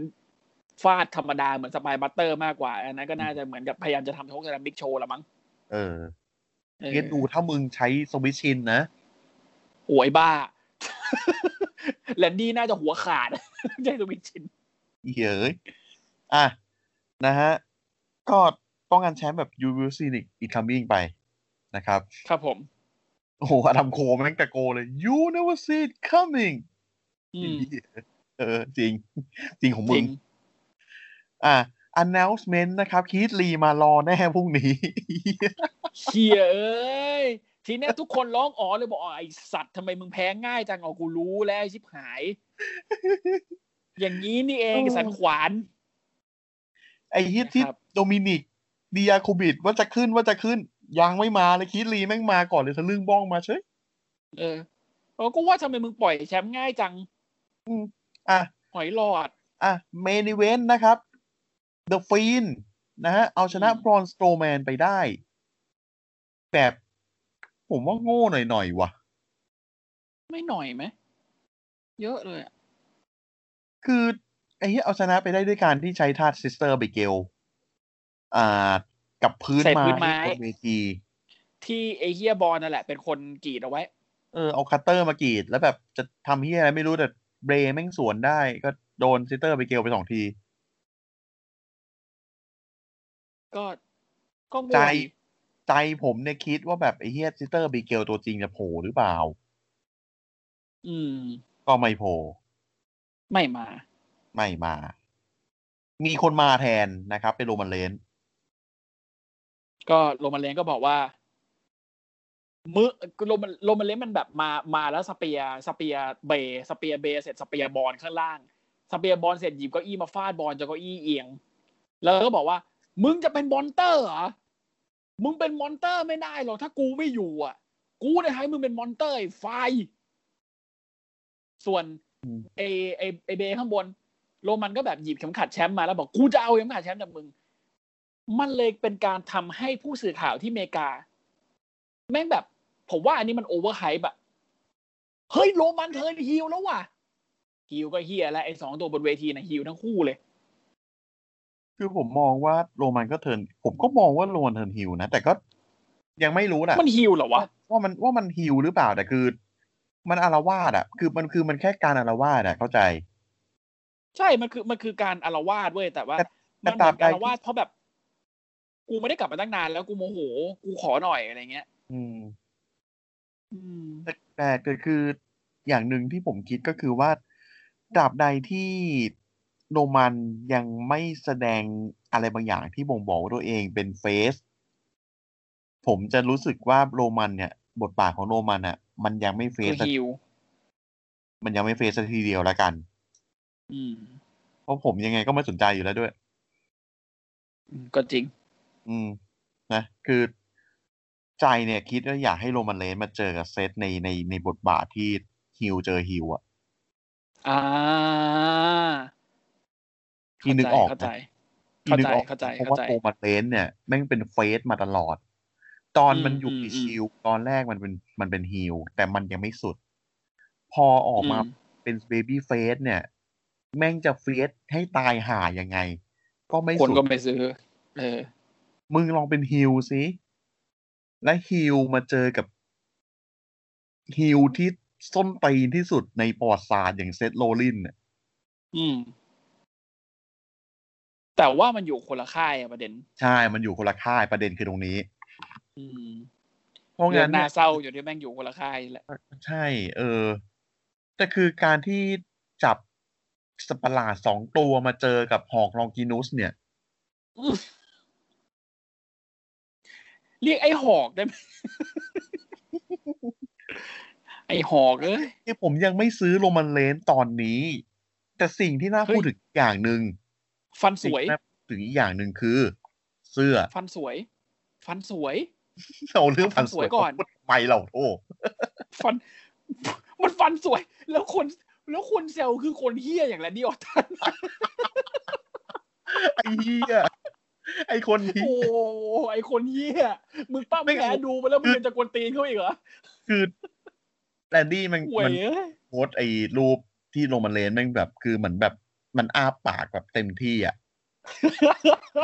Speaker 3: ฟาดธรรมดาเหมือนสปายบัตเตอร์มากกว่า อันนั้นก็น่าจะเหมือนกับพยายามจะทำโชกสแลมบิ๊กโชว์ละมั้ง
Speaker 2: เออ
Speaker 3: เออ
Speaker 2: เรียนดูถ้ามึงใช้สวิชชินนะ
Speaker 3: โอ้ยบ้า *laughs* แลนดี้น่าจะหัวขาด *laughs* ใช่ตัววิชิน
Speaker 2: อีเย้ยอ่ะ นะฮะ ก็ป้องกันแชมป์แบบ u ู c ซีนิกอีคัมมิ่งไปนะครับ
Speaker 3: ครับผม
Speaker 2: โอ้โหอดัมโคแม่งตะโกนเลย you never see it coming
Speaker 3: อืม
Speaker 2: เหี้ยเออ จริง จริงของมึ
Speaker 3: จริ
Speaker 2: ง
Speaker 3: ง
Speaker 2: อ่ะ announcement นะครับคีตลีมารอแน่พรุ่งนี้ *laughs*
Speaker 3: เชียเอ้ย ทีเนี้ยทุกคนร้องอ๋อเลยบอกอ๋อไอสัตว์ทำไมมึงแพ้ง่ายจังอ๋อกูรู้แล้วไอ้ชิบหาย อย่างนี้นี่เองไอ้สันขวาน
Speaker 2: ไอ้ฮิตที่
Speaker 3: ครับ
Speaker 2: โดมินิกดิอาคูบิดว่าจะขึ้นว่าจะขึ้น ยังไม่มาเลยคีตลีแม่งมาก่อนเลยทะลึ่งบ้องมาเฉย
Speaker 3: เออเราก็ว่าทำไมมึงปล่อยแชมป์ง่ายจัง
Speaker 2: อ่ะ
Speaker 3: หอยหลอด
Speaker 2: อ่ะเมนิเวนนะครับ The f i n นะฮะ เอาชนะ
Speaker 3: อืม
Speaker 2: บรอนสโตแมนไปได้ แบบ ผมว่าโง่หน่อยๆว่ะ
Speaker 3: ไม่หน่อยไหม เยอะเลยอะ
Speaker 2: คือ ไอ้เหี้ยเอาชนะไปได้ด้วยการที่ใช้ทาสซิสเตอร์ไปเกลอ่า กับพื้นไม้บนเวที
Speaker 3: ที่ไอเฮียบอลนั่นแหละ เป็นคนกรีดเอาไว้
Speaker 2: เออเอาคัตเตอร์มากรีด แล้วแบบจะทำเหี้ยอะไรไม่รู้แต่เบรแม่งสวนได้ก็ โดนซิสเตอร์ไปเกลไปสองที
Speaker 3: ก็ก็งง
Speaker 2: ใจใจผมเนี่ยคิดว่าแบบไอ้เฮียซิสเตอร์บิเกลตัวจริงจะโผล่หรือเปล่า
Speaker 3: อืม
Speaker 2: ก็ไม่โผล่
Speaker 3: ไม่มา
Speaker 2: ไม่มา มีคนมาแทนนะครับ เป็นโรมันเลนส์
Speaker 3: ก็โรมันเลนก็บอกว่า มือโรมันโรมันเลนมันแบบมามาแล้วสเปียร์สเปียร์เบย์สเปียร์เบย์เสร็จสเปียร์บอลข้างล่าง สเปียร์บอลเสร็จหยิบเก้าอี้มาฟาดบอลจนเก้าอี้เอียง แล้วก็บอกว่า มึงจะเป็นมอนเตอร์เหรอมึงเป็นมอนเตอร์ไม่ได้หรอกถ้ากูไม่อยู่อ่ะ กูจะให้มึงเป็นมอนเตอร์ไอ้ไฟ ส่วนไอไอไอเบย์ข้างบน โรมันก็แบบหยิบเข็มขัดแชมป์มาแล้วบอกกูจะเอาเข็มขัดแชมป์จากมึง มันเลยเป็นการทำให้ผู้สื่อข่าวที่อเมริกา แม่งแบบ ผมว่าอันนี้มันโอเวอร์ไฮป์อะเฮ้ยโรมันเทิร์นฮิลแล้วว่ะฮิลก็เฮียแล้วไอ้สองตัวบนเวทีนะฮิลทั้งคู่เลย
Speaker 2: คือผมมองว่าโรมันก็เทิร์นผมก็มองว่าโรมันเทิร์นฮิลนะ แต่ก็ยังไม่รู้นะ
Speaker 3: มันฮิลเหรอวะ
Speaker 2: ว่ามันว่ามันฮิวหรือเปล่าแต่คือ มันอารวาสอ่ะ คือมันคือมันแค่การอารวาสอ่ะเข้าใจ
Speaker 3: ใช่ มันคือ มันคือการอารวาสเว้ย แต่ว่า
Speaker 2: แต่
Speaker 3: มันเห
Speaker 2: ต
Speaker 3: มื
Speaker 2: รา
Speaker 3: อบ น
Speaker 2: ใด
Speaker 3: อารวาสเพราะแบบ กูไม่ได้กลับมาตั้งนานแล้วกูโมโห กูขอหน่อยอะไรเงี้ย
Speaker 2: อืม
Speaker 3: อืม
Speaker 2: แต่แต่ก็คืออย่างหนึ่งที่ผมคิดก็คือว่าตราบใดที่โรมันยังไม่แสดงอะไรบางอย่างที่บ่งบอกว่าตัวเองเป็นเฟส ผมจะรู้สึกว่าโรมันเนี่ย บทบาทของโรมันอ่ะ มันยังไม่เฟ
Speaker 3: คื
Speaker 2: ส
Speaker 3: อฮิล
Speaker 2: มันยังไม่เฟสสักทีเดียวละกัน
Speaker 3: อืม
Speaker 2: เพราะผมยังไงก็ไม่สนใจอยู่แล้วด้วย
Speaker 3: อืม ก็จริง
Speaker 2: อืมนะคือใจเนี่ยคิดว่าอยากให้โรมันเลนส์มาเจอกับเซตในในในบทบาทที่ฮิวเจอฮิวอ่ะ
Speaker 3: อ่า
Speaker 2: ที่นึกออกนะ
Speaker 3: เข้าใจ
Speaker 2: ที่นึกออก
Speaker 3: เข้าใจ
Speaker 2: เพราะ
Speaker 3: เข้า
Speaker 2: ว่า
Speaker 3: ใจ
Speaker 2: โรมันเลนส์เนี่ยแม่งเป็นเฟสมาตลอด ตอน
Speaker 3: อืม
Speaker 2: มันอยู่
Speaker 3: อืม
Speaker 2: ใน
Speaker 3: อืม
Speaker 2: ชิลตอนแรกมันเป็นมันเป็นฮิวแต่มันยังไม่สุด พอออกมาเป็นเบบี้เฟสเนี่ย แม่งจะเฟสให้ตายห่ายังไง ก็ไม่
Speaker 3: คน
Speaker 2: สุด
Speaker 3: ก็ไม่ซื้อ เออ
Speaker 2: มึงลองเป็นฮิลสิ และฮิลมาเจอกับฮิลที่ส้นตีนที่สุดในประวัติศาสตร์อย่างเซธโรลินน่ะ
Speaker 3: อืม แต่ว่ามันอยู่คนละค่ายอะประเด็น
Speaker 2: ใช่มันอยู่คนละค่ายประเด็นคือตรงนี้
Speaker 3: อืม
Speaker 2: เพราะ
Speaker 3: เรื่อ
Speaker 2: งั้
Speaker 3: ง
Speaker 2: น
Speaker 3: น่า
Speaker 2: เนี่ย
Speaker 3: เศร้าอยู่ที่แม่งอยู่คนละค่ายแหละ
Speaker 2: ใช่ เออ แต่คือการที่จับสตว์ประหลาดสองตัวมาเจอกับหอกลองกินุสเนี่ย
Speaker 3: เรียกไอ้หอกได้ไหม ไอ้หอกเอ้ย
Speaker 2: ที่ผมยังไม่ซื้อโรมันเลนส์ตอนนี้ แต่สิ่งที่น่า
Speaker 3: เฮ้ย
Speaker 2: พูดถึงอีกอย่างหนึ่ง
Speaker 3: ฟันส
Speaker 2: สิ่ง
Speaker 3: วย
Speaker 2: ที่น่าพูดถึงอีกอย่างหนึ่งคือ เสื้อ
Speaker 3: ฟันสวย ฟันสวย
Speaker 2: เราเรื่องฟันสวย
Speaker 3: เอาฟันสวยก่อน
Speaker 2: พูดทำไม่เราโอ้
Speaker 3: ฟัน มันฟันสวย แล้วคน แล้วคนเซลคือคนเฮี้ยอย่างละดิออตัน
Speaker 2: ไอ้เหี้ยไอ้คนที่
Speaker 3: โอ้ไอคนเหี้ยมึงป้า
Speaker 2: ไม่
Speaker 3: ไม่
Speaker 2: เอา
Speaker 3: แพ้ดูมาแล้วมึงยังจะกวนตีนเขาอีกเหรอ
Speaker 2: คือแลนดี้มัน
Speaker 3: ห่วย
Speaker 2: มัน
Speaker 3: เอ้ย
Speaker 2: โพสต์ไอ้รูปที่โรมันเลนส์แม่งแบบ คือเหมือนแบบมันอ้าปากแบบเต็มที่
Speaker 3: *laughs*
Speaker 2: อ่ะ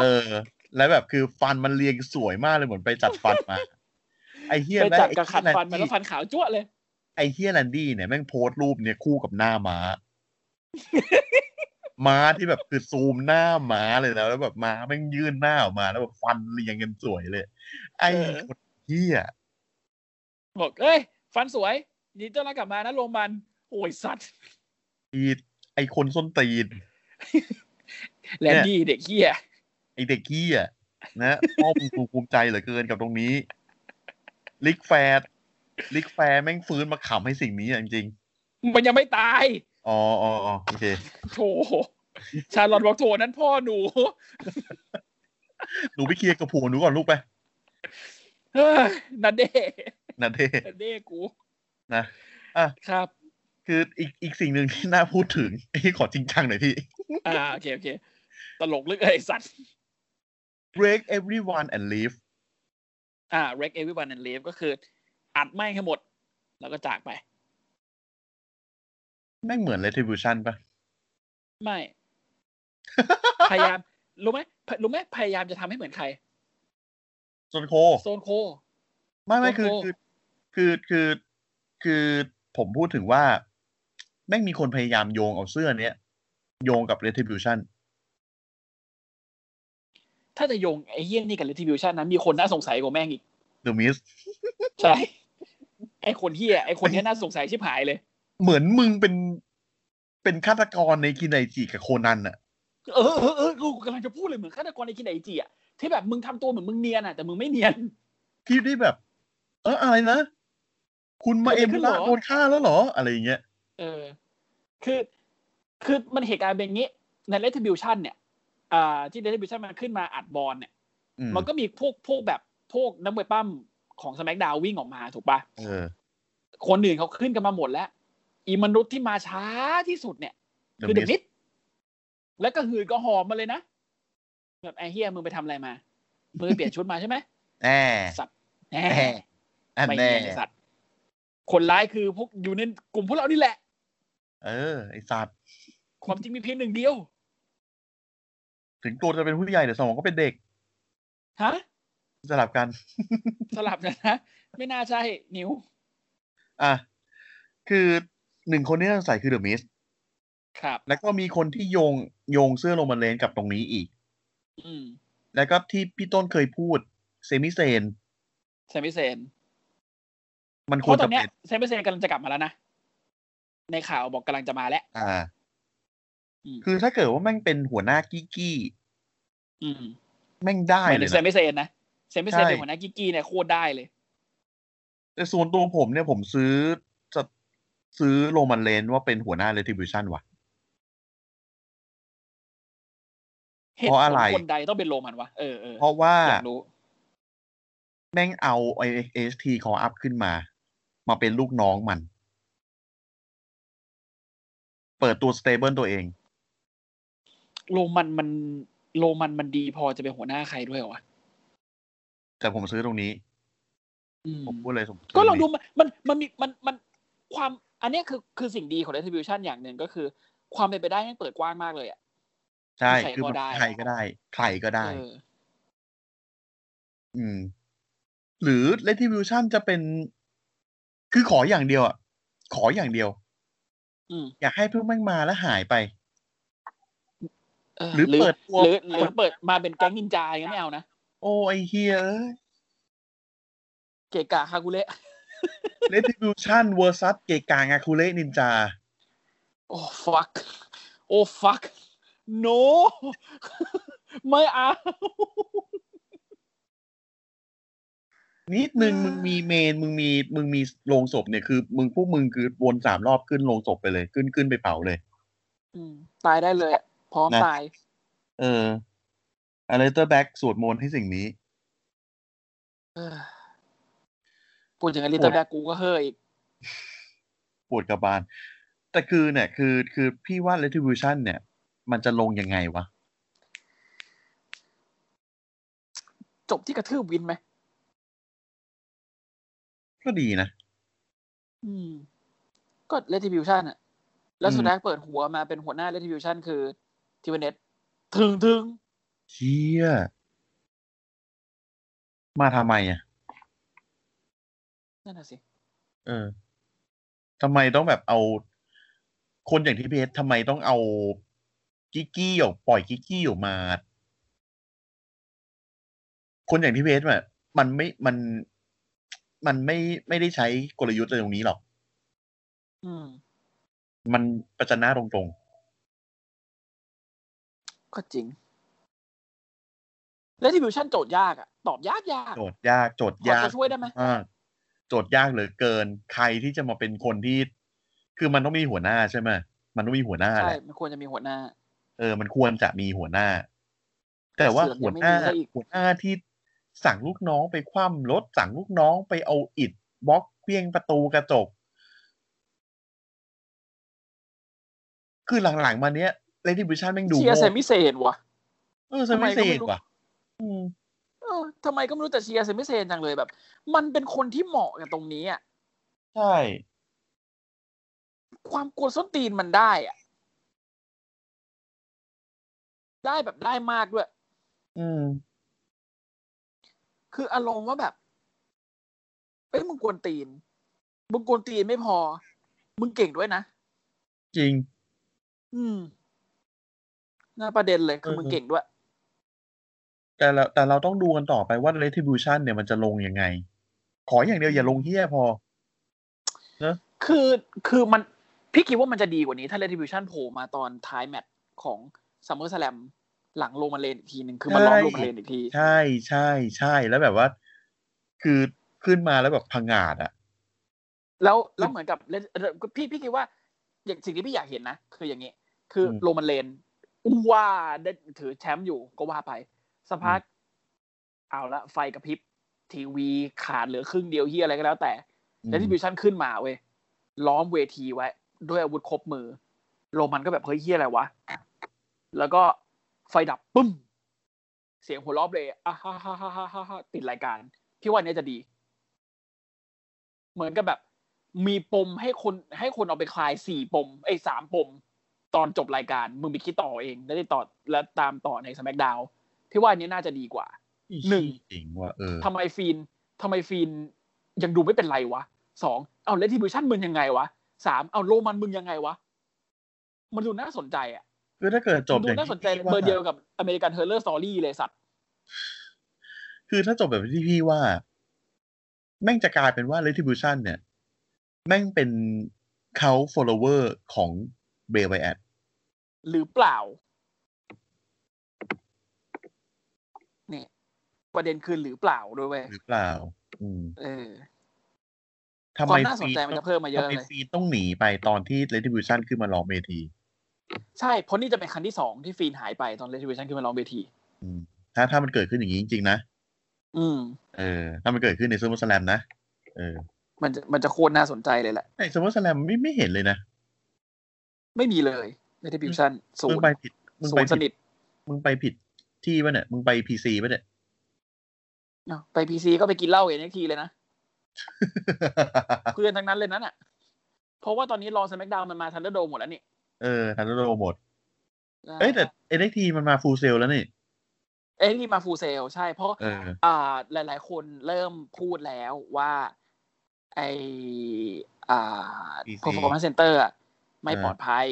Speaker 2: เออ แล้วแบบคือฟันมันเรียงสวยมากเลยเหมือนไปจัดฟันมา ไอ้เฮีย
Speaker 3: ไป
Speaker 2: และ
Speaker 3: จัด
Speaker 2: ไอ้
Speaker 3: กระขัด
Speaker 2: เหี้ย
Speaker 3: ฟันมา
Speaker 2: แล
Speaker 3: แล้ว
Speaker 2: ดี้
Speaker 3: ฟันขาวจั่วะเลย
Speaker 2: ไอ้เฮียแลนดี้เนี่ยแม่งโพสต์รูปเนี่ยคู่กับหน้าม้า ม้าที่แบบคือซูมหน้าม้าเลยนะแล้วแบบม้าแม่งยื่นหน้าออกมา แล้วแบบฟันเรียงกันสวยเลย ไอ้
Speaker 3: เออ
Speaker 2: คนเฮีย
Speaker 3: บอกเอ้ย ฟันสวยยินดีต้อนรับกลับมานะโรมัน โอ้ยสัตว์
Speaker 2: อีไอคนส้นตีน
Speaker 3: แลนดี้เด็กเหี้ย
Speaker 2: ไอเด็กขี้อ่ะนะพ่อมึงกูภูมิใจเหลือเกินกับตรงนี้ ลิกแฟร์ลิกแฟร์แม่งฟื้นมาขำให้สิ่งนี้อะจริง
Speaker 3: มันยังไม่ตาย
Speaker 2: ๆอ๋ออ๋ออ๋อโอเค
Speaker 3: โถชาลอตบอกโถนั้นพ่อหนู *sighs*
Speaker 2: หนูไปเคลียร์กับผัวหนูก่อนลูกไป
Speaker 3: เฮ้ยนัดเด้
Speaker 2: นะเท่
Speaker 3: นัดเด้กู
Speaker 2: นะ
Speaker 3: ครับ
Speaker 2: คืออีกอีกสิ่งหนึ่งที่น่าพูดถึงที่ขอจริงจังหน่อยพี่
Speaker 3: อ่าโอเคโอเค ตลกลึกเลยสัตว์
Speaker 2: break everyone and leave
Speaker 3: อ่า wreck everyone and leave ก็คือ อัดไม่ให้หมด แล้วก็จากไป
Speaker 2: แม่งเหมือน retribution ปะ
Speaker 3: ไม่ *laughs* พยายาม รู้ไหมพรู้ไหมพยายามจะทำให้เหมือนใคร
Speaker 2: จนโค
Speaker 3: โซนโค
Speaker 2: ไม่ไม่คือ
Speaker 3: โอ้โห
Speaker 2: คือคือคือคือผมพูดถึงว่า แม่งมีคนพยายามโยงเอาเสื้อเนี้ย โยงกับ retribution
Speaker 3: ถ้าจะโยงไอ้เฮี้ยนี่กับ retribution นั้นมีคนน่าสงสัยกว่าแม่งอีก
Speaker 2: The Miz
Speaker 3: ใช่ ไอ้คนเฮี้ยไอ้คนเนี้ยน่าสงสัยชิบหายเลย
Speaker 2: เหมือนมึงเป็นเป็นฆาตกรในกินไนจิกับโคนันอะ
Speaker 3: เออเออเออกูกำลังจะพูดเลยเหมือนฆาตกรในคินไดจีอะที่แบบมึงทำตัวเหมือนมึงเนียนอะแต่มึงไม่เนียน
Speaker 2: ที่ได้แบบ เอออะไรนะ คุณมา
Speaker 3: เกิ
Speaker 2: เอ็
Speaker 3: ด
Speaker 2: ม
Speaker 3: อะไรขึ้น
Speaker 2: ละ
Speaker 3: เหรอ
Speaker 2: โดนฆ่าแล้วเหรอ อะไรอย่างเงี้ย
Speaker 3: เออ คือ คือมันเหตุการณ์เป็นอย่างงี้ ใน retribution เนี่ย อ่า ที่ retribution มันขึ้นมาอัดบอลเนี่ย
Speaker 2: อืม
Speaker 3: มันก็มีพวก พวกแบบ พวกนักมวยปั้มของสแมกดาววิ่งออกมาถูกปะ
Speaker 2: เออ
Speaker 3: คนอื่นเขาขึ้นกันมาหมดแล้ว อีมนุษย์ที่มาช้าที่สุดเนี่ย
Speaker 2: The
Speaker 3: คือเด
Speaker 2: Miz
Speaker 3: มิดแล้วก็หือก็หอมมาเลยนะ แบบไอ้เฮียมึงไปทำอะไรมา มึงไปเปลี่ยนชุดมา
Speaker 2: *laughs*
Speaker 3: ใช่ไหม
Speaker 2: แน่
Speaker 3: สัตว์แห
Speaker 2: แน่
Speaker 3: ม
Speaker 2: อัน
Speaker 3: ไม่
Speaker 2: แน่
Speaker 3: แน่สัตว์ คนร้ายคือพวกอยู่ในกลุ่มพวกเรานี่แหละ
Speaker 2: เออ ไอสัตว์
Speaker 3: ความจริงมีเพียงหนึ่งเดียว
Speaker 2: ถึงตัวจะเป็นผู้ใหญ่แต่สมองก็เป็นเด็ก
Speaker 3: ฮะ
Speaker 2: สลับกัน
Speaker 3: สลับนะนะ ไม่น่าใช่ นิ้ว
Speaker 2: อ่ะ คือหนึ่งคนที่น่าสงสัยคือเดอะมิส
Speaker 3: ครับ
Speaker 2: แล้วก็มีคนที่โยงโยงเสื้อโรมันเลนกับตรงนี้อีก
Speaker 3: อืม
Speaker 2: แล้วก็ที่พี่ต้นเคยพูดเซมิเซน
Speaker 3: แซมิเซน
Speaker 2: มันค
Speaker 3: เพ
Speaker 2: วร
Speaker 3: ราะตอ
Speaker 2: จะ
Speaker 3: นเนี้ย
Speaker 2: เป็น
Speaker 3: แซมิเซนกำลังจะกลับมาแล้วนะ ในข่าวบอกกำลังจะมาแล้ว
Speaker 2: อ่า
Speaker 3: อืม
Speaker 2: คือถ้าเกิดว่าแม่งเป็นหัวหน้ากี้กี้
Speaker 3: อืม
Speaker 2: แม่งได้
Speaker 3: หมาย
Speaker 2: เล
Speaker 3: ถึ
Speaker 2: ย
Speaker 3: งแซ
Speaker 2: นะ
Speaker 3: มิเซนนะแซมิเซน
Speaker 2: ใช่
Speaker 3: เป็นหัวหน้ากิกกี้เนี่ยโคตรได้เลย
Speaker 2: แต่ส่วนตัวผมเนี่ยผมซื้อจะซื้อโรมันเลนว่าเป็นหัวหน้าเรทิบิชันว่ะ
Speaker 3: เหตุ
Speaker 2: เพราะ
Speaker 3: ผ
Speaker 2: อะ
Speaker 3: ล
Speaker 2: ไร
Speaker 3: คนใดต้องเป็นโรมันวะ เออเออ
Speaker 2: เพราะว่า
Speaker 3: อยากรู้
Speaker 2: แม่งเอาไอเอสทีคออัพขึ้นมา มาเป็นลูกน้องมัน เปิดตัวสเตเบิลตัวเอง
Speaker 3: โรมันมัน โรมันมันดีพอจะเป็นหัวหน้าใครด้วยเหรอวะ
Speaker 2: แต่ผมซื้อตรงนี้
Speaker 3: อืม
Speaker 2: ผมพูดเลยผมซื้
Speaker 3: ก็ลองดู
Speaker 2: ตรนี้
Speaker 3: มันมันมันมีมันมันความอันเนี้ยคือคือสิ่งดีของ retribution อย่างหนึ่งก็คือ ความเป็นไปได้แม่งเปิดกว้างมากเลยอ่ะ
Speaker 2: ใช่
Speaker 3: ใคร
Speaker 2: คือ
Speaker 3: ก็
Speaker 2: มัน
Speaker 3: ได้
Speaker 2: ใครก็ได้ ใครก็ได้
Speaker 3: เออ
Speaker 2: อืม หรือ retribution จะเป็น คือขออย่างเดียวอ่ะ ขออย่างเดียว
Speaker 3: อืม
Speaker 2: อยากให้เพิ่งแม่งมาแล้วหายไป
Speaker 3: เห
Speaker 2: รือเปิดตัว
Speaker 3: หรือหรือเปิดมาเป็นแก๊งนินจาอย่างนั้นไม่เอานะ
Speaker 2: โอ้ไอเฮียเอ้ย
Speaker 3: เกะกะคากุเละ
Speaker 2: retribution versus เกกางาคุเรนินจา
Speaker 3: โอ้ fuck โอ้ fuck no *laughs* ไม่เอา
Speaker 2: นิดนึงมึงมีเมน มึงมี มึงมีโรงศพเนี่ยคือ มึงพวกมึงคือวนสามรอบขึ้นโรงศพไปเลย ขึ้นขึ้นไปเผาเลย
Speaker 3: อืมตายได้เลยอะพร้อม
Speaker 2: นะ
Speaker 3: ตาย
Speaker 2: เอออเลเตอร์แบ็กสวดมนต์ให้สิ่งนี้
Speaker 3: เออพูดอย่างนั้นลิตเติ้ลแบกกูก็เฮ้ยอีก
Speaker 2: ปวดกระบาล แต่คือเนี่ย คือคือพี่ว่า retribution เนี่ย มันจะลงยังไงวะ
Speaker 3: จบที่กระทืบวินไหม
Speaker 2: ก็ดีนะ
Speaker 3: อืม ก็ retribution อะแล้ว
Speaker 2: อืม
Speaker 3: สุดท้ายเปิดหัวมาเป็นหัวหน้า retribution คือทิวเนตถึงถึง
Speaker 2: เชี่ยมาทำไมอ่ะ
Speaker 3: นั่นน่ะสิ
Speaker 2: เออทำไมต้องแบบเอา คนอย่างที่เพชรทำไมต้องเอากิกกี้ออกปล่อยกิกกี้ออกมา คนอย่างที่เพชรแบบมันไม่มัน มันไม่ไม่ได้ใช้กลยุทธ์อะไรตรงนี้หรอก
Speaker 3: อืม
Speaker 2: มันประจันหน้าตรง
Speaker 3: ก็จริง แล้ว distribution โจทย์ยากอะตอบยากยาก
Speaker 2: ๆ โจทย์ยาก โจท
Speaker 3: พอย
Speaker 2: ย์าก
Speaker 3: จะช่วยได้ไหม
Speaker 2: มากโจทย์ยากเหลือเกิน ใครที่จะมาเป็นคนที่ คือมันต้องมีหัวหน้าใช่ไหมมันต้องมีหัวหน้า
Speaker 3: ใช่
Speaker 2: แหละ
Speaker 3: มันควรจะมีหัวหน้า
Speaker 2: เออ มันควรจะมีหัวหน้า แต่ว่า
Speaker 3: เสือก
Speaker 2: หั
Speaker 3: ยั
Speaker 2: ว
Speaker 3: งไม่
Speaker 2: หน้า
Speaker 3: มีซะอีก
Speaker 2: หัวหน้าที่สั่งลูกน้องไปคว่ำรถสั่งลูกน้องไปเอาอิดบล็อกเพียงประตูกระจก คือหลังๆมาเนี้ยเรดิบิชันแม่งดู
Speaker 3: เชียร์
Speaker 2: โง่
Speaker 3: เซมิเซนวะ
Speaker 2: เออเซ
Speaker 3: ทำไม
Speaker 2: มิ
Speaker 3: ก็
Speaker 2: เซ
Speaker 3: ไม่
Speaker 2: น
Speaker 3: รู้
Speaker 2: ว่ะอืม
Speaker 3: เออทำไมก็ไม่รู้แต่เชียร์เซมิเซนจังเลยแบบ มันเป็นคนที่เหมาะกับตรงนี้อะ
Speaker 2: ใช่
Speaker 3: ความกวนส้นตีนมันได้อะได้แบบได้มากด้วย
Speaker 2: อืม
Speaker 3: คืออารมณ์ว่าแบบเอ้ยมึงกวนตีน มึงกวนตีนไม่พอ มึงเก่งด้วยนะ
Speaker 2: จริง
Speaker 3: อืม น่าประเด็นเลยคือมึงเก่งด้วย
Speaker 2: แต่เราแต่เราต้องดูกันต่อไปว่า retribution เนี่ยมันจะลงยังไง ขออย่างเดียวอย่าลงเฮี้ยพอ
Speaker 3: คือคือมันพี่คิดว่ามันจะดีกว่านี้ถ้า retribution โผล่มาตอนท้ายแมตช์ของ summer slam หลังโรมันเลนอีกทีหนึ่งคือมันล้อม
Speaker 2: ใช่
Speaker 3: โรมันเลนอีกที
Speaker 2: ใช่ใช่ใช่แล้วแบบว่า คือขึ้นมาแล้วแบบพังงาดอะ
Speaker 3: แล้วแล้วเหมือนกับเลพี่พี่คิดว่าอย่างสิ่งที่พี่อยากเห็นนะ คืออย่างนี้ คือ
Speaker 2: อืม
Speaker 3: โรมันเลนว่าได้ถือแชมป์อยู่ก็ว่าไปสักพักเอาละไฟกระพริบ ทีวีขาดเหลือครึ่งเดียวเฮียอะไรก็แล้วแต่แล้วที่บิวชั่นขึ้นมาเว้ยล้อมเวทีไว้ ด้วยอาวุธครบมือ โรมันก็แบบเฮ้ยเฮียอะไรวะ แล้วก็ไฟดับปึ้ม เสียงหัวเราะเลยอ่ะฮ่าฮ่าฮ่าฮ่าฮ่าฮ่าติดรายการ พี่ว่าอันเนี้ยจะดี เหมือนกับแบบ มีปมให้คนให้คนเอาไปคลายสี่ปมไอ้ยสามปม ตอนจบรายการ มึงไปคิดต่อเองแล้วได้ต่อและตามต่อในสมักดาวพี่ว่าอันเนี้ยน่าจะดีกว่า หนึ่ง
Speaker 2: จริงว่ะเออ
Speaker 3: ทำไมฟีนทำไมฟีนยังดูไม่เป็นไรวะสองเอาเลทิบิชันมึงยังไงวะสามเอาโรมันมึงยังไงวะ มันดูน่าสนใจอ่ะ
Speaker 2: คือถ้าเกิดจบ
Speaker 3: ดู
Speaker 2: อย่าง
Speaker 3: น่าสนใจ
Speaker 2: ที่พี่ว่า
Speaker 3: เบอร์เดียวกับอเมริกันเฮอร์เลอร์สตอรี่เลยสัตว์
Speaker 2: คือถ้าจบแบบที่พี่ว่า แม่งจะกลายเป็นว่า retribution เนี่ย แม่งเป็นเขา follower ของเบย์ไวแอด
Speaker 3: หรือเปล่าเนี่ยประเด็นคือหรือเปล่าด้วยเว้ย
Speaker 2: หรือเปล่า อืม
Speaker 3: เออ
Speaker 2: ทำ
Speaker 3: ควา
Speaker 2: ไม
Speaker 3: มน่าสนใจมันจะเพิ่มมาเย
Speaker 2: ทำ
Speaker 3: อะ
Speaker 2: ไม
Speaker 3: เลย
Speaker 2: ซีต้องหนีไปตอนที่ retribution ขึ้นมาลองเวที
Speaker 3: ใช่ เพราะนี่จะเป็นครั้งที่สองที่ฟีนหายไปตอนเลทิบิชันขึ้นมาร้องเวที
Speaker 2: อืมถ้าถ้ามันเกิดขึ้นอย่างนี้จริง ๆ นะ
Speaker 3: อืม
Speaker 2: เออ ถ้ามันเกิดขึ้นในซูเปอร์สแลมนะ เออ
Speaker 3: มันจะมันจะโคตรน่าสนใจเลยแหละ
Speaker 2: ในซูเปอร์สแลมไม่ไม่เห็นเลยนะ
Speaker 3: ไม่มีเลยเลทิบิชันศู
Speaker 2: มึ
Speaker 3: น
Speaker 2: ง
Speaker 3: ย์
Speaker 2: ไปผิด มึง
Speaker 3: ศู
Speaker 2: ไป
Speaker 3: นย์ส
Speaker 2: ผิ
Speaker 3: นิ
Speaker 2: ด
Speaker 3: ท
Speaker 2: มึงไปผิดที่ป่ะเนี่ย มึงไปพีซีป่ะเนี่ย
Speaker 3: *laughs* เอ้าไปพีซีก็ไปกินเหล้าเอ็นเอ็กทีเลยนะ เพื่อนทั้งนั้นเลยนั้นอ่ะ เพราะว่าตอนนี้รอสแมกดาวมันมาทันเดอร์โดหมดแล้วนี่
Speaker 2: เออทันโดหมด เอ้ยแต่เอ็นทีมันมาฟูลเซลแล้วนี่
Speaker 3: เอ็นทีมาฟูเซลใช่เพราะ
Speaker 2: เออ
Speaker 3: อ่าหลาย ๆ คนเริ่มพูดแล้วว่าไออ่า
Speaker 2: PC
Speaker 3: performance center อะไม่
Speaker 2: อ่า
Speaker 3: ปลอดภัย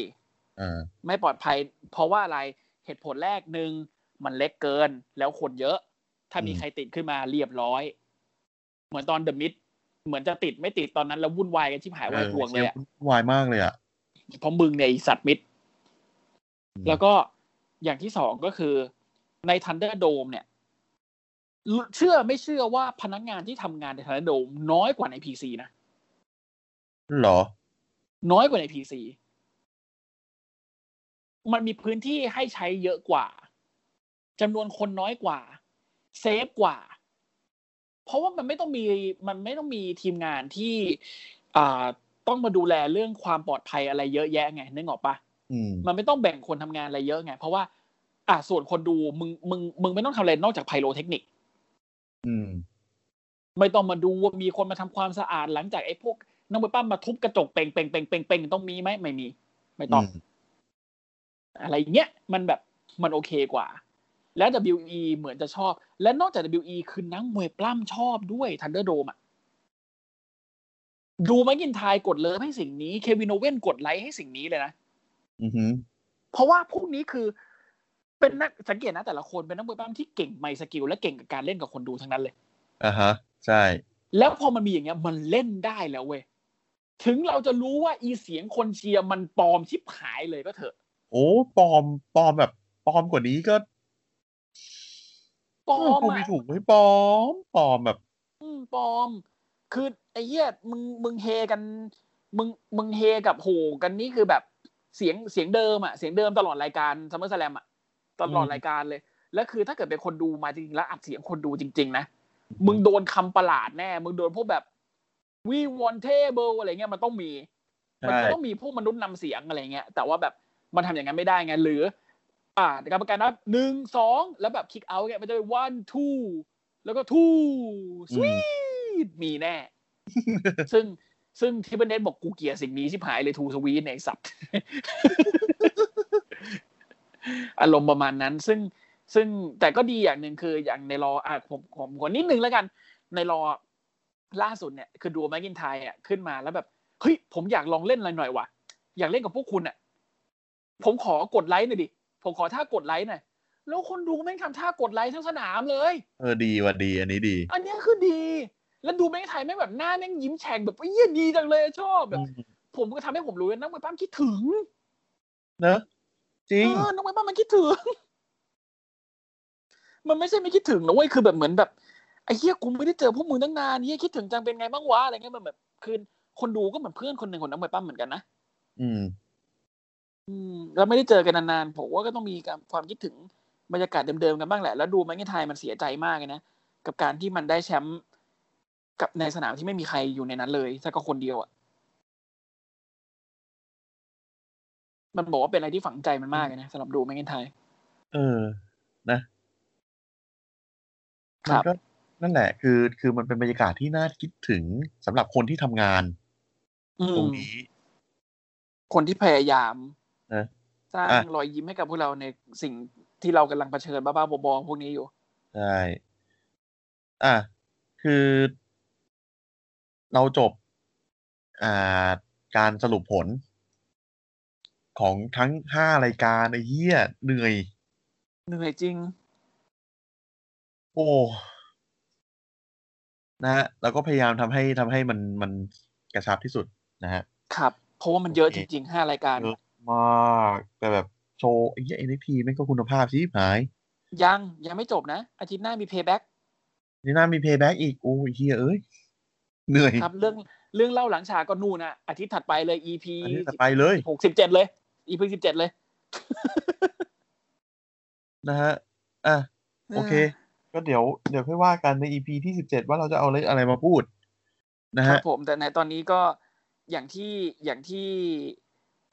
Speaker 2: เออ
Speaker 3: ไม่ปลอดภัย เพราะว่าอะไรเหตุผลแรกหนึ่งมันเล็กเกินแล้วคนเยอะ ถ้ามี
Speaker 2: อืม
Speaker 3: ใครติดขึ้นมาเรียบร้อย เหมือนตอนเดอะมิดเหมือนจะติดไม่ติดตอนนั้น แล้ววุ่นวายกันชิบหาย
Speaker 2: เอ
Speaker 3: วาย
Speaker 2: อ
Speaker 3: ป่วงเล
Speaker 2: เชี
Speaker 3: ย
Speaker 2: ย
Speaker 3: อะ
Speaker 2: วุ่นวายมากเลยอ่ะ
Speaker 3: เพราะมึงเนี่ยไอ้สัตว์มิด
Speaker 2: อืม
Speaker 3: แล้วก็อย่างที่สองก็คือในทันเดอร์โดมเนี่ย เชื่อไม่เชื่อว่าพนักงานที่ทำงานในทันเดอร์โดมน้อยกว่าในพีซีนะ
Speaker 2: เหรอ
Speaker 3: น้อยกว่าในพีซีมันมีพื้นที่ให้ใช้เยอะกว่าจำนวนคนน้อยกว่า เซฟกว่า เพราะว่ามันไม่ต้องมีมันไม่ต้องมีทีมงานที่อ่าต้องมาดูแลเรื่องความปลอดภัยอะไรเยอะแยะไงนึกออกปะ
Speaker 2: อืม
Speaker 3: มันไม่ต้องแบ่งคนทำงานอะไรเยอะไง เพราะว่า อ่ะส่วนคนดูมึงมึงมึงไม่ต้องทำอะไรนอกจากไพโรเทคนิค
Speaker 2: อืม
Speaker 3: ไม่ต้องมาดูว่ามีคนมาทำความสะอาดหลังจากไอ้พวกนักมวยปั้มมาทุบกระจกเป่งเป่งเป่งเป่งเป่งต้องมีไหมไม่มี ไม่ต้อง
Speaker 2: อืม
Speaker 3: อะไรอย่างเงี้ยมันแบบมันโอเคกว่า แล้ว WE เหมือนจะชอบ และนอกจาก WE คือนักมวยปล้ำชอบด้วยทันเดอร์โดมอ่ะดูมากินไทายกดเลิฟให้สิ่งนี้เควินโอเว่นกดไลค์ให้สิ่งนี้เลยนะ
Speaker 2: อือหือ
Speaker 3: เพราะว่าพวกนี้คือเป็นนักสังเกตนะแต่ละคนเป็นนักมวยปล้ำที่เก่งไมค์สกิลและเก่งกับการเล่นกับคนดูทั้งนั้นเลย
Speaker 2: อ่ะฮะ ใช่
Speaker 3: แล้วพอมันมีอย่างเงี้ยมันเล่นได้แล้วเว้ยถึงเราจะรู้ว่าอีเสียงคนเชียร์มันปลอมชิบหายเลยก็เถอะ
Speaker 2: โอ้ปลอมปลอมแบบปลอมกว่านี้ก็
Speaker 3: ปลอม
Speaker 2: กู
Speaker 3: อะ
Speaker 2: ไม่ถูกไม่ปลอมปลอมแบบ
Speaker 3: อืมปลอม คือไอ้เหี้ยมึงมึงเฮกัน มึงมึงเฮกับโหกันนี่คือแบบเสียงเสียงเดิมอะเสียงเดิมตลอดรายการซัมเมอร์สแลมอะตลอด
Speaker 2: อืม
Speaker 3: รายการเลย แล้วคือถ้าเกิดเป็นคนดูมาจริงๆแล้วอัดเสียงคนดูจริง ๆ นะ มึงโดนคำประหลาดแน่ มึงโดนพวกแบบวีวอนเทเบิลอะไรเงี้ยมันต้องมี มัน
Speaker 2: ใช่
Speaker 3: ก็ต้องมีพวกมนุษย์นำเสียงอะไรเงี้ย แต่ว่าแบบมันทำอย่างนั้นไม่ได้ไง หรือ อ่ากรรมการนับหนึ่งสองแล้วแบบคิกเอาท์เงี้ยมันจะเป็น one two แล้วก็ two สวีทมีแน่ ซึ่งซึ่งที่เบเน็ตบอกกูเกลียดสิ่งนี้ชิบหายเลย two สวีทเนี่ยไอ้สัตว์ *laughs* อารมณ์ประมาณนั้น ซึ่งซึ่งแต่ก็ดีอย่างหนึ่งคืออย่างในรออ่ะผมผมขอนิดนึงแล้วกัน ในรอล่าสุดเนี่ยคือดูแมกินไทยอ่ะขึ้นมาแล้วแบบเฮ้ยผมอยากลองเล่นอะไรหน่อยว่ะ อยากเล่นกับพวกคุณอ่ะ ผมขอกดไลค์หน่อยดิ ผมขอท่ากดไลค์หน่อยแล้วคนดูแม่งทำท่ากดไลค์ทั้งสนามเลย
Speaker 2: เออดีว่ะดีอันนี้ดี
Speaker 3: อันเนี้ยคือดี แล้วดูแม่งไทยแม่งแบบหน้าแม่งยิ้มแฉ่งแบบเยี่ยดีจังเลยชอบแบบ ผมก็ทำให้ผมรู้ว่านักมวยปั้มคิดถึง
Speaker 2: เนอะจริง
Speaker 3: เออนักมวยปั้มมันคิดถึง มันไม่ใช่ไม่คิดถึงนะเว้ยคือแบบเหมือนแบบไอ้เหี้ยกูไม่ได้เจอพวกมึงตั้งนานเหี้ยคิดถึงจังเป็นไงบ้างวะอะไรเงี้ยมันแบบคือคนดูก็เหมือนเพื่อนคนหนึ่งของนักมวยปั้มเหมือนกันนะ
Speaker 2: อืม
Speaker 3: อืมแล้วไม่ได้เจอกันนานๆผมว่าก็ต้องมีการความคิดถึงบรรยากาศเดิมๆกันบ้างแหละ แล้วดูแมงกนไทยมันเสียใจมากเลยนะกับการที่มันได้แชมป์กับในสนามที่ไม่มีใครอยู่ในนั้นเลยสักก็คนเดียวอะ่ะมันบอกว่าเป็นอะไรที่ฝังใจมันมากเลยนะสำหรับดูแมงกนไทย
Speaker 2: เออ นะ
Speaker 3: ค
Speaker 2: มั
Speaker 3: รั
Speaker 2: น
Speaker 3: บ
Speaker 2: ก็นั่นแหละ คือ คือมันเป็นบรรยากาศที่น่าคิดถึงสำหรับคนที่ทำงาน
Speaker 3: อืม
Speaker 2: ตรงนี้
Speaker 3: คนที่พยายาม
Speaker 2: นะ
Speaker 3: สร้าง
Speaker 2: อ่ะ
Speaker 3: รอยยิ้มให้กับพวกเราในสิ่งที่เรากำลังเผชิญบ้าๆบอๆพวกนี้อยู่
Speaker 2: ใช่ อ่ะ คือ เราจบ อ่า การสรุปผล ของทั้งห้ารายการไอ้เหี้ยเหนื่อย
Speaker 3: เหนื่อยจริง
Speaker 2: โอ้ นะฮะ แล้วก็พยายามทำให้ทำให้มันมันกระชับที่สุดนะฮะ
Speaker 3: ครับ เพราะว่ามันเยอะจริงๆห้ารายการ
Speaker 2: เยอะมากแต่แบบโชว์ไอ้เหี้ย NXT แม่งก็คุณภาพชิบหาย
Speaker 3: ยังยังไม่จบนะ อาทิตย์หน้ามีเพย์แบ็ก
Speaker 2: นี่น่ามีเพย์แบ็กอีก โอ้ยเฮียเอ้ย เหนื่อย
Speaker 3: ครับ เรื่องเรื่องเล่าหลังฉากก็นู่นนะอาทิตย์ถัดไปเลย EP
Speaker 2: อันนี้จะไปเลย
Speaker 3: หกสิบเจ็ดเลย EP สิบเจ็ดเลย
Speaker 2: นะฮะ อ่ะ โอเค ก็เดี๋ยวเดี๋ยวค่อยว่ากันใน EP ที่สิบเจ็ดว่าเราจะเอาอะไรมาพูด นะ
Speaker 3: ครั
Speaker 2: ฮะ
Speaker 3: บผมแต่ในตอนนี้ก็อย่างที่อย่างที่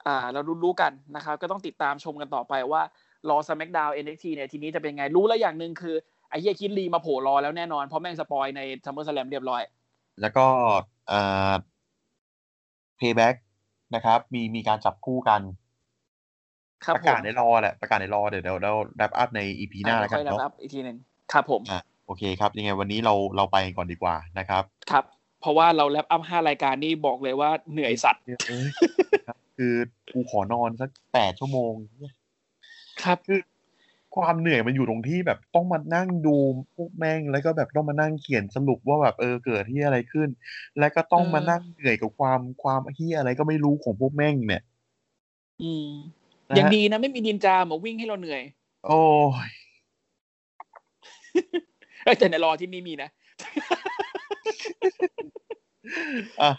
Speaker 3: อ่าเรารู้รู้กันนะครับ ก็ต้องติดตามชมกันต่อไปว่ารอ SmackDown NXT เนี่ยทีนี้จะเป็นไงรู้แล้วอย่างหนึ่งคือ ไอ้เหี้ยคิดลีมาโผล่รอแล้วแน่นอน เพราะแม่งสปอยใน SummerSlam เรียบร้อย
Speaker 2: แล้วก็อ่าเพย์แบ็กนะครับ มีมีการจับคู่กัน
Speaker 3: ครับ
Speaker 2: ประ
Speaker 3: ผ
Speaker 2: กาม ศในรอแหละ ประกาศในรอเดี๋ยวเดี๋ยวเราแรปอัพใน EP หน้าแล้วกัน
Speaker 3: อ่ะเดี๋ยค่อย
Speaker 2: เนาะ
Speaker 3: รับอีกทีหนึ่งครับผม
Speaker 2: อ่ะโอเคครับ ยังไงวันนี้เราเราไปก่อนดีกว่านะครับ
Speaker 3: ครับ เพราะว่าเราแลปอัพห้ารายการนี่บอกเลยว่าเหนื่อยสัตว์
Speaker 2: เดี๋ยวเอ้ย *laughs* คือกูขอนอนสักแปดชั่วโมงเนี่ย
Speaker 3: ครับ
Speaker 2: ความเหนื่อยมันอยู่ตรงที่แบบต้องมานั่งดูพวกแม่งแล้วก็แบบต้องมานั่งเขียนสรุปว่าแบบเออเกิดที่อะไรขึ้น แล้วก็ต้องมา
Speaker 3: เออ
Speaker 2: นั่งเหนื่อยกับความความที่อะไรก็ไม่รู้ของพวกแม่งเนี่ย
Speaker 3: อืม
Speaker 2: นะ
Speaker 3: ยัง
Speaker 2: ฮะ
Speaker 3: ดีนะไม่มีดินจามาวิ่งให้เราเหนื่อย
Speaker 2: โอ้ย
Speaker 3: เอ้ยแต่ในรอที่นี่มีนะ
Speaker 2: อ่ะ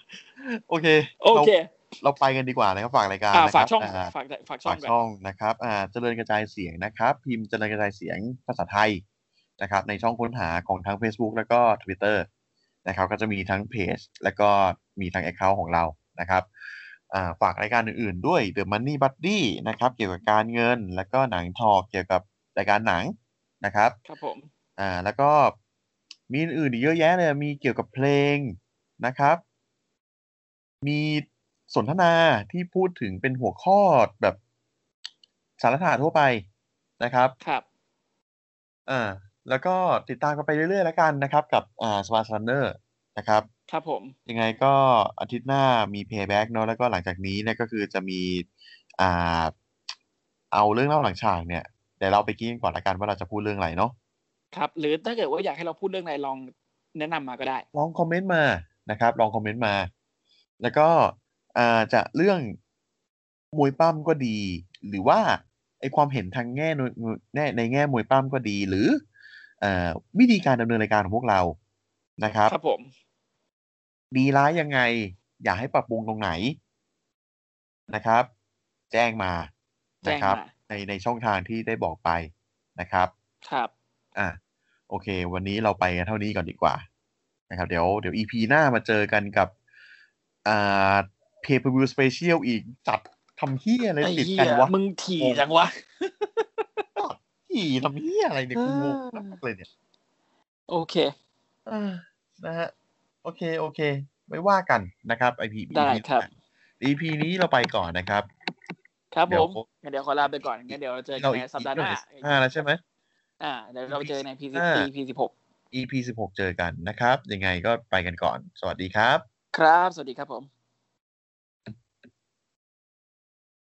Speaker 2: โอเค
Speaker 3: โอเค
Speaker 2: เราเราไปกันดีกว่านะครับฝากรายการ
Speaker 3: อ่า
Speaker 2: นะค
Speaker 3: ฝา
Speaker 2: รั
Speaker 3: กช่อง
Speaker 2: อ่า
Speaker 3: ฝากฝากช่อ
Speaker 2: ฝาง ก
Speaker 3: กัน
Speaker 2: ช่องนะครับ อ่าเจริญกระจายเสียงนะครับ พิมพ์เจริญกระจายเสียงภาษาไทยนะครับ ในช่องค้นหาของทั้ง Facebook แล้วก็ Twitter นะครับก็จะมีทั้งเพจแล้วก็มีทั้ง Account ของเรานะครับอ่าฝากรายการอื่นๆด้วย The Money Buddy นะครับเกี่ยวกับการเงิน แล้วก็หนังทอกเกี่ยวกับรายการหนังนะครับ
Speaker 3: ครับผม
Speaker 2: อ่าแล้วก็มีอื่นๆอีกเยอะแยะเลย มีเกี่ยวกับเพลงนะครับ มีสนทนาที่พูดถึงเป็นหัวข้อแบบสารถาทั่วไปนะครับ
Speaker 3: ครับ
Speaker 2: อ่าแล้วก็ติดตามกันไปเรื่อยๆแล้วกันนะครับ กับอ่าสปาร์ซันเนอร์นะครับ
Speaker 3: ครับผม
Speaker 2: ยังไงก็อาทิตย์หน้ามีเพย์แบ็กเนาะแล้วก็หลังจากนี้เนี่ยก็คือจะมีอ่าเอาเรื่องเล่าหลังฉากเนี่ยเดี๋ยวเราไปกินกันก่อนละกันว่าเราจะพูดเรื่องอะไรเนาะ
Speaker 3: ครับ หรือถ้าเกิดว่าอยากให้เราพูดเรื่องอะไรลองแนะนำมาก็ได้
Speaker 2: ลองคอมเมนต์มานะครับ ลองคอมเมนต์มา แล้วก็อ่าจะเรื่องมวยปั้มก็ดี หรือว่าไอความเห็นทางแง่ในในแง่มวยปั้มก็ดี หรืออ่าวิธีการดำเนินรายการของพวกเรานะครับ
Speaker 3: ครับผม
Speaker 2: ดีร้ายยังไง อยากให้ปรับปรุงตรงไหนนะครับ แจ้งมา
Speaker 3: แจ้
Speaker 2: นะ
Speaker 3: ง
Speaker 2: ครั
Speaker 3: มา
Speaker 2: บ ในในช่องทางที่ได้บอกไปนะครับ
Speaker 3: ครับ
Speaker 2: อ่ะโอเค วันนี้เราไปกันเท่านี้ก่อนดีกว่า นะครับ เดี๋ยวเดี๋ยว EP หน้ามาเจอกันกับอ่า Pay Per View Special อีกจัดทำเฮียอะไร
Speaker 3: ไอ้
Speaker 2: ติด
Speaker 3: เหี้
Speaker 2: กั
Speaker 3: ยว
Speaker 2: นะ
Speaker 3: มึงถี่จังวะ
Speaker 2: ที่ทำเฮียอะไรเนี่ยคุณงงมากเลยเนี่ย
Speaker 3: โอเค
Speaker 2: อ่านะฮะโอเค โอเค ไว้ว่ากันนะครับไอพี
Speaker 3: ได้ครับ
Speaker 2: อีพีนี้เราไปก่อนนะครับ
Speaker 3: ครับ
Speaker 2: เดี๋
Speaker 3: ผ
Speaker 2: ยว
Speaker 3: มงั้นเดี๋ยวขอลาไปก่อนงั้นเดี๋ยวเราเจอกัน
Speaker 2: เรา
Speaker 3: ใน
Speaker 2: อีก
Speaker 3: สัปดาห์หน้า
Speaker 2: ห้าแล้วใช่ไหม
Speaker 3: อ่าเดี๋ยวเราเจอใน p ี
Speaker 2: อ่า
Speaker 3: สิบหก
Speaker 2: EP สิบหกเจอกันนะครับ ยังไงก็ไปกันก่อน สวัสดีครับ
Speaker 3: ครับ สวัสดีครับผม